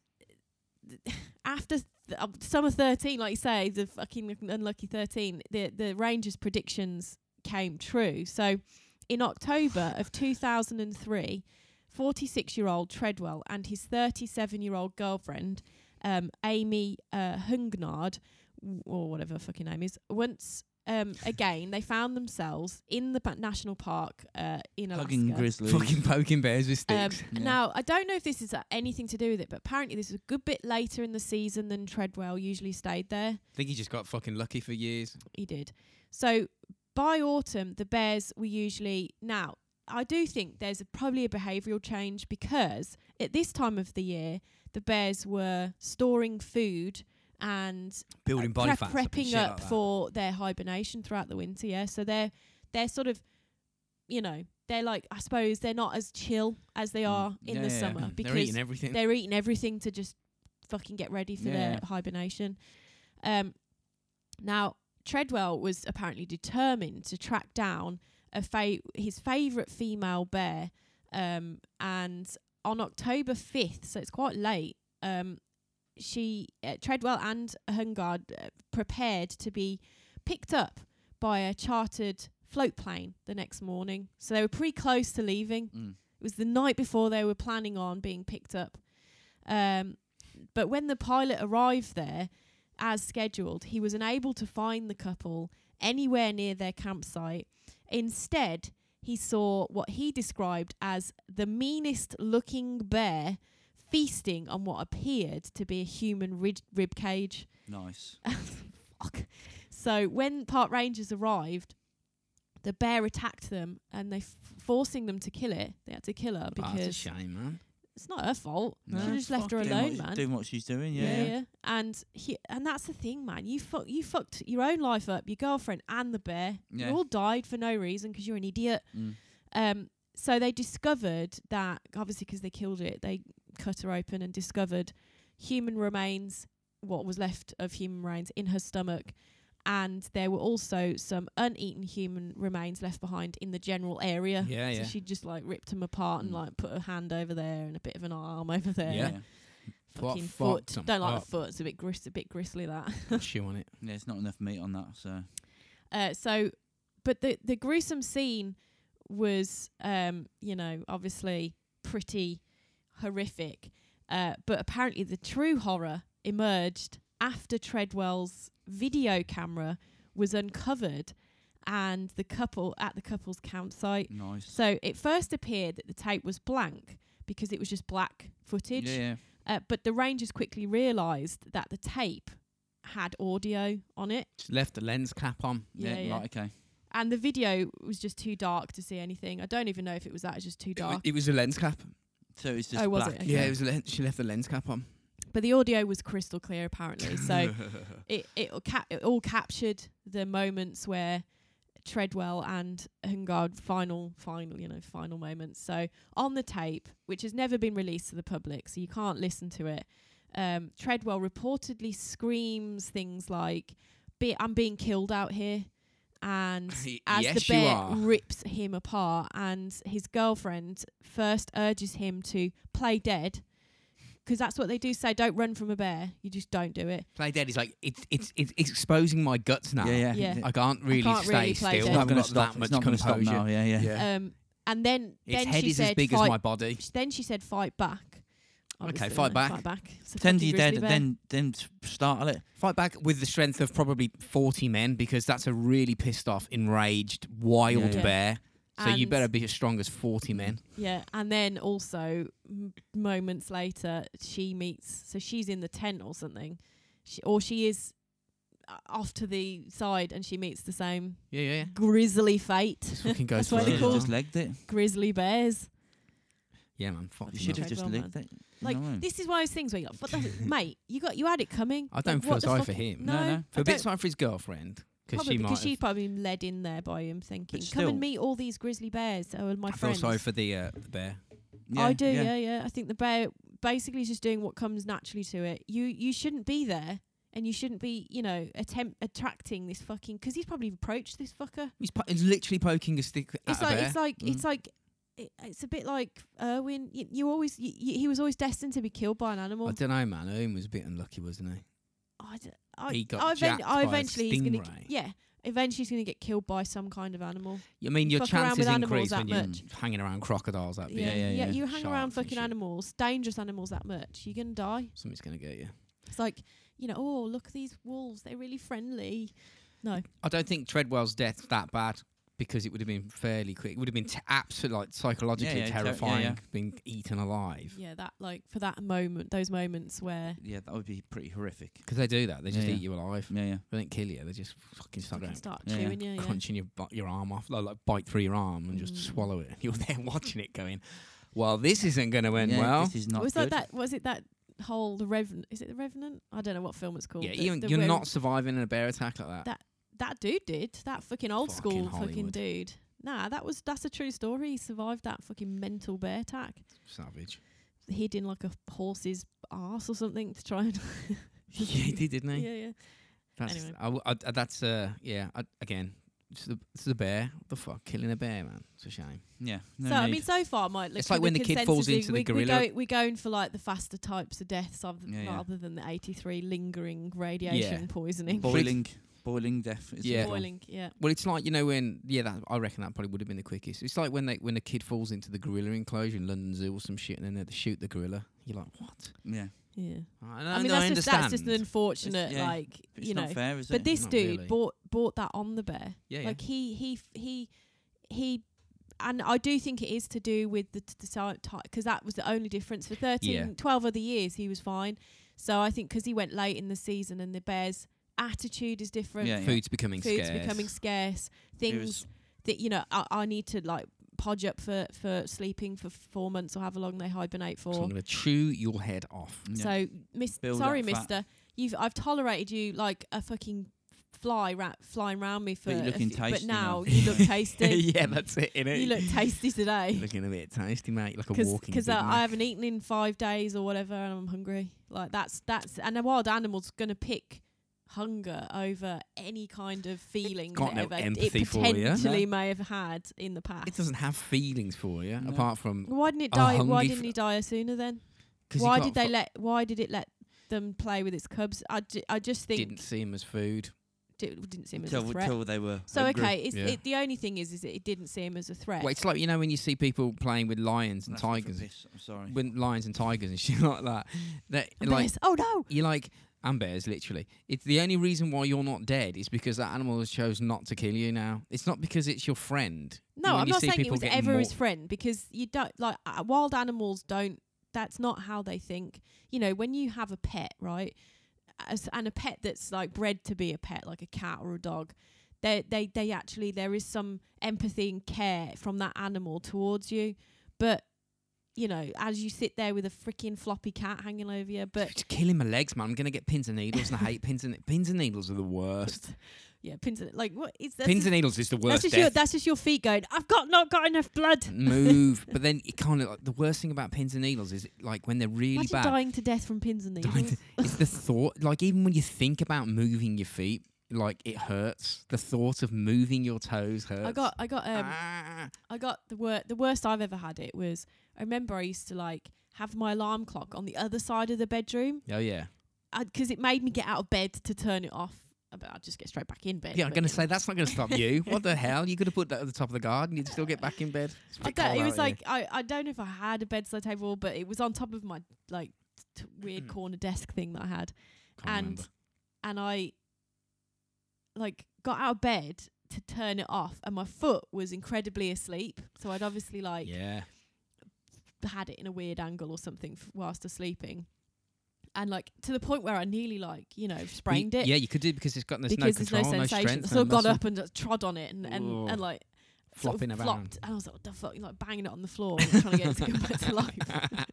Speaker 2: th- after th- uh, summer 13, like you say, the fucking unlucky 13, the the Rangers' predictions came true. So in October of 2003, 46 year old Treadwell and his 37 year old girlfriend, um, Amy uh, Hungnard, w- or whatever her fucking name is, once um, again they found themselves in the ba- national park uh, in Alaska.
Speaker 3: Hugging grizzlies.
Speaker 1: Fucking poking bears with
Speaker 2: Um,
Speaker 1: sticks.
Speaker 3: Yeah.
Speaker 2: Now, I don't know if this is uh, anything to do with it, but apparently this is a good bit later in the season than Treadwell usually stayed there.
Speaker 1: I think he just got fucking lucky for years.
Speaker 2: He did. So by autumn, the bears were usually now. I do think there's a, probably a behavioural change because at this time of the year, the bears were storing food and
Speaker 1: Building body
Speaker 2: prep-
Speaker 1: fat.
Speaker 2: uh, prepping up for their hibernation throughout the winter. Yeah, so they're they're sort of, you know, they're like I suppose they're not as chill as they are in
Speaker 3: Yeah,
Speaker 2: the
Speaker 3: yeah, yeah.
Speaker 2: summer because
Speaker 1: Mm. They're eating everything.
Speaker 2: they're eating everything to just fucking get ready for their
Speaker 3: Yeah.
Speaker 2: hibernation. Um, now Treadwell was apparently determined to track down a fa- his favourite female bear, um, and on October fifth, so it's quite late. Um, she uh, Treadwell and Hungard uh, prepared to be picked up by a chartered float plane the next morning. So they were pretty close to leaving.
Speaker 3: Mm.
Speaker 2: It was the night before they were planning on being picked up. Um, but when the pilot arrived there, as scheduled, he was unable to find the couple anywhere near their campsite. Instead, he saw what he described as the meanest looking bear feasting on what appeared to be a human rid- rib cage.
Speaker 3: Nice.
Speaker 2: Fuck. So when park rangers arrived, the bear attacked them and they f- forcing them to kill it. They had to kill her
Speaker 1: That's a
Speaker 2: because
Speaker 1: shame, man.
Speaker 2: it's not her fault.
Speaker 3: No,
Speaker 2: Should have just left her
Speaker 3: fucking
Speaker 2: alone,
Speaker 3: what-
Speaker 2: man.
Speaker 3: Doing what she's doing, yeah.
Speaker 2: yeah, yeah. And he, and that's the thing, man. You fuck, you fucked your own life up, your girlfriend and the bear.
Speaker 3: Yeah.
Speaker 2: You all died for no reason 'cause you're an idiot.
Speaker 3: Mm.
Speaker 2: Um, so they discovered that obviously 'cause they killed it, they cut her open and discovered human remains, what was left of human remains in her stomach, and there were also some uneaten human remains left behind in the general area.
Speaker 1: Yeah,
Speaker 2: So
Speaker 1: yeah.
Speaker 2: she just like ripped them apart and
Speaker 3: Mm.
Speaker 2: like put her hand over there and a bit of an arm over there.
Speaker 1: Yeah. What
Speaker 2: Fucking
Speaker 1: fucked
Speaker 2: foot.
Speaker 1: them
Speaker 2: Don't like
Speaker 1: up?
Speaker 2: the foot. It's a bit grist, a bit gristly that.
Speaker 1: Chew on it.
Speaker 3: Yeah, it's not enough meat on that, so
Speaker 2: Uh, so, but the the gruesome scene was, um, you know, obviously pretty horrific. Uh, but apparently, the true horror emerged after Treadwell's video camera was uncovered, and the couple at the couple's campsite.
Speaker 3: nice.
Speaker 2: So it first appeared that the tape was blank because it was just black footage.
Speaker 3: Yeah, yeah.
Speaker 2: Uh, but the Rangers quickly realised that the tape had audio on it.
Speaker 1: Just left the lens cap on.
Speaker 3: Yeah,
Speaker 2: Yeah, yeah.
Speaker 3: right, okay.
Speaker 2: And the video was just too dark to see anything. I don't even know if it was that. It's just too
Speaker 1: It, wa-
Speaker 2: dark.
Speaker 1: it was a lens cap.
Speaker 3: So it's just
Speaker 2: Oh, was
Speaker 3: black.
Speaker 2: it? Okay.
Speaker 1: Yeah, it was. A len- she left the lens cap on.
Speaker 2: But the audio was crystal clear, apparently. So it it, all cap- it all captured the moments where Treadwell and Hungard final final you know final moments. So on the tape, which has never been released to the public, so you can't listen to it. Um, Treadwell reportedly screams things like, "Be I'm being killed out here," and as
Speaker 1: Yes,
Speaker 2: the
Speaker 1: you
Speaker 2: bear
Speaker 1: are.
Speaker 2: rips him apart, and his girlfriend first urges him to play dead. 'Cause that's what they do say. Don't run from a bear. You just don't do it.
Speaker 1: Play dead. He's like, it's it's it's exposing my guts now.
Speaker 3: Yeah, yeah.
Speaker 2: Yeah.
Speaker 3: It's
Speaker 1: I can't really
Speaker 2: can't
Speaker 1: stay
Speaker 2: really play
Speaker 1: still.
Speaker 2: dead.
Speaker 1: I've
Speaker 3: not going
Speaker 1: got
Speaker 3: to stop.
Speaker 1: that much
Speaker 3: It's not going to stop
Speaker 1: composure.
Speaker 3: now. Yeah, yeah.
Speaker 2: Um, and then
Speaker 1: Its
Speaker 2: then
Speaker 1: head
Speaker 2: she
Speaker 1: is
Speaker 2: said,
Speaker 1: as big
Speaker 2: fight,
Speaker 1: as my body.
Speaker 2: Then she said, "Fight back." Obviously,
Speaker 1: fight
Speaker 2: no,
Speaker 1: back.
Speaker 2: Fight back. It's a
Speaker 3: Pretend
Speaker 2: fucking grizzly
Speaker 3: you're dead,
Speaker 2: bear.
Speaker 3: then then s- startle it.
Speaker 1: Fight back with the strength of probably 40 men because that's a really pissed off, enraged, wild
Speaker 3: Yeah. Yeah.
Speaker 1: bear. So you
Speaker 2: And-
Speaker 1: better be as strong as 40 men.
Speaker 2: Yeah, and then also m- moments later, she meets. So she's in the tent or something, she, or she is uh, off to the side, and she meets the same
Speaker 1: Yeah, yeah, yeah.
Speaker 2: grizzly fate.
Speaker 1: Fucking goes
Speaker 2: That's why
Speaker 1: for
Speaker 2: they're
Speaker 1: it.
Speaker 2: called-
Speaker 3: Just legged it.
Speaker 2: grizzly bears.
Speaker 1: Yeah, man. Fuck you,
Speaker 3: You should
Speaker 1: man.
Speaker 3: have just
Speaker 2: Treadwell man.
Speaker 3: legged it. You
Speaker 2: Like
Speaker 3: know what I mean?
Speaker 2: this is one of those things where you're like, what the, mate, you got you had it coming.
Speaker 1: I don't
Speaker 2: Like,
Speaker 1: feel
Speaker 2: what the
Speaker 1: sorry
Speaker 2: fuck-
Speaker 1: for him.
Speaker 2: No,
Speaker 3: No, no.
Speaker 2: I
Speaker 1: For a
Speaker 2: don't-
Speaker 1: bit sorry for his girlfriend because
Speaker 2: Probably
Speaker 1: she might.
Speaker 2: because she's
Speaker 1: have-
Speaker 2: probably been led in there by him thinking, come
Speaker 3: still-
Speaker 2: and meet all these grizzly bears. Oh, my
Speaker 1: I feel
Speaker 2: friends.
Speaker 1: sorry for the, uh, the bear.
Speaker 2: I do, yeah. yeah, I think the bear basically is just doing what comes naturally to it. You you shouldn't be there, and you shouldn't be, you know, attempt attracting this fucking because he's probably approached this fucker.
Speaker 1: He's, po- he's literally poking a stick at
Speaker 2: It's
Speaker 1: a
Speaker 2: like,
Speaker 1: bear.
Speaker 2: it's like
Speaker 1: Mm.
Speaker 2: it's like it- it's a bit like Erwin. You, you always y y he was always destined to be killed by an animal.
Speaker 1: I don't know, man. Owen was a bit unlucky, wasn't he?
Speaker 2: I d- I-
Speaker 1: He got
Speaker 2: I,
Speaker 1: jacked by a
Speaker 2: eventually he's gonna
Speaker 1: stingray.
Speaker 2: g- yeah. Eventually, he's going to get killed by some kind of animal.
Speaker 1: I mean,
Speaker 2: You
Speaker 1: your
Speaker 2: fuck around
Speaker 1: chances
Speaker 2: with animals
Speaker 1: increase
Speaker 2: that
Speaker 1: when you're
Speaker 2: much.
Speaker 1: hanging around crocodiles. That big.
Speaker 3: Yeah, yeah, yeah.
Speaker 2: You hang around
Speaker 1: Sharks and
Speaker 2: fucking
Speaker 1: shit.
Speaker 2: animals, dangerous animals that much, you're going to die.
Speaker 1: Something's gonna get you.
Speaker 2: It's like, you know, oh, look at these wolves. They're really friendly. No.
Speaker 1: I don't think Treadwell's death's that bad because it would have been fairly quick. It would have been t- absolutely like psychologically
Speaker 3: yeah, ter- yeah,
Speaker 1: terrifying
Speaker 3: yeah.
Speaker 1: being eaten alive.
Speaker 2: Yeah, that, like, for that moment, those moments where.
Speaker 3: Yeah, that would be pretty horrific.
Speaker 1: Because they do that. They just
Speaker 3: Yeah,
Speaker 1: eat
Speaker 3: yeah.
Speaker 1: you alive.
Speaker 3: Yeah, yeah.
Speaker 1: They don't kill you. They just fucking start
Speaker 2: Fucking
Speaker 1: going,
Speaker 2: start
Speaker 3: Yeah, yeah.
Speaker 2: chewing you, yeah.
Speaker 1: crunching your bu- your arm off, like, like bite through your arm and just
Speaker 2: Mm.
Speaker 1: swallow it. You're there watching it, going, "Well, this isn't going to end
Speaker 3: yeah,
Speaker 1: well."
Speaker 3: this is not
Speaker 2: was
Speaker 3: good.
Speaker 2: that that? Was it that whole the revenant? Is it the revenant? I don't know what film it's called.
Speaker 1: Yeah,
Speaker 2: The-
Speaker 1: you,
Speaker 2: the
Speaker 1: you're
Speaker 2: where
Speaker 1: not surviving in a bear attack like that.
Speaker 2: That- That dude did that fucking old
Speaker 1: Fucking
Speaker 2: school fucking
Speaker 1: Hollywood.
Speaker 2: dude. Nah, that was that's a true story. He survived that fucking mental bear attack,
Speaker 1: Savage.
Speaker 2: hid in like a horse's arse or something to try and.
Speaker 1: yeah, he did, didn't
Speaker 2: yeah,
Speaker 1: he?
Speaker 2: yeah.
Speaker 1: That's
Speaker 2: Anyway.
Speaker 1: I w- I d- that's uh yeah. I, again, it's the it's the bear. What the fuck, killing a bear, man. It's a shame.
Speaker 3: Yeah. No
Speaker 2: so I
Speaker 3: need.
Speaker 2: mean, so far, my
Speaker 1: It's like when the kid falls
Speaker 2: consensus is
Speaker 1: into the
Speaker 2: we- we
Speaker 1: gorilla.
Speaker 2: go- We're going for like the faster types of deaths, other
Speaker 3: Yeah, yeah.
Speaker 2: rather than the eighty-three lingering radiation
Speaker 1: Yeah.
Speaker 2: poisoning,
Speaker 3: boiling, boiling death. Is
Speaker 1: Yeah.
Speaker 3: the one.
Speaker 2: boiling. Yeah,
Speaker 1: Well, it's like you know when yeah, that I reckon that probably would have been the quickest. It's like when they when a kid falls into the gorilla enclosure in London Zoo or some shit, and then they have to shoot the gorilla. You're like, what?
Speaker 3: Yeah.
Speaker 2: yeah.
Speaker 1: I,
Speaker 2: I mean,
Speaker 1: know,
Speaker 2: that's
Speaker 1: I
Speaker 2: just that's just an
Speaker 1: understand.
Speaker 2: unfortunate,
Speaker 3: yeah,
Speaker 2: like
Speaker 3: It's
Speaker 2: you know.
Speaker 3: not fair, is
Speaker 2: But
Speaker 3: it?
Speaker 2: this
Speaker 1: Not
Speaker 2: dude
Speaker 1: really.
Speaker 2: bought bought that on the bear.
Speaker 1: yeah, yeah.
Speaker 2: Like he he f- he he. And I do think it is to do with the, t- the type because that was the only difference for 13,
Speaker 1: Yeah.
Speaker 2: 12 other years he was fine. So I think 'cause he went late in the season and the bears' attitude is different,
Speaker 3: Yeah, yeah.
Speaker 1: Food's becoming
Speaker 2: food's
Speaker 1: scarce.
Speaker 2: becoming scarce.
Speaker 3: It
Speaker 2: Things
Speaker 3: was-
Speaker 2: that you know I, I need to like podge up for for sleeping for four months or however long they hibernate
Speaker 1: So I'm
Speaker 2: for.
Speaker 1: gonna chew your head off.
Speaker 3: yeah.
Speaker 2: So, miss,
Speaker 3: Build
Speaker 2: sorry,
Speaker 3: up fat.
Speaker 2: Mister, you've I've tolerated you like a fucking fly ra- flying round me for.
Speaker 3: you're
Speaker 2: a
Speaker 3: looking
Speaker 2: few- but
Speaker 3: tasty
Speaker 2: now
Speaker 3: now.
Speaker 2: Oh, you look tasty.
Speaker 1: yeah, that's it. Innit?
Speaker 2: you look tasty today
Speaker 1: looking a bit tasty, mate. Like a walking.
Speaker 2: because
Speaker 1: Big
Speaker 2: I,
Speaker 1: Mac.
Speaker 2: I haven't eaten in five days or whatever, and I'm hungry. Like that's that's and a wild animal's gonna pick hunger over any kind of feeling
Speaker 1: got no
Speaker 2: that ever
Speaker 1: empathy
Speaker 2: it
Speaker 1: for you.
Speaker 2: potentially may have had in the past.
Speaker 1: It doesn't have feelings for you
Speaker 3: No.
Speaker 1: apart from
Speaker 2: Why didn't it
Speaker 1: a
Speaker 2: die? Why
Speaker 1: hungry
Speaker 2: didn't
Speaker 1: f-
Speaker 2: he die sooner then?
Speaker 1: 'cause you
Speaker 2: Why
Speaker 1: can't
Speaker 2: did they
Speaker 1: fu-
Speaker 2: let? Why did it let them play with its cubs? I, ju- I just think
Speaker 1: didn't see him as food.
Speaker 2: d- didn't see him as a
Speaker 3: till,
Speaker 2: threat.
Speaker 3: till they were.
Speaker 2: so
Speaker 3: they grew.
Speaker 2: okay, it's,
Speaker 1: Yeah.
Speaker 2: it, the only thing is, is that it didn't see him as a threat.
Speaker 1: Well, it's like you know when you see people playing with lions and
Speaker 3: That's not for
Speaker 1: tigers,
Speaker 3: piss, I'm sorry.
Speaker 1: with lions and tigers and shit like that. That
Speaker 2: And
Speaker 1: like
Speaker 2: bears, oh no!
Speaker 1: you like and bears literally. It's the only reason why you're not dead is because that animal has chose not to kill you. Now it's not because it's your friend.
Speaker 2: No,
Speaker 1: When
Speaker 2: I'm
Speaker 1: you
Speaker 2: not
Speaker 1: see
Speaker 2: saying it
Speaker 1: people
Speaker 2: was
Speaker 1: getting
Speaker 2: ever
Speaker 1: mauled-
Speaker 2: his friend because you don't like uh, wild animals don't. That's not how they think. You know, when you have a pet, right, as, and a pet that's like bred to be a pet, like a cat or a dog, they they they actually there is some empathy and care from that animal towards you, but you know as you sit there with a freaking floppy cat hanging over you, but
Speaker 1: It's killing my legs, man. I'm gonna get pins and needles, and I hate pins and pins and needles are the worst.
Speaker 2: yeah, pins and like what is that?
Speaker 1: Pins and needles is the
Speaker 2: that's
Speaker 1: worst.
Speaker 2: just your
Speaker 1: death.
Speaker 2: that's just your feet going. I've got not got enough blood.
Speaker 1: Move, but then it kind of like the worst thing about pins and needles is like when they're really
Speaker 2: Imagine
Speaker 1: bad.
Speaker 2: dying to death from pins and
Speaker 1: Dying
Speaker 2: needles.
Speaker 1: to- it's the thought like even when you think about moving your feet like it hurts the thought of moving your toes hurts
Speaker 2: I got I got um
Speaker 1: Ah.
Speaker 2: I got the wor- the worst I've ever had it was I remember I used to like have my alarm clock on the other side of the bedroom
Speaker 1: oh yeah
Speaker 2: because it made me get out of bed to turn it off. Uh, But I'd just get straight back in bed.
Speaker 1: yeah i'm
Speaker 2: but
Speaker 1: gonna
Speaker 2: you
Speaker 1: say that's not gonna stop you what the hell you could have put that at the top of the garden you'd still get back in bed It's a
Speaker 2: I
Speaker 1: bit
Speaker 2: don't,
Speaker 1: cold
Speaker 2: it
Speaker 1: out
Speaker 2: was
Speaker 1: here.
Speaker 2: like I, I don't know if I had a bedside table, but it was on top of my like t- weird
Speaker 1: Mm.
Speaker 2: corner desk thing that I had,
Speaker 1: Can't
Speaker 2: and
Speaker 1: remember.
Speaker 2: and I like got out of bed to turn it off, and my foot was incredibly asleep, so I'd obviously like
Speaker 1: yeah
Speaker 2: had it in a weird angle or something f- whilst asleeping. And like to the point where I nearly like you know sprained
Speaker 1: You-
Speaker 2: it
Speaker 1: yeah you could do because it's got there's
Speaker 2: because
Speaker 1: no
Speaker 2: there's no
Speaker 1: control
Speaker 2: sensation.
Speaker 1: strength
Speaker 2: so I got
Speaker 1: muscle.
Speaker 2: up and just trod on it and
Speaker 1: Ooh.
Speaker 2: and, and like sort of
Speaker 1: flopping about
Speaker 2: flopped. And I was like, what the fuck? Like banging it on the floor, like, trying to get it to go back to life.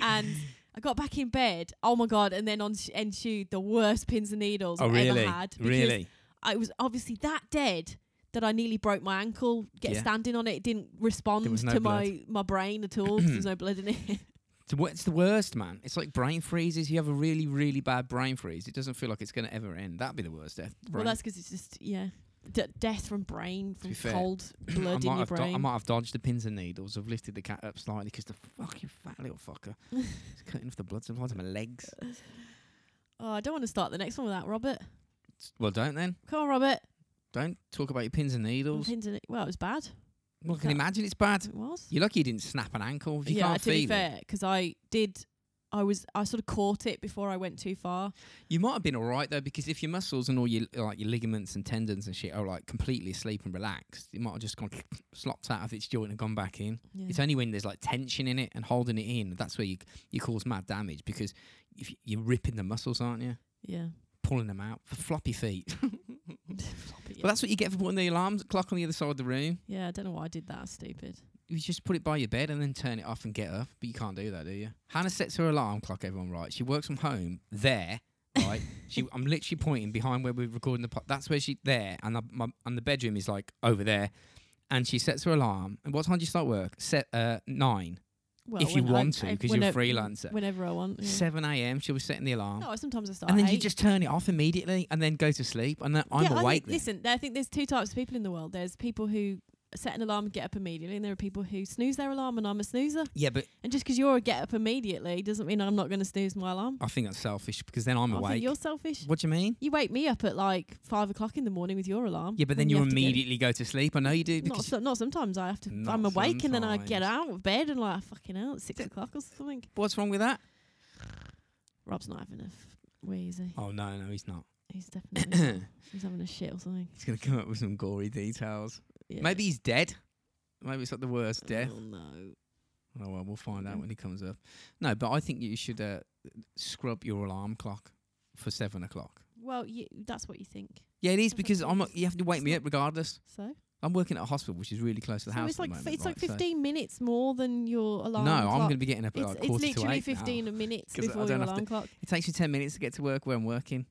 Speaker 2: and I got back in bed. Oh my god! And then on sh- ensued the worst pins and needles
Speaker 1: oh
Speaker 2: I've
Speaker 1: really
Speaker 2: ever had. because
Speaker 1: really
Speaker 2: I was obviously that dead that I nearly broke my ankle. Get
Speaker 1: Yeah.
Speaker 2: standing on it, it didn't respond
Speaker 1: was no
Speaker 2: to my my brain at all. 'cause There's no blood in it.
Speaker 1: It's the wor- It's the worst, man. It's like brain freezes. You have a really, really bad brain freeze. It doesn't feel like it's going to ever end. That'd be the worst death.
Speaker 2: Well,
Speaker 1: brain
Speaker 2: that's 'cause it's just yeah, D- death from brain
Speaker 1: be
Speaker 2: from
Speaker 1: fair,
Speaker 2: cold
Speaker 1: I
Speaker 2: blood
Speaker 1: might,
Speaker 2: in your
Speaker 1: have do- I
Speaker 2: brain.
Speaker 1: might have dodged the pins and needles. I've lifted the cat up slightly because the fucking fat little fucker is cutting off the blood supply to my legs.
Speaker 2: oh, I don't want to start the next one without Robert.
Speaker 1: Well, don't then.
Speaker 2: Come on, Robert.
Speaker 1: Don't talk about your pins and
Speaker 2: I'm
Speaker 1: needles.
Speaker 2: hinting it- Well, it was bad.
Speaker 1: Well, I can
Speaker 2: No.
Speaker 1: imagine it's bad.
Speaker 2: It was.
Speaker 1: You're lucky you didn't snap an ankle. If you can't
Speaker 2: to be
Speaker 1: feel it,
Speaker 2: fair, 'cause I did. I was. I sort of caught it before I went too far.
Speaker 1: you might have been all right though, because if your muscles and all your like your ligaments and tendons and shit are like completely asleep and relaxed, you might have just gone slopped out of its joint and gone back in.
Speaker 2: Yeah.
Speaker 1: It's only when there's like tension in it and holding it in that's where you you cause mad damage because if you- you're ripping the muscles, aren't you?
Speaker 2: yeah.
Speaker 1: Pulling them out for floppy feet.
Speaker 2: Floppy, yeah.
Speaker 1: Well, that's what you get for putting the alarm clock on the other side of the room.
Speaker 2: yeah. I don't know why I did that. Stupid.
Speaker 1: You just put it by your bed and then turn it off and get up. But you can't do that, do you? Hannah sets her alarm clock, everyone, right? She works from home there, right? she, I'm literally pointing behind where we're recording the pod. That's where she, there. And, I, my, and the bedroom is like over there. And she sets her alarm. And what time do you start work? Set uh, nine.
Speaker 2: Well,
Speaker 1: If you
Speaker 2: when
Speaker 1: want to,
Speaker 2: if-
Speaker 1: 'cause you're a
Speaker 2: whenever-
Speaker 1: freelancer.
Speaker 2: Whenever I want. Yeah.
Speaker 1: 7 a.m. She'll be setting the alarm.
Speaker 2: No, sometimes I start.
Speaker 1: and then
Speaker 2: at
Speaker 1: you
Speaker 2: eight.
Speaker 1: just turn it off immediately and then go to sleep. And then I'm
Speaker 2: yeah, I
Speaker 1: awake.
Speaker 2: think,
Speaker 1: then.
Speaker 2: listen, I think there's two types of people in the world. There's people who set an alarm and get up immediately, and there are people who snooze their alarm, and I'm a snoozer.
Speaker 1: yeah, but
Speaker 2: And just 'cause you're a get up immediately doesn't mean I'm not going to snooze my alarm.
Speaker 1: I think that's selfish because then I'm
Speaker 2: I think
Speaker 1: awake.
Speaker 2: you're selfish.
Speaker 1: What do you mean?
Speaker 2: You wake me up at like five o'clock in the morning with your alarm.
Speaker 1: Yeah, but then
Speaker 2: and
Speaker 1: you,
Speaker 2: have to get-
Speaker 1: immediately go to sleep. I know you do
Speaker 2: Not,
Speaker 1: because
Speaker 2: so, not sometimes. I have to.
Speaker 1: Not
Speaker 2: I'm awake and then I
Speaker 1: sometimes.
Speaker 2: get out of bed and like fucking out at six o'clock or something.
Speaker 1: what's wrong with that?
Speaker 2: Rob's not having a f- wheezy.
Speaker 1: Oh no, no, he's not.
Speaker 2: He's definitely he's having a shit or something.
Speaker 1: He's gonna come up with some gory details.
Speaker 2: Yeah.
Speaker 1: Maybe he's dead. Maybe it's like the worst death.
Speaker 2: Oh no.
Speaker 1: Oh well, we'll find
Speaker 2: Mm-hmm.
Speaker 1: out when he comes up. No, but I think you should uh, scrub your alarm clock for seven o'clock.
Speaker 2: Well, you, that's what you think.
Speaker 1: Yeah, it is
Speaker 2: That's
Speaker 1: because I'm.
Speaker 2: ridiculous.
Speaker 1: You have to wake
Speaker 2: It's
Speaker 1: me
Speaker 2: not-
Speaker 1: up regardless.
Speaker 2: So,
Speaker 1: I'm working at a hospital, which is really close to the
Speaker 2: so
Speaker 1: house.
Speaker 2: it's
Speaker 1: at the
Speaker 2: like f
Speaker 1: moment,
Speaker 2: it's like
Speaker 1: right, so-
Speaker 2: 15 minutes more than your alarm.
Speaker 1: no, I'm
Speaker 2: clock.
Speaker 1: going to be getting up at
Speaker 2: It's,
Speaker 1: like
Speaker 2: it's
Speaker 1: quarter to
Speaker 2: literally
Speaker 1: eight now.
Speaker 2: 15 minutes
Speaker 1: 'Cause I
Speaker 2: before
Speaker 1: don't
Speaker 2: your
Speaker 1: have to-
Speaker 2: alarm clock.
Speaker 1: It takes me 10 minutes to get to work where I'm working,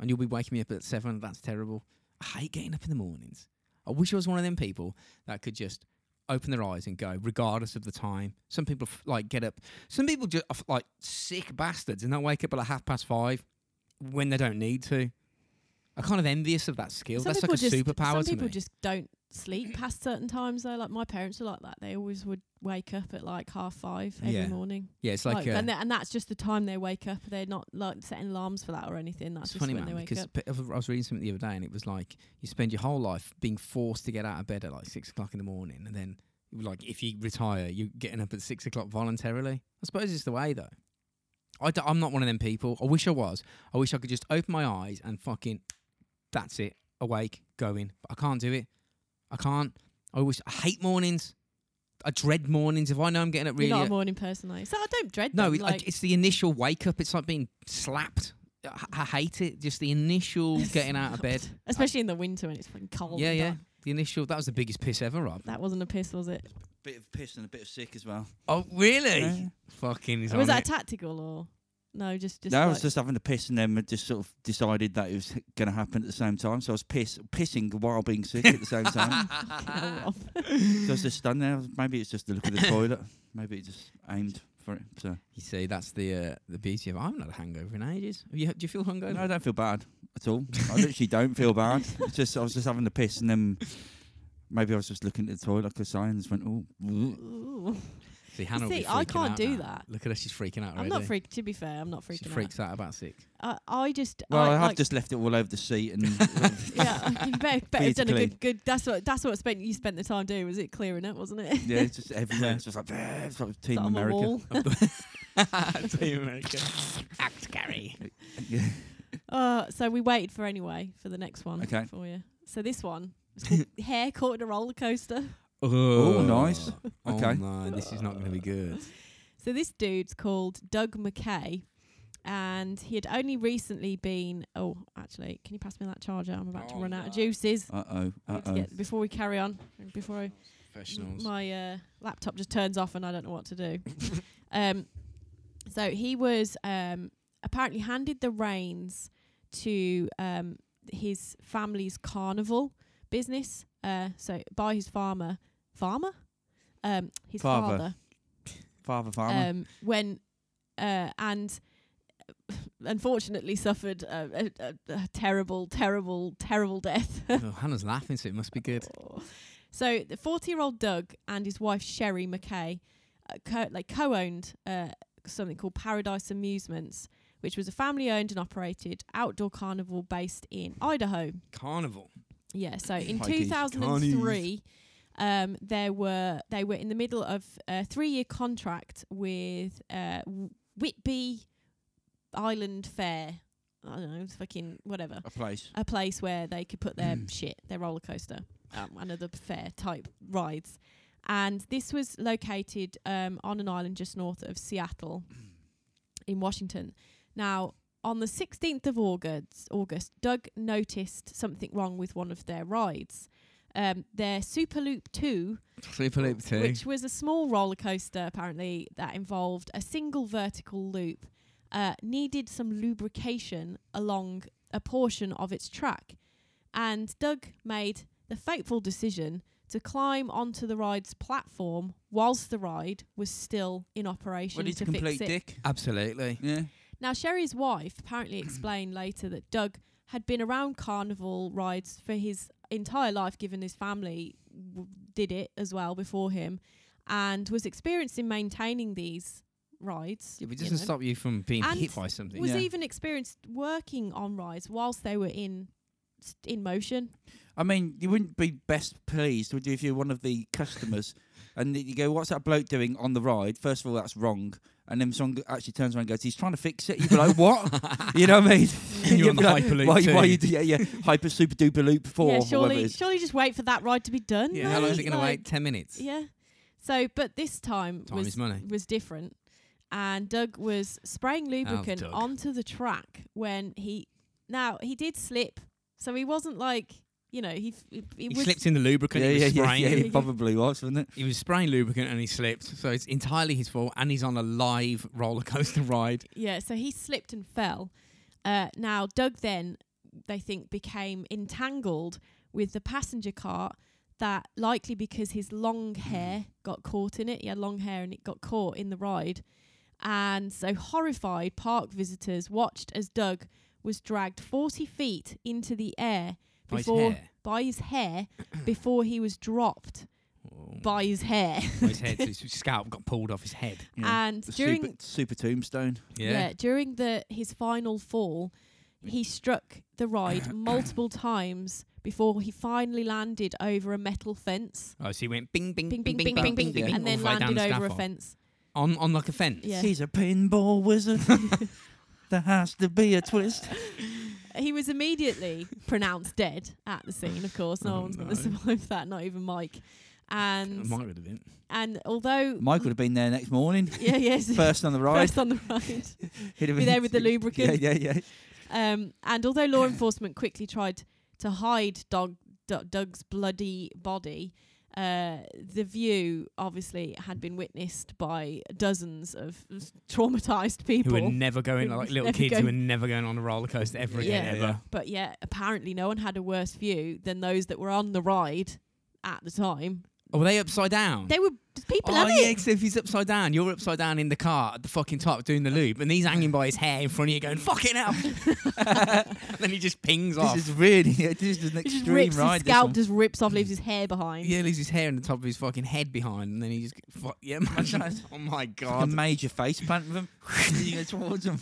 Speaker 1: and you'll be waking me up at seven. That's terrible. I hate getting up in the mornings. I wish I was one of them people that could just open their eyes and go, regardless of the time. Some people f- like get up. Some people just are f- like sick bastards, and they'll wake up at like half past five when they don't need to. I'm kind of envious of that skill.
Speaker 2: Some
Speaker 1: That's like
Speaker 2: people
Speaker 1: a
Speaker 2: just,
Speaker 1: superpower
Speaker 2: Some
Speaker 1: to
Speaker 2: people
Speaker 1: me.
Speaker 2: just don't sleep past certain times though. Like my parents are like that. They always would wake up at like half five every
Speaker 1: Yeah.
Speaker 2: morning.
Speaker 1: yeah, it's like,
Speaker 2: Like,
Speaker 1: uh,
Speaker 2: and, tha- and that's just the time they wake up. They're not like setting alarms for that or anything. That's
Speaker 1: It's
Speaker 2: just
Speaker 1: funny,
Speaker 2: when
Speaker 1: man,
Speaker 2: they wake
Speaker 1: because
Speaker 2: up.
Speaker 1: p- I was- I was reading something the other day and it was like you spend your whole life being forced to get out of bed at like six o'clock in the morning, and then like if you retire, you're getting up at six o'clock voluntarily. I suppose it's the way though. I d- I'm not one of them people. I wish I was. I wish I could just open my eyes and fucking that's it, awake, going. But I can't do it. I can't. I wish. I hate mornings. I dread mornings. If I know I'm getting up really
Speaker 2: You're not a
Speaker 1: ear-
Speaker 2: morning person, are you? So I don't dread
Speaker 1: no,
Speaker 2: them.
Speaker 1: it, like,
Speaker 2: like,
Speaker 1: it's the initial wake up. It's like being slapped I, I hate it. Just the initial getting out of bed.
Speaker 2: especially in the winter when it's fucking cold.
Speaker 1: yeah,
Speaker 2: and
Speaker 1: yeah.
Speaker 2: dark.
Speaker 1: The initial. That was the biggest piss ever, Rob.
Speaker 2: That wasn't a piss, was it?
Speaker 3: Bit of piss and a bit of sick as well.
Speaker 1: Oh, really?
Speaker 3: Yeah.
Speaker 1: Fucking. He's
Speaker 2: was
Speaker 1: on
Speaker 2: that
Speaker 1: it.
Speaker 2: tactical or no? Just just
Speaker 3: no, I
Speaker 2: like,
Speaker 3: was just having to piss and then I just sort of decided that it was going to happen at the same time. So I was piss, pissing while being sick at the same time.
Speaker 2: hell off.
Speaker 3: So I was just standing there. Maybe it's just the look of the toilet. Maybe it just aimed for it. So
Speaker 1: you see, that's the uh, the beauty of. I haven't had a hangover in ages. Have you? Do you feel hungover?
Speaker 3: no, I don't feel bad at all. I literally don't feel bad. It's just I was just having to piss and then maybe I was just looking at the toilet like a science went oh. bleh."
Speaker 2: Ooh.
Speaker 1: See, Hannah will be
Speaker 2: see, I
Speaker 1: freaking
Speaker 2: can't
Speaker 1: out
Speaker 2: do
Speaker 1: now.
Speaker 2: that.
Speaker 1: Look at her. She's freaking out
Speaker 2: I'm
Speaker 1: already.
Speaker 2: not freaked. To be fair, I'm not
Speaker 1: She
Speaker 2: freaking
Speaker 1: freaks out about sick.
Speaker 2: out. I, I just
Speaker 3: Well, I,
Speaker 2: I,
Speaker 3: have
Speaker 2: like,
Speaker 3: just left it all over the seat and
Speaker 2: yeah, you better, better have done a
Speaker 3: Physically.
Speaker 2: good good. That's what that's what spent you spent the time doing. Was it clearing it? Wasn't it?
Speaker 3: yeah, it's just everywhere. It's just like, "Bleh," it's like Team
Speaker 2: It's on the
Speaker 3: America.
Speaker 2: wall.
Speaker 1: Team America.
Speaker 4: Act Gary.
Speaker 3: Yeah.
Speaker 2: Uh, so we waited for anyway for the next one
Speaker 3: Okay.
Speaker 2: for you. So this one is called Hair Caught in a Roller Coaster.
Speaker 1: Oh,
Speaker 3: nice.
Speaker 1: Oh,
Speaker 3: Okay.
Speaker 1: no, this is not going to be good.
Speaker 2: So this dude's called Doug McKay, and he had only recently been. Oh, actually, can you pass me that charger? I'm about to
Speaker 1: Oh,
Speaker 2: run out of
Speaker 1: no.
Speaker 2: juices.
Speaker 3: Uh oh.
Speaker 2: I
Speaker 3: Uh
Speaker 2: need to
Speaker 3: oh.
Speaker 2: get- before we carry on, before I, my uh, laptop just turns off and I don't know what to do. um, so he was um, apparently handed the reins to um, his family's carnival business. Uh, so by his farmer, farmer, um, his
Speaker 3: Father.
Speaker 2: father
Speaker 3: Father Farmer.
Speaker 2: um, when uh, and unfortunately suffered a, a, a, a terrible, terrible, terrible death.
Speaker 1: oh, Hannah's laughing, so it must be good.
Speaker 2: so the forty-year-old Doug and his wife Sherry McKay, uh, co- like co-owned uh, something called Paradise Amusements, which was a family-owned and operated outdoor carnival based in Idaho.
Speaker 1: Carnival.
Speaker 2: Yeah, so in
Speaker 3: Pikes,
Speaker 2: 2003, um, there were they were in the middle of a three-year contract with uh, Wh- Whitby Island Fair. I don't know, fucking whatever,
Speaker 3: a place.
Speaker 2: a place where they could put their shit, their roller coaster, um, and other fair type rides. And this was located um, on an island just north of Seattle, in Washington. Now, on the 16th of August, August, Doug noticed something wrong with one of their rides. Um, their Superloop 2,
Speaker 1: Super Loop 2.
Speaker 2: which was a small roller coaster apparently that involved a single vertical loop, uh, needed some lubrication along a portion of its track. And Doug made the fateful decision to climb onto the ride's platform whilst the ride was still in operation
Speaker 3: Well, he's
Speaker 2: to
Speaker 3: a complete
Speaker 2: fix it.
Speaker 3: dick.
Speaker 1: Absolutely.
Speaker 3: Yeah.
Speaker 2: Now, Sherry's wife apparently explained later that Doug had been around carnival rides for his entire life, given his family w- did it as well before him, and was experienced in maintaining these rides.
Speaker 1: Yeah, but it
Speaker 2: you
Speaker 1: doesn't
Speaker 2: know.
Speaker 1: stop you from being
Speaker 2: And
Speaker 1: hit by something.
Speaker 2: Was
Speaker 3: Yeah.
Speaker 2: even experienced working on rides whilst they were in s- in motion.
Speaker 3: I mean, you wouldn't be best pleased, would you, if you're one of the customers and you go, "What's that bloke doing on the ride?" First of all, that's wrong. And then someone actually turns around and goes, "He's trying to fix it." You'd be like, "What?" you know what I mean?
Speaker 1: And you're
Speaker 3: You'd
Speaker 1: on
Speaker 3: be
Speaker 1: the
Speaker 3: like,
Speaker 1: Hyperloop
Speaker 3: Why, why
Speaker 1: too.
Speaker 3: you do? Yeah, yeah. Hyper super duper loop four.
Speaker 2: yeah,
Speaker 3: or whatever it
Speaker 2: surely,
Speaker 3: is.
Speaker 2: surely just wait for that ride to be done.
Speaker 1: Yeah, how long is it
Speaker 2: mate.
Speaker 1: going to
Speaker 2: Like,
Speaker 1: wait? 10 minutes.
Speaker 2: Yeah. So, but this time
Speaker 1: Time
Speaker 2: was
Speaker 1: is money. Oh,
Speaker 2: was different, and Doug was spraying lubricant
Speaker 1: Doug.
Speaker 2: onto the track when he. Now he did slip, so he wasn't like you know he f- he, he
Speaker 1: He
Speaker 2: was
Speaker 1: slipped in the lubricant.
Speaker 3: yeah,
Speaker 1: he was
Speaker 3: yeah, yeah,
Speaker 1: spraying.
Speaker 3: yeah,
Speaker 2: it.
Speaker 3: It probably was, wasn't it?
Speaker 1: He was spraying lubricant and he slipped. So it's entirely his fault. And he's on a live roller coaster ride.
Speaker 2: yeah. So he slipped and fell. Uh, now Doug then they think became entangled with the passenger cart that likely because his long
Speaker 1: Hmm.
Speaker 2: hair got caught in it. He had long hair and it got caught in the ride. And so horrified park visitors watched as Doug was dragged 40 feet into the air
Speaker 1: By his
Speaker 2: before
Speaker 1: hair.
Speaker 2: by his hair before he was dropped
Speaker 1: Oh.
Speaker 2: by his hair.
Speaker 1: By his head. so his scalp got pulled off his head.
Speaker 3: Yeah.
Speaker 2: And
Speaker 3: The
Speaker 2: Uh, during
Speaker 3: super, super tombstone.
Speaker 2: yeah. during the his final fall, he struck the ride multiple times before he finally landed over a metal fence.
Speaker 1: Oh, so he went bing, bing,
Speaker 2: Bing bing bing bing bing,
Speaker 3: bing,
Speaker 2: and then
Speaker 1: all the way down
Speaker 2: landed
Speaker 1: the
Speaker 2: over a
Speaker 1: scaffold.
Speaker 2: fence.
Speaker 1: On, on like a fence.
Speaker 2: Yeah.
Speaker 3: He's a pinball wizard. there has to be a twist.
Speaker 2: He was immediately pronounced dead at the scene. Of course, no
Speaker 1: Oh,
Speaker 2: one's going
Speaker 1: no.
Speaker 2: to survive that. Not even Mike. And
Speaker 1: Might would have been.
Speaker 2: and although
Speaker 3: Mike would have been there next morning.
Speaker 2: yeah yes
Speaker 3: First on the ride.
Speaker 2: first on the ride
Speaker 3: He'd have
Speaker 2: be
Speaker 3: been-
Speaker 2: there with the lubricant.
Speaker 3: Yeah, yeah, yeah.
Speaker 2: Um, and although law enforcement quickly tried to hide Dog, D- Doug's bloody body, uh, the view obviously had been witnessed by dozens of traumatized
Speaker 1: who
Speaker 2: people.
Speaker 1: were never going
Speaker 2: who
Speaker 1: like little
Speaker 2: never
Speaker 1: kids
Speaker 2: go-
Speaker 1: who were never going on a roller coaster ever again
Speaker 2: Yeah.
Speaker 1: ever.
Speaker 3: Yeah.
Speaker 2: but yeah, apparently no one had a worse view than those that were on the ride at the time.
Speaker 1: Oh, were they upside down?
Speaker 2: They were just people
Speaker 1: oh
Speaker 2: at
Speaker 1: yeah,
Speaker 2: it.
Speaker 1: because if he's upside down, you're upside down in the car at the fucking top doing the loop, and he's hanging by his hair in front of you, going "fucking hell," And then he just pings off.
Speaker 3: This is really, this is an
Speaker 2: He just
Speaker 3: extreme
Speaker 2: rips his
Speaker 3: ride. this
Speaker 2: scalp,
Speaker 3: one.
Speaker 2: just rips off, leaves his hair behind.
Speaker 1: yeah, leaves his hair on the top of his fucking head behind, and then he just fuck yeah. Imagine that. oh my
Speaker 3: a
Speaker 1: god,
Speaker 3: major face plant with him. you go towards him.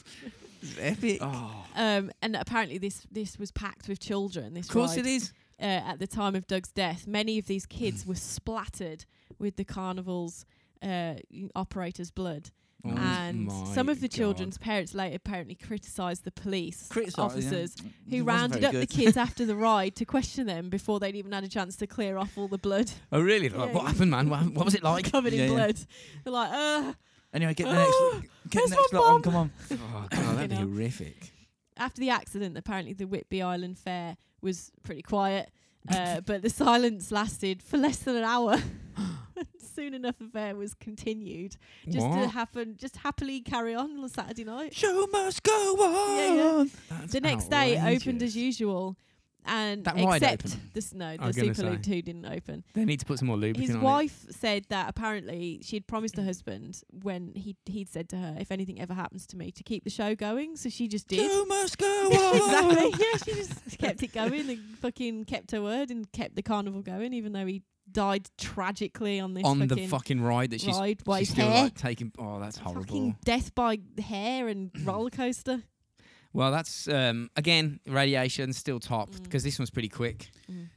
Speaker 3: It's epic.
Speaker 1: oh,
Speaker 2: Um, and apparently this this was packed with children. This
Speaker 1: of course
Speaker 2: ride.
Speaker 1: it is.
Speaker 2: uh, at the time of Doug's death, many of these kids were splattered with the carnival's uh, operator's blood.
Speaker 1: Oh
Speaker 2: and some
Speaker 1: my
Speaker 2: of the
Speaker 1: God.
Speaker 2: children's parents later apparently criticised the police
Speaker 3: Criticise, yeah.
Speaker 2: officers
Speaker 3: It
Speaker 2: who
Speaker 3: wasn't
Speaker 2: rounded
Speaker 3: very
Speaker 2: up the
Speaker 3: good.
Speaker 2: kids after the ride to question them before they'd even had a chance to clear off all the blood
Speaker 1: Oh really? They're like,
Speaker 2: Yeah,
Speaker 1: what
Speaker 2: yeah.
Speaker 1: happened, man? What, hap- what was it like?
Speaker 2: covered
Speaker 3: Yeah,
Speaker 2: in
Speaker 3: yeah.
Speaker 2: blood. They're like, uh,
Speaker 3: Anyway, get the
Speaker 2: Oh,
Speaker 3: next, get the
Speaker 2: there's
Speaker 3: next
Speaker 2: my
Speaker 3: lot on.
Speaker 2: bomb.
Speaker 3: Come on.
Speaker 1: Oh god, that'd be
Speaker 2: Fucking
Speaker 1: horrific.
Speaker 2: after the accident, apparently the Whitby Island Fair was pretty quiet, uh, but the silence lasted for less than an hour. Soon enough, the fair was continued, just to
Speaker 1: What?
Speaker 2: happen, just happily carry on on Saturday night.
Speaker 3: Show must go on.
Speaker 2: Yeah, yeah.
Speaker 1: That's
Speaker 2: the next day, it opened
Speaker 1: outrageous.
Speaker 2: as usual, and
Speaker 1: That ride
Speaker 2: except
Speaker 1: opened?
Speaker 2: this no,
Speaker 1: I
Speaker 2: the
Speaker 1: was gonna
Speaker 2: Super League
Speaker 1: say.
Speaker 2: Two didn't open.
Speaker 1: They need to put some more lubricant
Speaker 2: His
Speaker 1: on it.
Speaker 2: wife said that apparently she had promised her husband when he he'd said to her, "If anything ever happens to me, to keep the show going." So she just did.
Speaker 3: Show must go on.
Speaker 2: exactly. Yeah, she just kept it going and fucking kept her word and kept the carnival going, even though he died tragically on this
Speaker 1: on
Speaker 2: fucking
Speaker 1: the fucking ride that she's,
Speaker 2: ride by
Speaker 1: she's
Speaker 2: his
Speaker 1: still
Speaker 2: hair.
Speaker 1: like taking. Oh, that's horrible.
Speaker 2: Fucking death by hair and
Speaker 3: Mm.
Speaker 2: roller coaster.
Speaker 1: Well, that's um, again radiation still topped
Speaker 2: Mm.
Speaker 1: because this one's pretty quick.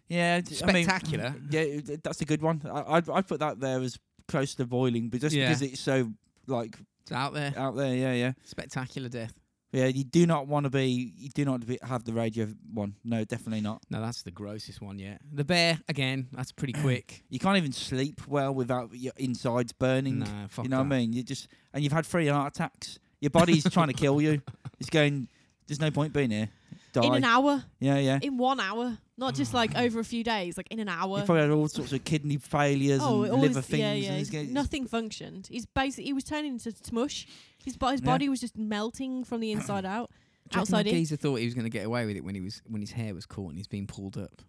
Speaker 3: Yeah, d- I mean,
Speaker 1: Spectacular.
Speaker 3: yeah, it- that's a good one. I, I'd, I'd put that there as close to boiling, but just
Speaker 1: Yeah.
Speaker 3: because it's so like
Speaker 1: It's out there.
Speaker 3: out there, yeah, yeah,
Speaker 1: Spectacular death.
Speaker 3: yeah. You do not want to be. You do not be, have the radio one. No, definitely not.
Speaker 1: No, that's the grossest one yet. The bear again. That's pretty quick.
Speaker 3: You can't even sleep well without your insides burning.
Speaker 1: no, fuck
Speaker 3: you know
Speaker 1: that.
Speaker 3: what I mean? You just and you've had three heart attacks. Your body's trying to kill you. It's going. There's no point being here. Die.
Speaker 2: In an hour.
Speaker 3: yeah, yeah.
Speaker 2: In one hour. Not just like over a few days, like in an hour.
Speaker 3: You probably had all sorts of kidney failures and
Speaker 2: all
Speaker 3: liver
Speaker 2: his-
Speaker 3: things.
Speaker 2: Oh, yeah,
Speaker 3: and
Speaker 2: yeah.
Speaker 3: it's going- it's-
Speaker 2: Nothing functioned. He's basically he was turning into smush. His, bo- his
Speaker 3: Yeah.
Speaker 2: body was just melting from the inside out.
Speaker 1: Do you reckon
Speaker 2: Outside in.
Speaker 1: Geezer thought he was going to get away with it when he was when his hair was caught and he's being pulled up.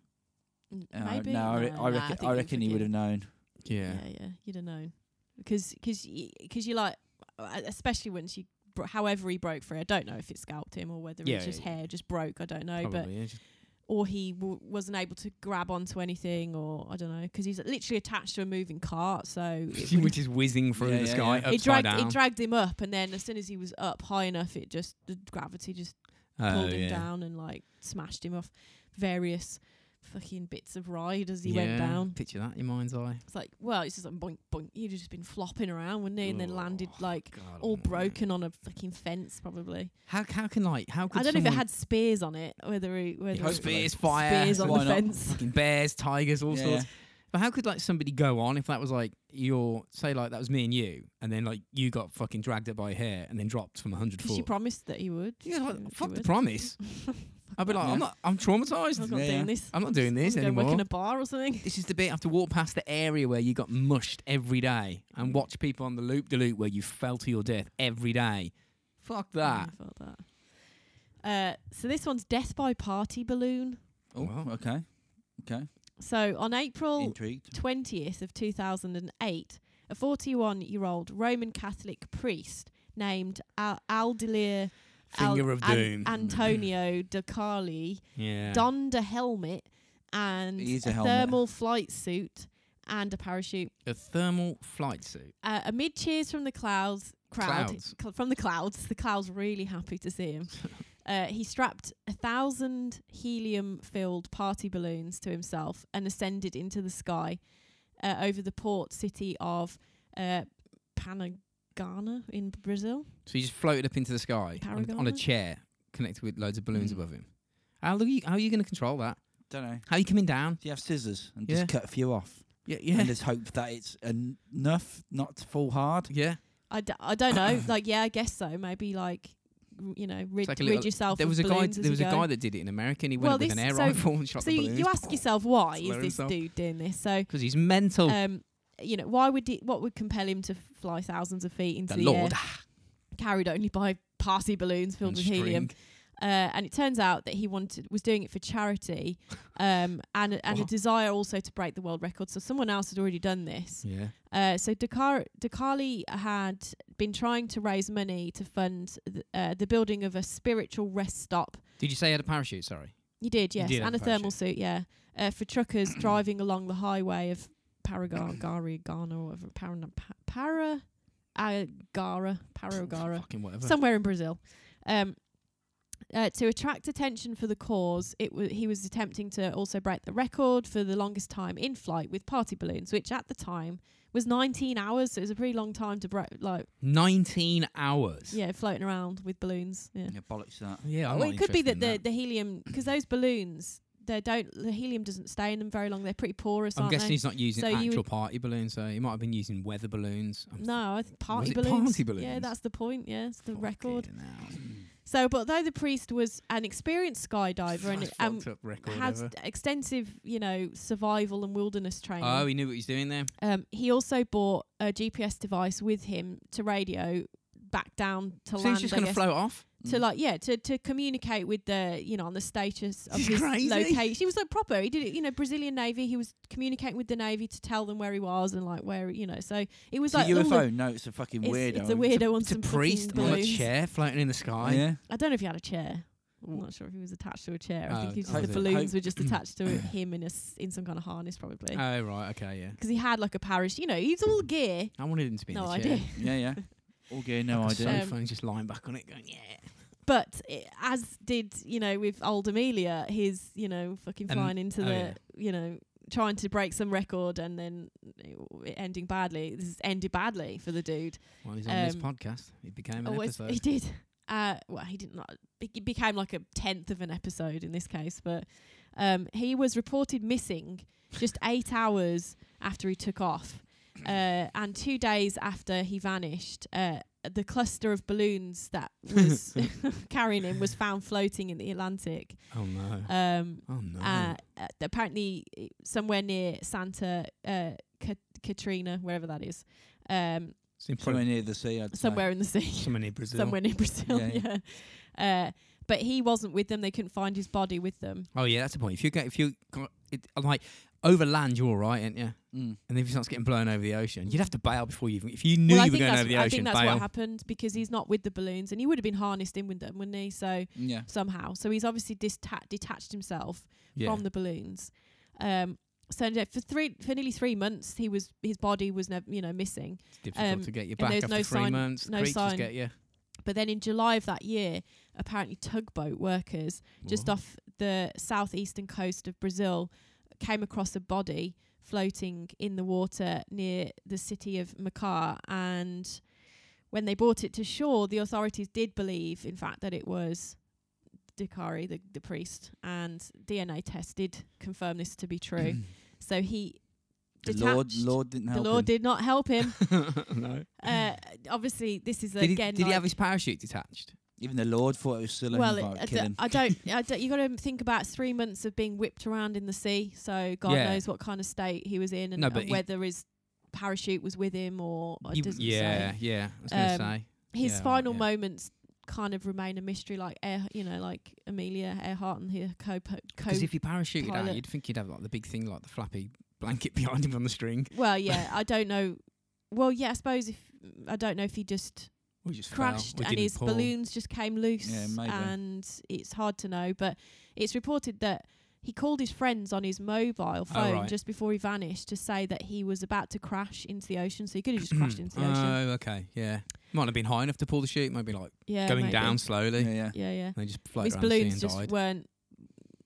Speaker 2: Mm,
Speaker 3: Uh,
Speaker 2: Maybe.
Speaker 3: No, I, re- I
Speaker 2: nah,
Speaker 3: reckon.
Speaker 2: think
Speaker 3: I reckon he
Speaker 2: fucking-
Speaker 3: would have known.
Speaker 1: Yeah.
Speaker 2: yeah, yeah, you'd have known because because because you like uh, especially once you bro- however he broke free. I don't know if it scalped him or whether
Speaker 1: Yeah,
Speaker 2: it's just
Speaker 1: yeah, yeah.
Speaker 2: hair just broke. I don't know, but
Speaker 1: Probably. yeah, just-
Speaker 2: or he w- wasn't able to grab onto anything or I don't know because he's literally attached to a moving cart, so it, would-
Speaker 1: which is whizzing through
Speaker 3: Yeah,
Speaker 1: the
Speaker 3: yeah,
Speaker 1: sky
Speaker 3: yeah.
Speaker 1: upside
Speaker 2: it dragged
Speaker 1: down.
Speaker 2: it dragged him up, and then as soon as he was up high enough, it just the gravity just
Speaker 1: Oh,
Speaker 2: pulled him
Speaker 1: yeah.
Speaker 2: down and like smashed him off various fucking bits of ride as he went
Speaker 1: Yeah,
Speaker 2: down.
Speaker 1: Picture that in your mind's eye.
Speaker 2: It's like, well, it's just like boink, boink. He'd have just been flopping around, wouldn't he? And then
Speaker 1: Oh,
Speaker 2: landed like
Speaker 1: God
Speaker 2: all
Speaker 1: almighty.
Speaker 2: broken on a fucking fence, probably.
Speaker 1: How how can like how could
Speaker 2: I don't know if it
Speaker 1: someone-
Speaker 2: had spears on it, whether he, whether it-
Speaker 3: hopefully.
Speaker 1: spears, fire,
Speaker 2: spears on
Speaker 3: why
Speaker 2: the
Speaker 3: not?
Speaker 2: fence.
Speaker 1: fucking bears, tigers, all
Speaker 3: Yeah.
Speaker 1: sorts. But how could like somebody go on if that was like your say like that was me and you, and then like you got fucking dragged up by hair and then dropped from a hundred
Speaker 2: 'Cause she
Speaker 1: foot?
Speaker 2: promised that he would.
Speaker 1: yeah, like,
Speaker 2: She- she
Speaker 1: fuck the
Speaker 2: would.
Speaker 1: promise. I'd be like,
Speaker 3: Yeah.
Speaker 1: I'm not, I'm traumatized.
Speaker 2: I'm not
Speaker 3: Yeah, yeah.
Speaker 2: doing this.
Speaker 1: I'm not doing this
Speaker 2: I'm gonna go work in
Speaker 1: anymore.
Speaker 2: a bar or something.
Speaker 1: This is the bit I have to walk past the area where you got mushed every day
Speaker 2: Mm.
Speaker 1: and watch people on the loop de loop where you fell to your death every day. Fuck that.
Speaker 2: Yeah, fuck that. Uh, so this one's death by party balloon.
Speaker 3: Oh,
Speaker 1: Wow.
Speaker 3: okay, okay.
Speaker 2: So on April
Speaker 3: Intrigued.
Speaker 2: 20th of 2008, a 41-year-old Roman Catholic priest named Al- Aldelir Al-
Speaker 1: Finger of
Speaker 2: An-
Speaker 1: doom.
Speaker 2: Antonio De Carli
Speaker 1: yeah.
Speaker 2: donned a helmet and
Speaker 3: He is
Speaker 2: a,
Speaker 3: a helmet.
Speaker 2: thermal flight suit and a parachute.
Speaker 1: A thermal flight suit.
Speaker 2: Uh, amid cheers from the clouds, crowd
Speaker 1: Clouds.
Speaker 2: cl- from the clouds, the clouds really happy to see him. Uh, he strapped a thousand helium-filled party balloons to himself and ascended into the sky uh, over the port city of uh, Panagana in Brazil.
Speaker 1: So he just floated up into the sky on, on a
Speaker 2: Paragon? Hmm.
Speaker 1: chair connected with loads of balloons
Speaker 3: Mm.
Speaker 1: above him. How are you, how are you going to control that?
Speaker 3: Don't know.
Speaker 1: How are you coming down?
Speaker 3: Do you have scissors and
Speaker 1: Yeah.
Speaker 3: just cut a few off?
Speaker 1: Yeah, yeah.
Speaker 3: And just hope that it's en- enough not to fall hard.
Speaker 1: Yeah.
Speaker 2: I, d- I don't know. like, yeah, I guess so. Maybe like you know, rid,
Speaker 1: like a
Speaker 2: rid
Speaker 1: little-
Speaker 2: yourself.
Speaker 1: there
Speaker 2: of
Speaker 1: was a guy.
Speaker 2: balloons as
Speaker 1: There
Speaker 2: you
Speaker 1: was a
Speaker 2: go.
Speaker 1: guy that did it in America, and he
Speaker 2: Well,
Speaker 1: went up with
Speaker 2: this-
Speaker 1: an air
Speaker 2: so-
Speaker 1: rifle and shot
Speaker 2: So
Speaker 1: the
Speaker 2: you,
Speaker 1: balloons.
Speaker 2: you ask yourself, why
Speaker 1: To
Speaker 2: is
Speaker 1: lower
Speaker 2: this
Speaker 1: himself.
Speaker 2: dude doing this? So,
Speaker 1: because he's mental.
Speaker 2: um, you know, why would he, what would compel him to fly thousands of feet into
Speaker 1: the
Speaker 2: the,
Speaker 1: Lord
Speaker 2: air, carried only by party balloons filled
Speaker 1: and
Speaker 2: with helium?
Speaker 1: string.
Speaker 2: uh, and it turns out that he wanted was doing it for charity, um, and and a
Speaker 1: What?
Speaker 2: desire also to break the world record. So someone else had already done this.
Speaker 1: Yeah,
Speaker 2: Uh, so Dakar Dakali had been trying to raise money to fund th- uh, the building of a spiritual rest stop.
Speaker 1: did you say he had a parachute? Sorry,
Speaker 2: He did,
Speaker 1: He
Speaker 2: yes,
Speaker 1: did have
Speaker 2: and
Speaker 1: a
Speaker 2: a thermal suit, yeah, uh, for truckers driving along the highway of Paragari, Ghana, or whatever, Parana, Para, Agara, Paragara
Speaker 1: fucking whatever.
Speaker 2: somewhere in Brazil. Um, uh, to attract attention for the cause, it wa he was attempting to also break the record for the longest time in flight with party balloons, which at the time was 19 hours. So it was a pretty long time to break, like
Speaker 1: Nineteen hours.
Speaker 2: yeah, floating around with balloons. Yeah.
Speaker 3: Yeah, bollocks that.
Speaker 1: yeah. I'm
Speaker 2: Well,
Speaker 1: not
Speaker 2: it could be that
Speaker 1: interested
Speaker 2: the,
Speaker 1: in
Speaker 2: the helium, because those balloons, they don't the helium doesn't stay in them very long. They're pretty porous,
Speaker 1: I'm
Speaker 2: aren't
Speaker 1: guessing
Speaker 2: they?
Speaker 1: he's not using
Speaker 2: So you
Speaker 1: actual
Speaker 2: would-
Speaker 1: party balloons, so he might have been using weather balloons. I'm
Speaker 2: no, I think party
Speaker 1: it
Speaker 2: balloons.
Speaker 1: party
Speaker 2: Yeah,
Speaker 1: balloons?
Speaker 2: that's the point. Yeah, it's the
Speaker 1: fucking
Speaker 2: record.
Speaker 1: hell.
Speaker 2: So, but though the priest was an experienced skydiver and,
Speaker 1: That's
Speaker 2: and
Speaker 1: fucked up record
Speaker 2: has
Speaker 1: ever.
Speaker 2: d- extensive, you know, survival and wilderness training.
Speaker 1: Oh, he knew what he's doing there.
Speaker 2: Um, he also bought a GPS device with him to radio back down to
Speaker 1: so
Speaker 2: land.
Speaker 1: he's just
Speaker 2: I
Speaker 1: going to
Speaker 2: guess,
Speaker 1: float off.
Speaker 3: Mm.
Speaker 2: to like yeah to to communicate with the you know on the status of
Speaker 1: He's
Speaker 2: his
Speaker 1: crazy.
Speaker 2: location. He was like proper. He did it, you know, Brazilian Navy. He was communicating with the Navy to tell them where he was and like where you know. So it was
Speaker 3: It's a
Speaker 2: like all the-
Speaker 3: UFO. no, it's a fucking
Speaker 2: it's,
Speaker 3: weirdo.
Speaker 2: It's a weirdo on
Speaker 1: It's a
Speaker 2: some
Speaker 1: priest
Speaker 2: fucking
Speaker 1: on a
Speaker 2: balloons.
Speaker 1: chair floating in the sky.
Speaker 3: Yeah.
Speaker 2: I don't know if he had a chair. I'm not sure if he was attached to a chair. I
Speaker 1: Oh,
Speaker 2: think he was
Speaker 3: I
Speaker 2: just the
Speaker 3: see.
Speaker 2: balloons
Speaker 3: Hope-
Speaker 2: were just attached to him in a s in some kind of harness probably.
Speaker 1: Oh right, okay, yeah.
Speaker 2: 'Cause he had like a parachute. You know, he's all gear.
Speaker 1: I wanted him to be
Speaker 2: No
Speaker 1: in the chair.
Speaker 2: idea.
Speaker 3: Yeah, yeah. Okay, no
Speaker 1: Like a
Speaker 3: idea.
Speaker 1: sofa and just lying back on it, going yeah.
Speaker 2: But i as did you know with old Amelia, his you know fucking
Speaker 1: And-
Speaker 2: flying into
Speaker 1: oh,
Speaker 2: the
Speaker 1: yeah.
Speaker 2: you know trying to break some record and then it it ending badly. This has ended badly for the dude.
Speaker 1: Well, he's on this
Speaker 2: Um,
Speaker 1: podcast. It became an
Speaker 2: Oh, it's-
Speaker 1: episode.
Speaker 2: he did. Uh, well, he did not. It became like a tenth of an episode in this case, but um, he was reported missing just eight hours after he took off, uh, and two days after he vanished. Uh, the cluster of balloons that was carrying him was found floating in the Atlantic.
Speaker 1: oh no.
Speaker 2: Um,
Speaker 1: oh no.
Speaker 2: uh, uh, apparently uh, somewhere near Santa uh, Ca- Katrina, wherever that is, um,
Speaker 1: it's in
Speaker 3: Somewhere
Speaker 1: Pro-
Speaker 3: near the sea, I'd say.
Speaker 2: somewhere in the sea
Speaker 1: somewhere near Brazil.
Speaker 2: somewhere near Brazil.
Speaker 3: Yeah,
Speaker 2: Yeah. Uh, but he wasn't with them. They couldn't find his body with them.
Speaker 1: Oh yeah, that's the point. If you get if you got it I'm like over land, you're all right, aren't you?
Speaker 3: Mm.
Speaker 1: And if it starts getting blown over the ocean, you'd have to bail before you even. If you knew
Speaker 2: well, I
Speaker 1: you were
Speaker 2: think
Speaker 1: going
Speaker 2: that's,
Speaker 1: over the
Speaker 2: I
Speaker 1: ocean,
Speaker 2: think that's what
Speaker 1: bail.
Speaker 2: happened because he's not with the balloons, and he would have been harnessed in with them, wouldn't he? So
Speaker 3: Yeah.
Speaker 2: somehow, so he's obviously dista- detached himself
Speaker 1: Yeah.
Speaker 2: from the balloons. Um, so yeah, for three, for nearly three months, he was his body was never, you know, missing.
Speaker 1: It's difficult
Speaker 2: um,
Speaker 1: to get you
Speaker 2: and
Speaker 1: back
Speaker 2: there's
Speaker 1: after
Speaker 2: no
Speaker 1: three
Speaker 2: sign-
Speaker 1: months.
Speaker 2: no
Speaker 1: Creatures
Speaker 2: sign.
Speaker 1: get you.
Speaker 2: But then in July of that year, apparently tugboat workers just
Speaker 1: Whoa.
Speaker 2: off the southeastern coast of Brazil, came across a body floating in the water near the city of Macar. And when they brought it to shore, the authorities did believe, in fact, that it was Dikari, the, the priest, and DNA tests did confirm this to be true. so he.
Speaker 3: The
Speaker 2: Detached.
Speaker 3: Lord, Lord didn't
Speaker 2: The
Speaker 3: help
Speaker 2: Lord
Speaker 3: him.
Speaker 2: did not help him.
Speaker 1: no.
Speaker 2: uh, obviously, this is
Speaker 1: Did, he,
Speaker 2: again.
Speaker 1: did he
Speaker 2: like-
Speaker 1: have his parachute detached?
Speaker 3: Even the Lord thought it was silly.
Speaker 2: well,
Speaker 3: Well,
Speaker 2: I,
Speaker 3: kill
Speaker 2: don't,
Speaker 3: him.
Speaker 2: I don't. I don't. You got to think about three months of being whipped around in the sea. So God
Speaker 1: Yeah.
Speaker 2: knows what kind of state he was in, and,
Speaker 1: No,
Speaker 2: and
Speaker 1: but he-
Speaker 2: whether his parachute was with him or. or
Speaker 1: You-
Speaker 2: doesn't say.
Speaker 1: yeah, yeah. I was going to
Speaker 2: Um,
Speaker 1: say.
Speaker 2: His
Speaker 1: yeah,
Speaker 2: final
Speaker 1: yeah.
Speaker 2: moments kind of remain a mystery, like Air, you know, like Amelia Earhart and her co co.
Speaker 1: Because if he parachuted out,
Speaker 2: pilot.
Speaker 1: you'd think he'd have like the big thing, like the flappy blanket behind him on the string.
Speaker 2: Well, yeah, I don't know. Well, yeah, I suppose if I don't know if he just
Speaker 1: Or he just fell,
Speaker 2: crashed
Speaker 1: or
Speaker 2: and
Speaker 1: didn't
Speaker 2: his
Speaker 1: pull.
Speaker 2: balloons just came loose
Speaker 3: Yeah, maybe.
Speaker 2: and it's hard to know but it's reported that he called his friends on his mobile
Speaker 1: Oh,
Speaker 2: phone
Speaker 1: right.
Speaker 2: just before he vanished to say that he was about to crash into the ocean so he could have just crashed into the ocean
Speaker 1: Oh, okay, yeah. Might not have been high enough to pull the chute. Might be like
Speaker 2: yeah
Speaker 1: going
Speaker 2: maybe.
Speaker 1: down slowly.
Speaker 3: Yeah,
Speaker 1: And
Speaker 3: yeah.
Speaker 2: yeah yeah
Speaker 1: they just float
Speaker 2: Uh, his
Speaker 1: around the sea
Speaker 2: balloons
Speaker 1: and
Speaker 2: just
Speaker 1: died.
Speaker 2: weren't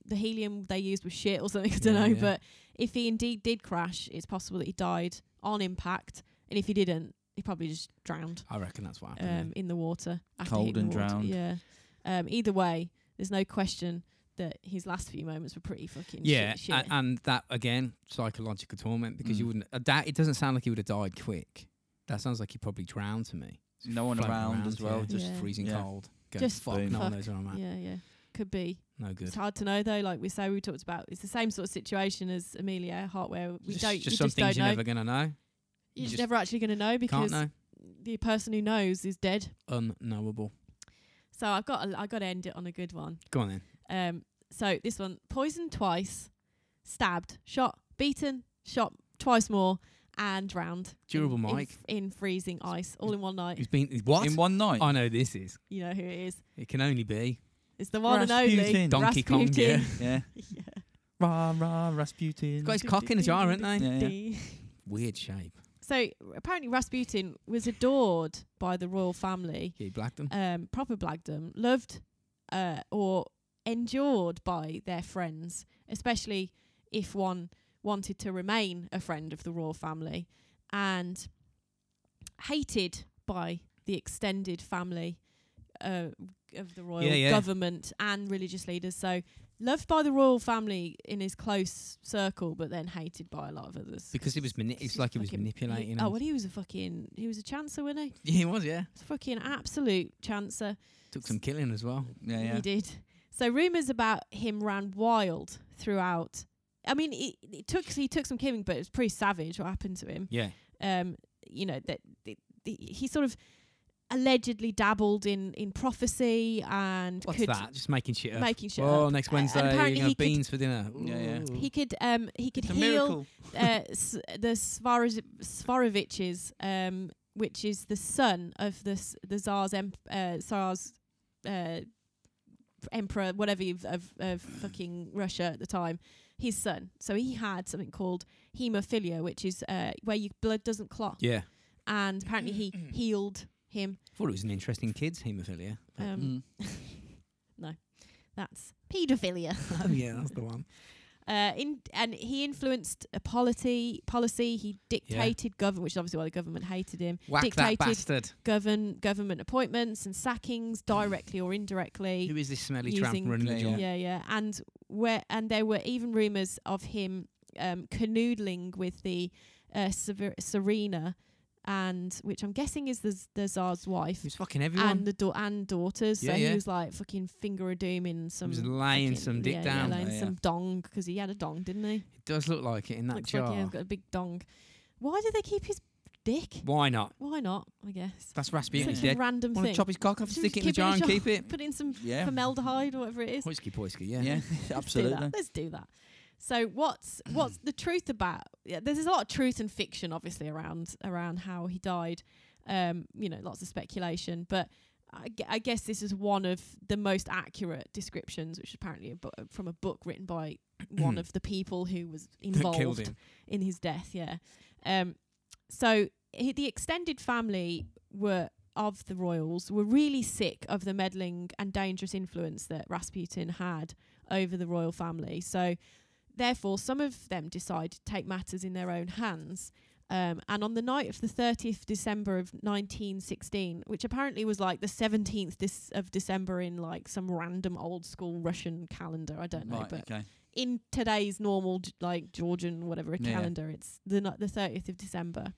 Speaker 2: the helium they used was shit or something i don't
Speaker 1: Yeah,
Speaker 2: know
Speaker 1: yeah.
Speaker 2: but if he indeed did crash it's possible that he died on impact and if he didn't he probably just drowned
Speaker 1: I reckon that's what happened. yeah.
Speaker 2: um, in the water. After
Speaker 3: Cold
Speaker 2: hitting the
Speaker 3: and
Speaker 2: water.
Speaker 3: drowned.
Speaker 2: Yeah. Um, either way, there's no question that his last few moments were pretty fucking
Speaker 1: Yeah,
Speaker 2: shit. shit.
Speaker 1: a- and that again, psychological torment because you
Speaker 3: Mm.
Speaker 1: wouldn't. I doubt it doesn't sound like he would have died quick. That sounds like he probably drowned to me.
Speaker 3: No one
Speaker 1: Floating
Speaker 3: around as well,
Speaker 1: yeah,
Speaker 3: just
Speaker 2: Yeah.
Speaker 1: freezing
Speaker 3: yeah.
Speaker 1: cold. go,
Speaker 2: Just
Speaker 1: fuck,
Speaker 3: Boom.
Speaker 1: no one
Speaker 2: fuck.
Speaker 1: knows where I'm at.
Speaker 2: Yeah, yeah. Could be.
Speaker 1: No good.
Speaker 2: It's hard to know though. Like we say, we talked about it's the same sort of situation as Amelia Hart, where we
Speaker 1: just,
Speaker 2: don't.
Speaker 1: just
Speaker 2: you
Speaker 1: some
Speaker 2: just
Speaker 1: things
Speaker 2: don't
Speaker 1: you're
Speaker 2: know.
Speaker 1: never going to know.
Speaker 2: you're
Speaker 1: just
Speaker 2: never actually going to know
Speaker 1: Can't
Speaker 2: because
Speaker 1: know.
Speaker 2: the person who knows is dead.
Speaker 1: Unknowable.
Speaker 2: So I've got I got to end it on a good one.
Speaker 1: Go on then.
Speaker 2: Um, so this one: poisoned twice, stabbed, shot, beaten, shot twice more, and drowned.
Speaker 1: Durable
Speaker 2: in, in
Speaker 1: Mike.
Speaker 2: f- in, freezing ice, all in one night.
Speaker 1: He's been what?
Speaker 3: In one night.
Speaker 1: I know this is.
Speaker 2: You know who it is?
Speaker 1: It can only be
Speaker 2: It's the one and only
Speaker 3: Rasputin.
Speaker 1: Donkey Kong. Yeah.
Speaker 2: Rasputin.
Speaker 3: yeah.
Speaker 2: yeah.
Speaker 3: Rah rah Rasputin.
Speaker 1: Got his cock in a jar, aren't they?
Speaker 3: Yeah,
Speaker 1: Weird shape.
Speaker 2: So apparently Rasputin was adored by the royal family,
Speaker 1: Yeah, he blacked them.
Speaker 2: um, proper blagdom, loved uh, or endured by their friends, especially if one wanted to remain a friend of the royal family, and hated by the extended family uh, of the royal
Speaker 1: Yeah, yeah.
Speaker 2: government and religious leaders. So loved by the royal family in his close circle, but then hated by a lot of others.
Speaker 1: Because it was mani- it's like he was
Speaker 2: Fucking-
Speaker 1: manipulating
Speaker 2: Oh,
Speaker 1: us.
Speaker 2: well, he was a fucking. He was a chancer, wasn't he? He
Speaker 1: Yeah, he was, yeah.
Speaker 2: was a fucking absolute chancer.
Speaker 1: Took some killing as well.
Speaker 3: yeah, yeah.
Speaker 2: He did. So rumours about him ran wild throughout. I mean, it, it took he took some killing, but it was pretty savage what happened to him.
Speaker 1: Yeah.
Speaker 2: Um, you know that that- that he sort of allegedly dabbled in in prophecy and
Speaker 1: What's
Speaker 2: could
Speaker 1: that? Just making shit up.
Speaker 2: making shit
Speaker 1: oh,
Speaker 2: up.
Speaker 1: next
Speaker 2: Uh, and
Speaker 1: Wednesday, you're
Speaker 2: apparently
Speaker 1: gonna have
Speaker 2: he could-
Speaker 1: beans for dinner.
Speaker 3: Yeah, yeah.
Speaker 1: Ooh.
Speaker 2: He could um he could
Speaker 3: It's a
Speaker 2: heal
Speaker 3: miracle.
Speaker 2: uh, s- the Svaroz- Svaroviches, um, which is the son of the s- the Tsar's em- uh, Tsar's uh, emperor, whatever you've, of of fucking Russia at the time, his son. So he had something called hemophilia, which is uh, where your blood doesn't clot,
Speaker 1: yeah.
Speaker 2: and apparently he healed him.
Speaker 1: Thought it was an interesting kid's haemophilia.
Speaker 2: Um,
Speaker 3: Mm.
Speaker 2: that's paedophilia.
Speaker 1: oh yeah, that's the one.
Speaker 2: Uh, in and he influenced a polity policy. He dictated government, which is obviously why the government hated him.
Speaker 1: Whack
Speaker 2: dictated
Speaker 1: that bastard.
Speaker 2: govern government appointments and sackings directly or indirectly.
Speaker 1: Who is this smelly
Speaker 2: using-
Speaker 1: tramp running
Speaker 3: Yeah,
Speaker 1: the job?
Speaker 2: Yeah, yeah, and where and there were even rumours of him um, canoodling with the uh, Sever- Serena, and which I'm guessing is the the Tsar's
Speaker 1: He
Speaker 2: wife
Speaker 1: was fucking everyone.
Speaker 2: and the da- and daughters.
Speaker 1: Yeah,
Speaker 2: so
Speaker 1: yeah.
Speaker 2: he was like fucking finger a doom in some.
Speaker 1: was laying
Speaker 2: fucking-
Speaker 1: some dick
Speaker 2: yeah,
Speaker 1: down
Speaker 2: Yeah, laying
Speaker 3: there,
Speaker 2: some
Speaker 3: yeah.
Speaker 2: dong because he had a dong, didn't he?
Speaker 1: it does look like it in that
Speaker 2: Looks
Speaker 1: jar.
Speaker 2: like yeah, he's got a big dong. Why do they keep his dick?
Speaker 1: Why not?
Speaker 2: Why not? I guess.
Speaker 1: That's
Speaker 3: Yeah.
Speaker 1: Rasputin's
Speaker 2: Such a
Speaker 1: dead.
Speaker 2: random
Speaker 1: Want
Speaker 2: thing.
Speaker 1: to chop his cock off,
Speaker 2: Just
Speaker 1: stick it in the
Speaker 2: keep it in
Speaker 1: jar,
Speaker 2: a
Speaker 1: and
Speaker 2: jar.
Speaker 1: keep it.
Speaker 2: put in some
Speaker 3: Yeah.
Speaker 2: formaldehyde or whatever it is.
Speaker 1: Hoisky poisky, yeah.
Speaker 3: Yeah,
Speaker 2: Let's do that.
Speaker 3: absolutely.
Speaker 2: Let's do that. So what's what's the truth about? Yeah, there's a lot of truth and fiction, obviously, around around how he died. Um, you know, lots of speculation, but I, gue- I guess this is one of the most accurate descriptions, which is apparently a bu- from a book written by one of the people who was
Speaker 1: That Mm. killed
Speaker 2: involved
Speaker 1: him.
Speaker 2: in his death. Yeah. Um, so he, the extended family were of the royals were really sick of the meddling and dangerous influence that Rasputin had over the royal family. So therefore, some of them decided to take matters in their own hands. Um, and on the night of the 30th December of 1916, which apparently was like the 17th dis- of December in like some random old school Russian calendar, I don't know,
Speaker 3: Right,
Speaker 2: but
Speaker 3: okay.
Speaker 2: in today's normal G- like Georgian whatever
Speaker 3: Yeah.
Speaker 2: calendar, it's the ni- the thirtieth of December.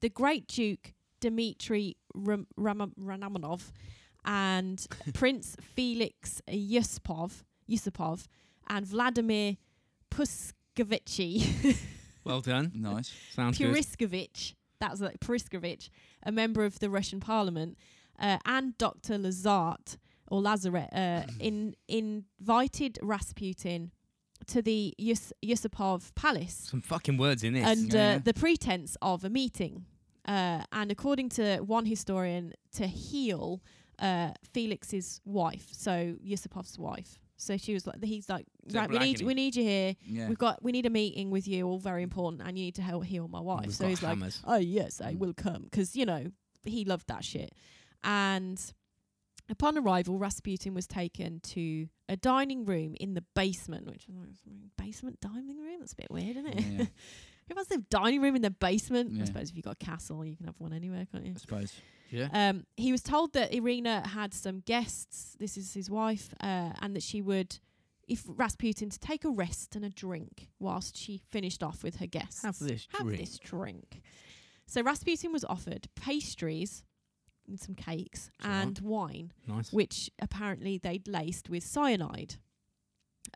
Speaker 2: The Great Duke Dmitry Ram- Ram- Ranamanov and Prince Felix Yusupov, Yusupov and Vladimir Puskevichy
Speaker 1: Well done.
Speaker 3: Nice.
Speaker 1: Sounds good.
Speaker 2: Puriskovich, that was like Puriskovich, a member of the Russian parliament, uh, and Dr. Lazart or Lazaret uh, in, invited Rasputin to the Yus- Yusupov Palace
Speaker 1: Some fucking words in this.
Speaker 2: under
Speaker 3: yeah.
Speaker 2: the pretense of a meeting. Uh, and according to one historian, to heal uh, Felix's wife, so Yusupov's wife. So she was like, he's like,
Speaker 1: So
Speaker 2: right, we need,
Speaker 1: blagging
Speaker 2: we need you here.
Speaker 3: Yeah.
Speaker 2: We've got, we need a meeting with you, all very important, and you need to help heal my wife.
Speaker 1: We've
Speaker 2: so
Speaker 1: got
Speaker 2: he's like,
Speaker 1: hammers.
Speaker 2: oh yes i
Speaker 3: Mm.
Speaker 2: will come 'cause you know he loved that shit and upon arrival rasputin was taken to a dining room in the basement which i was like "Mm, basement dining room that's a bit weird isn't it
Speaker 3: Yeah,
Speaker 2: who wants to have dining room in the basement
Speaker 3: Yeah.
Speaker 2: i suppose if you've got a castle you can have one anywhere can't you
Speaker 3: I suppose.
Speaker 1: yeah.
Speaker 2: um, he was told that Irina had some guests. This is his wife, uh, and that she would, if Rasputin, to take a rest and a drink whilst she finished off with her guests.
Speaker 1: Have this
Speaker 2: Have
Speaker 1: drink.
Speaker 2: this drink. So Rasputin was offered pastries, with some cakes
Speaker 1: It's all right.
Speaker 2: and wine,
Speaker 1: Nice.
Speaker 2: which apparently they'd laced with cyanide.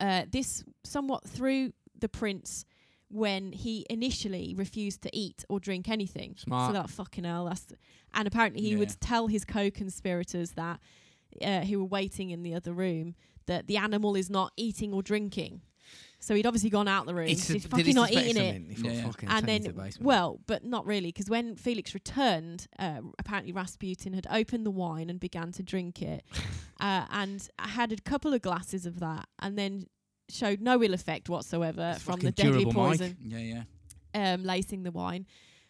Speaker 2: Uh, this somewhat threw the prince when he initially refused to eat or drink anything.
Speaker 1: Smart.
Speaker 2: So they're like, fucking hell. That's and apparently he
Speaker 3: Yeah.
Speaker 2: would tell his co-conspirators that uh, who were waiting in the other room that the animal is not eating or drinking. So he'd obviously gone out the room.
Speaker 1: It's-
Speaker 2: He's
Speaker 1: did
Speaker 2: fucking
Speaker 1: he
Speaker 2: not
Speaker 1: suspect
Speaker 2: eating it
Speaker 1: something? He thought,
Speaker 3: Yeah.
Speaker 1: fucking
Speaker 2: and
Speaker 1: take
Speaker 2: then
Speaker 1: him to the basement.
Speaker 2: well but not really because when felix returned uh, apparently rasputin had opened the wine and began to drink it uh, and had a couple of glasses of that and then showed no ill effect whatsoever
Speaker 1: It's
Speaker 2: from
Speaker 1: fucking
Speaker 2: the deadly
Speaker 1: durable, Mike.
Speaker 2: poison
Speaker 3: Yeah, yeah.
Speaker 2: um, lacing the wine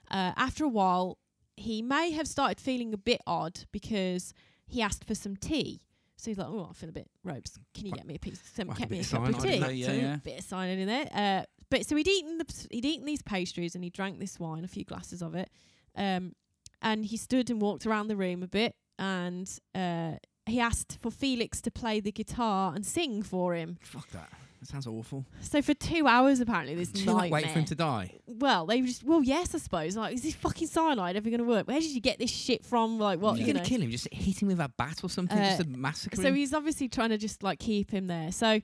Speaker 2: uh, after a while he may have started feeling a bit odd because he asked for some tea so he's like oh i feel a bit ropes can you
Speaker 1: Whack-
Speaker 2: get me a piece some,
Speaker 1: whack a
Speaker 2: get me a
Speaker 1: bit
Speaker 2: cup
Speaker 1: of
Speaker 2: of
Speaker 1: cyanide in
Speaker 2: tea
Speaker 1: that
Speaker 3: Yeah,
Speaker 1: too.
Speaker 3: yeah.
Speaker 2: bit of cyanide in there. Uh, but so he'd eaten the he'd eaten these pastries and he drank this wine, a few glasses of it. Um, and he stood and walked around the room a bit, and uh, he asked for Felix to play the guitar and sing for him.
Speaker 1: Fuck that. That sounds awful.
Speaker 2: So for two hours, apparently, this
Speaker 1: Two
Speaker 2: nightmare.
Speaker 1: like, wait for him to die.
Speaker 2: well, they were just well, yes, I suppose. Like, is this fucking cyanide ever going to work? Where did you get this shit from? Like, what?
Speaker 3: Yeah.
Speaker 2: You
Speaker 1: You're
Speaker 2: know?
Speaker 1: gonna kill him? Just hit him with a bat or something?
Speaker 2: Uh,
Speaker 1: just to massacre
Speaker 2: So
Speaker 1: him?
Speaker 2: he's obviously trying to just like keep him there. So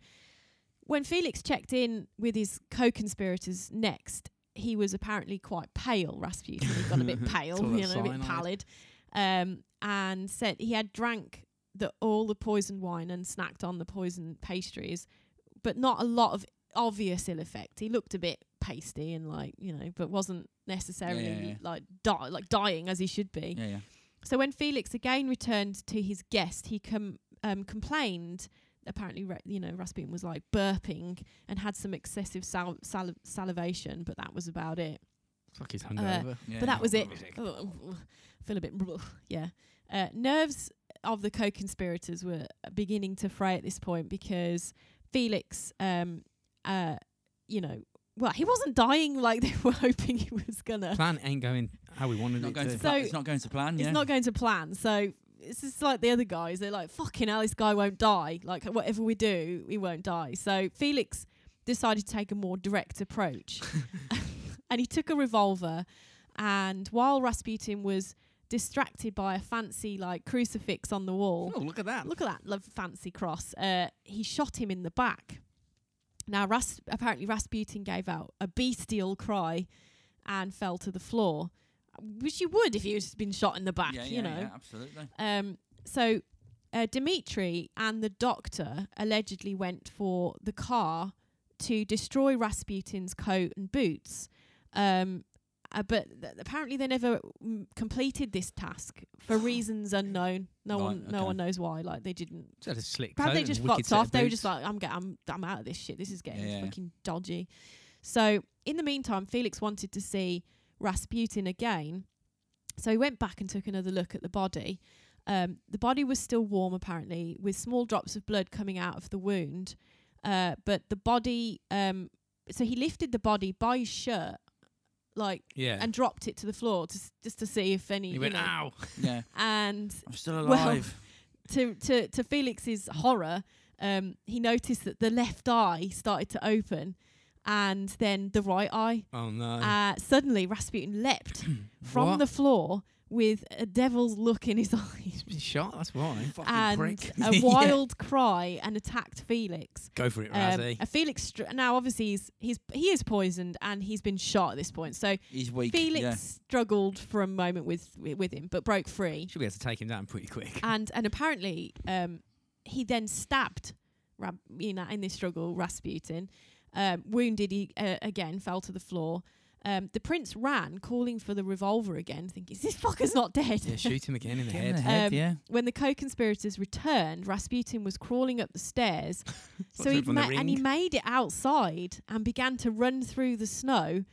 Speaker 2: when Felix checked in with his co-conspirators next, he was apparently quite pale. Rasputin, he got a bit pale,
Speaker 1: It's all that
Speaker 2: you know, a bit
Speaker 1: cyanide.
Speaker 2: pallid, um, and said he had drank the all the poisoned wine and snacked on the poisoned pastries, but not a lot of obvious ill effect. He looked a bit pasty and like you know, but wasn't necessarily
Speaker 3: yeah, yeah.
Speaker 2: like di- like dying as he should be.
Speaker 3: Yeah, yeah.
Speaker 2: So when Felix again returned to his guest, he com- um, complained. Apparently, Ra- you know, Rasputin was like burping and had some excessive sal- sal- salivation, but that was about it.
Speaker 1: Fuck, he's hungover.
Speaker 3: yeah.
Speaker 2: But that was it.
Speaker 1: Music.
Speaker 2: Oh, feel a bit, yeah. Uh, nerves of the co-conspirators were beginning to fray at this point because Felix, um, uh, you know, well, he wasn't dying like they were hoping he was gonna.
Speaker 1: Plan ain't going how we wanted
Speaker 3: Not
Speaker 1: it
Speaker 3: going
Speaker 1: to.
Speaker 3: to plan.
Speaker 2: So-
Speaker 3: it's not going to plan.
Speaker 2: it's
Speaker 3: yeah.
Speaker 2: not going to plan. So it's just like the other guys. They're like, fucking hell, this guy won't die. Like, whatever we do, he won't die. So Felix decided to take a more direct approach. and he took a revolver. And while Rasputin was distracted by a fancy, like, crucifix on the wall,
Speaker 1: oh, look at that.
Speaker 2: look at that love fancy cross, uh, he shot him in the back. Now, Ras- apparently, Rasputin gave out a bestial cry and fell to the floor, which you would if you'd just been shot in the back,
Speaker 3: yeah, yeah,
Speaker 2: you know.
Speaker 3: Yeah, absolutely.
Speaker 2: Um, so uh, Dimitri and the doctor allegedly went for the car to destroy Rasputin's coat and boots. Um, uh, but th- apparently they never mm, completed this task for reasons unknown. No
Speaker 3: Right,
Speaker 2: one, no
Speaker 3: okay.
Speaker 2: one knows why. Like they didn't.
Speaker 1: Just had a slick
Speaker 2: Perhaps
Speaker 1: coat
Speaker 2: they
Speaker 1: and
Speaker 2: just
Speaker 1: a wicked
Speaker 2: fucked
Speaker 1: set of
Speaker 2: off. They were just
Speaker 1: boots.
Speaker 2: like, I'm, get, I'm, I'm out of this shit. This is getting
Speaker 3: Yeah.
Speaker 2: fucking dodgy. So in the meantime, Felix wanted to see Rasputin again. So he went back and took another look at the body. Um, the body was still warm, apparently, with small drops of blood coming out of the wound. Uh, but the body, um, so he lifted the body by his shirt, like,
Speaker 1: yeah.
Speaker 2: and dropped it to the floor to, s- just to see if any.
Speaker 1: he
Speaker 2: you
Speaker 1: went, "Ah."
Speaker 2: know.
Speaker 1: ow.
Speaker 3: Yeah,
Speaker 2: And
Speaker 3: I'm still
Speaker 2: Well,
Speaker 3: alive.
Speaker 2: to to to Felix's horror, um, he noticed that the left eye started to open, and then the right eye.
Speaker 1: Oh no.
Speaker 2: Uh, suddenly, Rasputin leapt from
Speaker 1: What?
Speaker 2: the floor with a devil's look in his eyes
Speaker 1: He's been shot. That's why. Fucking
Speaker 2: and
Speaker 1: prick.
Speaker 2: a wild cry and attacked Felix.
Speaker 1: Go for it,
Speaker 2: Um,
Speaker 1: Razzie.
Speaker 2: a Felix str- now obviously he's he's he is poisoned and he's been shot at this point. So
Speaker 3: He's weak.
Speaker 2: Felix
Speaker 3: Yeah.
Speaker 2: struggled for a moment with with him, but broke free.
Speaker 1: Should be able to take him down pretty quick.
Speaker 2: and and apparently um, he then stabbed Rab- you know in this struggle Rasputin um, wounded he uh, again fell to the floor um, the prince ran calling for the revolver again thinking this fucker's not dead
Speaker 1: yeah, shoot him again in the
Speaker 3: Get in the
Speaker 1: head.
Speaker 3: head,
Speaker 2: Um,
Speaker 3: yeah.
Speaker 2: when the co-conspirators returned Rasputin was crawling up the stairs so
Speaker 1: Watch
Speaker 2: he
Speaker 1: out from the
Speaker 2: ma- and he
Speaker 1: ring.
Speaker 2: made it outside and began to run through the snow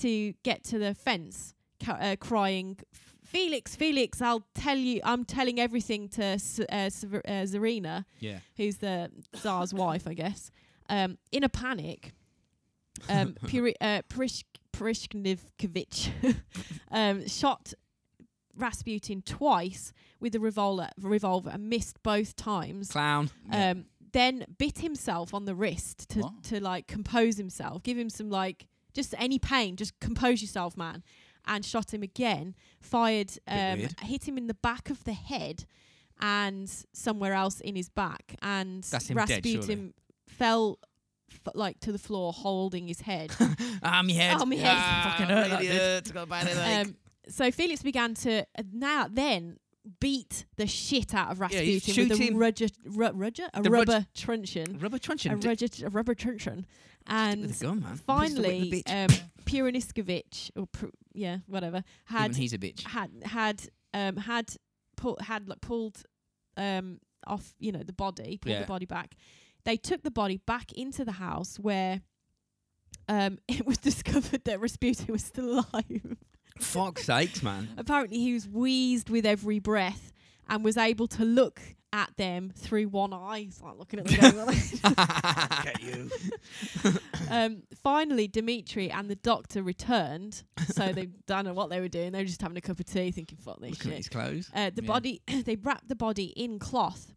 Speaker 2: to get to the fence ca- uh, crying Felix Felix I'll tell you I'm telling everything to S- uh, Sever- uh, Zarina
Speaker 1: Yeah.
Speaker 2: who's the Tsar's wife, I guess, um, in a panic, um, Puri- uh, Parish- Parishknivkovich um, shot Rasputin twice with a revolver, revolver and missed both times.
Speaker 1: Clown.
Speaker 3: Yeah.
Speaker 2: Um, then bit himself on the wrist to,
Speaker 3: What?
Speaker 2: to like compose himself, give him some like just any pain, just compose yourself, man. and shot him again. Fired,
Speaker 1: Bit
Speaker 2: um,
Speaker 1: weird.
Speaker 2: hit him in the back of the head and somewhere else in his back. And
Speaker 1: That's him dead,
Speaker 2: Rasputin fell f- like to the floor, holding his head.
Speaker 1: Ah, my head.
Speaker 2: Oh, my head.
Speaker 1: Ah,
Speaker 3: Fucking hurt that did.
Speaker 1: idiot. Got a bad headache.
Speaker 2: um, so Felix began to uh, now then beat the shit out of
Speaker 1: Yeah, he'd
Speaker 2: Rasputin
Speaker 1: shoot
Speaker 2: with a
Speaker 1: him.
Speaker 2: rudger, ru- rudger? a
Speaker 1: The rudge-
Speaker 2: rubber truncheon,
Speaker 1: Rubber truncheon.
Speaker 2: Um, a
Speaker 1: Did-
Speaker 2: rudger, a rubber truncheon,
Speaker 1: did it with a
Speaker 2: and
Speaker 1: gun, man. Pistol whip the
Speaker 2: finally,
Speaker 1: bitch.
Speaker 2: um, Pira Niskovich, or Pr- yeah, whatever, had
Speaker 1: Even he's a bitch.
Speaker 2: had had um had pull, had like, pulled um off you know the body pulled
Speaker 1: Yeah.
Speaker 2: the body back they took the body back into the house where um it was discovered that Rasputin was still alive
Speaker 1: Fuck's sakes, man.
Speaker 2: apparently he was wheezed with every breath and was able to look at them through one eye He's like looking at them
Speaker 1: Get you.
Speaker 2: um finally Dimitri and the doctor returned so they don't know what they were doing they were just having a cup of tea thinking fuck this
Speaker 1: Looking at
Speaker 2: shit
Speaker 1: his clothes.
Speaker 2: Uh, the
Speaker 1: Yeah.
Speaker 2: body, they wrapped the body in cloth,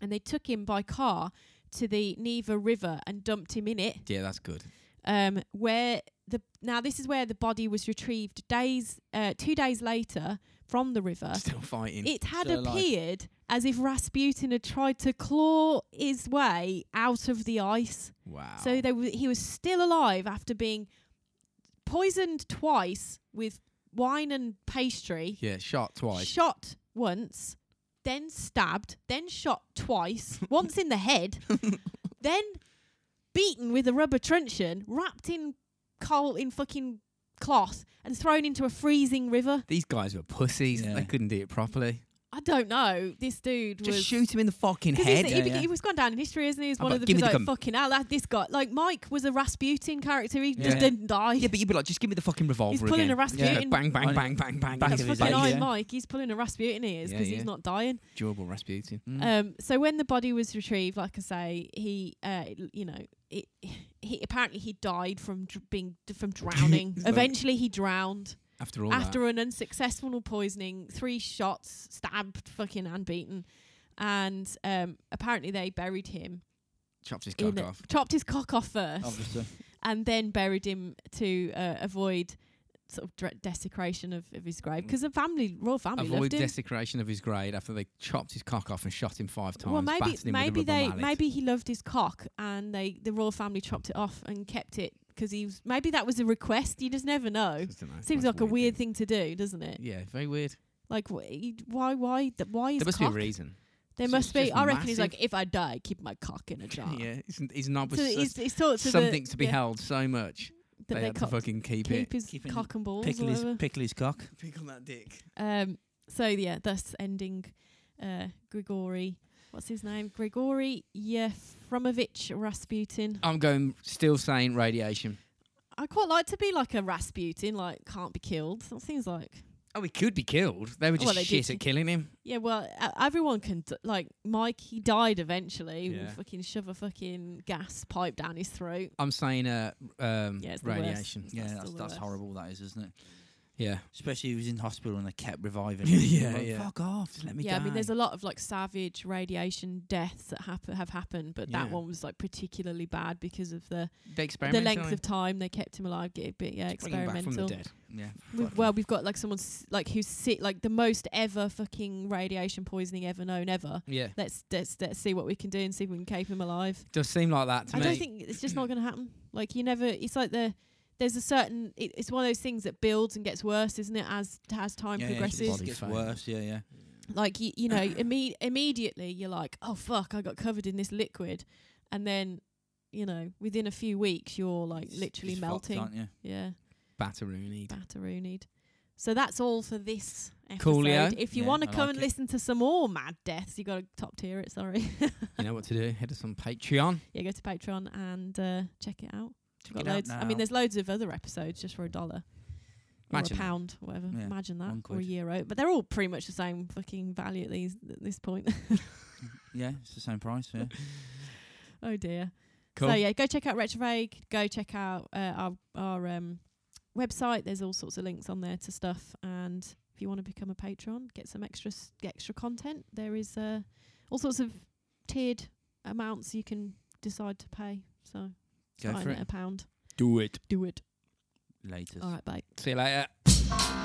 Speaker 2: and they took him by car to the Neva River and dumped him in it.
Speaker 1: Yeah, that's good.
Speaker 2: Um, where the now this is where the body was retrieved days, uh, two days later from the river.
Speaker 1: Still fighting.
Speaker 2: Uh, It had
Speaker 3: Still alive.
Speaker 2: appeared as if Rasputin had tried to claw his way out of the ice.
Speaker 1: wow.
Speaker 2: So they w- he was still alive after being poisoned twice with wine and pastry
Speaker 1: yeah, shot twice.
Speaker 2: shot once, then stabbed, then shot twice, once in the head, then beaten with a rubber truncheon, wrapped in coal in fucking cloth, and thrown into a freezing river.
Speaker 1: These guys were pussies.
Speaker 3: Yeah.
Speaker 1: They couldn't do it properly.
Speaker 2: I don't know. This dude
Speaker 1: Just
Speaker 2: was.
Speaker 1: shoot him in the fucking
Speaker 2: 'cause
Speaker 1: head.
Speaker 2: he's- he, bec- he was gone down in history, isn't he? He was
Speaker 1: How
Speaker 2: one
Speaker 1: about
Speaker 2: of the
Speaker 1: give me
Speaker 2: people
Speaker 1: the
Speaker 2: like,
Speaker 1: gun.
Speaker 2: fucking hell, that, this guy. Like, Mike was a Rasputin character. He
Speaker 3: Yeah.
Speaker 2: just didn't die.
Speaker 1: yeah, but you'd be like, just give me the fucking revolver
Speaker 2: he's pulling
Speaker 1: again.
Speaker 2: a Rasputin.
Speaker 1: Just go Bang, bang,
Speaker 3: On-
Speaker 1: bang, bang, bang.
Speaker 3: Back
Speaker 1: into
Speaker 3: of
Speaker 1: his
Speaker 2: That's fucking
Speaker 1: face.
Speaker 2: I,
Speaker 3: yeah.
Speaker 2: Mike. He's pulling a Rasputin, he is,
Speaker 1: Yeah,
Speaker 2: because
Speaker 1: yeah.
Speaker 2: he's not dying.
Speaker 1: Durable Rasputin.
Speaker 2: Um, so when the body was retrieved, like I say, he, uh, you know, it, he apparently he died from dr- being from drowning.
Speaker 1: It's like-
Speaker 2: Eventually, he drowned
Speaker 1: After all
Speaker 2: after an unsuccessful poisoning, three shots, stabbed, fucking, and beaten. And um, apparently, they buried him.
Speaker 1: that, chopped his
Speaker 2: in
Speaker 1: cock
Speaker 2: a-
Speaker 1: off. Oh,
Speaker 2: Chopped his cock off first,
Speaker 3: Obviously.
Speaker 2: and then buried him to uh, avoid sort of dre- desecration of, of his grave. 'Cause the family, royal family,
Speaker 1: Avoid
Speaker 2: loved him.
Speaker 1: desecration of his grave after they chopped his cock off and shot him five times.
Speaker 2: Well, maybe
Speaker 1: battered him with a
Speaker 2: maybe
Speaker 1: rubber
Speaker 2: they
Speaker 1: mallet.
Speaker 2: maybe he loved his cock, and they the royal family chopped it off and kept it 'cause he was maybe that was a request. You just never know.
Speaker 1: Just dunno,
Speaker 2: Seems
Speaker 1: that's
Speaker 2: like a weird
Speaker 1: thing.
Speaker 2: thing to do, doesn't it?
Speaker 1: Yeah, very weird.
Speaker 2: Like wh- you- why why th- why is
Speaker 1: there must
Speaker 2: cock?
Speaker 1: be a reason.
Speaker 2: There
Speaker 1: It's
Speaker 2: must
Speaker 1: just
Speaker 2: be. I reckon he's
Speaker 1: massive.
Speaker 2: like, if I die, keep my cock in a jar.
Speaker 1: yeah, his, his knob
Speaker 2: So
Speaker 1: was so-
Speaker 2: he's, he's taught to
Speaker 1: something
Speaker 2: the,
Speaker 1: to be
Speaker 2: yeah,
Speaker 1: held so much
Speaker 2: that
Speaker 1: they,
Speaker 2: they
Speaker 1: had
Speaker 2: co-
Speaker 1: to fucking keep,
Speaker 2: keep
Speaker 1: it.
Speaker 2: his
Speaker 3: Keeping
Speaker 2: cock and balls.
Speaker 3: Pickle
Speaker 2: or
Speaker 3: his,
Speaker 2: whatever.
Speaker 3: pickle his cock.
Speaker 1: Pick on that dick.
Speaker 2: Um, so yeah, thus ending uh, Grigori. What's his name? Grigori Yefromovich Rasputin.
Speaker 1: I'm going still saying radiation.
Speaker 2: I quite like to be like a Rasputin, like can't be killed. That seems like
Speaker 1: Oh, he could be killed. They were just
Speaker 2: Oh, Well, they did
Speaker 1: shit
Speaker 2: ki-
Speaker 1: at killing him.
Speaker 2: yeah. Well, e- everyone can d- like Mike. He died eventually. We'll
Speaker 1: Yeah.
Speaker 2: fucking shove a fucking gas pipe down his throat.
Speaker 1: I'm saying uh, um,
Speaker 2: Yeah, it's the worst.
Speaker 1: radiation.
Speaker 3: Yeah,
Speaker 2: That's
Speaker 3: that's,
Speaker 2: the
Speaker 3: that's
Speaker 2: worst.
Speaker 3: horrible, that is, isn't it?
Speaker 1: Yeah.
Speaker 3: Especially he was in hospital and they kept reviving him.
Speaker 1: yeah,
Speaker 3: Like,
Speaker 1: yeah.
Speaker 3: Fuck
Speaker 1: off. Just let me
Speaker 2: yeah, I mean, there's
Speaker 1: die.
Speaker 2: a lot of like savage radiation deaths that hap- have happened, but that
Speaker 1: Yeah.
Speaker 2: one was like particularly bad because of the
Speaker 1: They
Speaker 2: the
Speaker 1: experimented on
Speaker 2: length
Speaker 1: him.
Speaker 2: of time they kept him alive. Get a bit yeah,
Speaker 1: Bring him back from the
Speaker 2: experimental.
Speaker 1: dead.
Speaker 3: Yeah.
Speaker 2: We've, well, we've got like someone s- like who's sick, like the most ever fucking radiation poisoning ever known ever.
Speaker 1: Yeah.
Speaker 2: let's let's let's see what we can do and see if we can keep him alive.
Speaker 1: Does seem like that to
Speaker 2: I
Speaker 1: me.
Speaker 2: don't think it's just not going to happen. Like you never. It's like the there's a certain. It, it's one of those things that builds and gets worse, isn't it? As as time
Speaker 3: yeah, Yeah, it
Speaker 2: progresses,
Speaker 3: just gets
Speaker 1: Body
Speaker 3: worse, yeah, yeah.
Speaker 2: like you you know imme- immediately you're like, oh fuck, I got covered in this liquid, and then you know within a few weeks you're like
Speaker 3: It's-
Speaker 2: literally
Speaker 3: it's fucked,
Speaker 2: melting.
Speaker 3: aren't you?
Speaker 2: yeah,
Speaker 1: Batteroony.
Speaker 2: batteroonied. So that's all for this episode.
Speaker 1: Coolio.
Speaker 2: If you
Speaker 3: Yeah,
Speaker 2: want to
Speaker 3: I
Speaker 2: come
Speaker 3: like
Speaker 2: and
Speaker 3: it.
Speaker 2: listen to some more mad deaths, you got to top tier it. Sorry,
Speaker 1: you know what to do. Head us on Patreon.
Speaker 2: yeah, go to Patreon and uh, check it out.
Speaker 3: Check
Speaker 2: got
Speaker 3: it out
Speaker 2: loads. I
Speaker 3: now.
Speaker 2: mean, there's loads of other episodes just for a dollar.
Speaker 1: Imagine
Speaker 2: or
Speaker 1: that.
Speaker 2: a pound, whatever.
Speaker 3: Yeah,
Speaker 2: Imagine that.
Speaker 3: one
Speaker 2: Or a
Speaker 3: quid.
Speaker 2: euro. But they're all pretty much the same fucking value at these at this point.
Speaker 3: Yeah, it's the same price, yeah.
Speaker 2: oh dear.
Speaker 1: Cool.
Speaker 2: So yeah, go check out Retrograde, go check out uh, our our um website. There's all sorts of links on there to stuff and if you want to become a patron, get some extra s- extra content. There is uh all sorts of tiered amounts you can decide to pay. So
Speaker 3: Go for
Speaker 2: starting at
Speaker 3: it.
Speaker 2: a pound.
Speaker 1: Do it.
Speaker 2: Do it.
Speaker 3: Latest.
Speaker 2: All right, bye.
Speaker 1: See you later.
Speaker 3: Bye.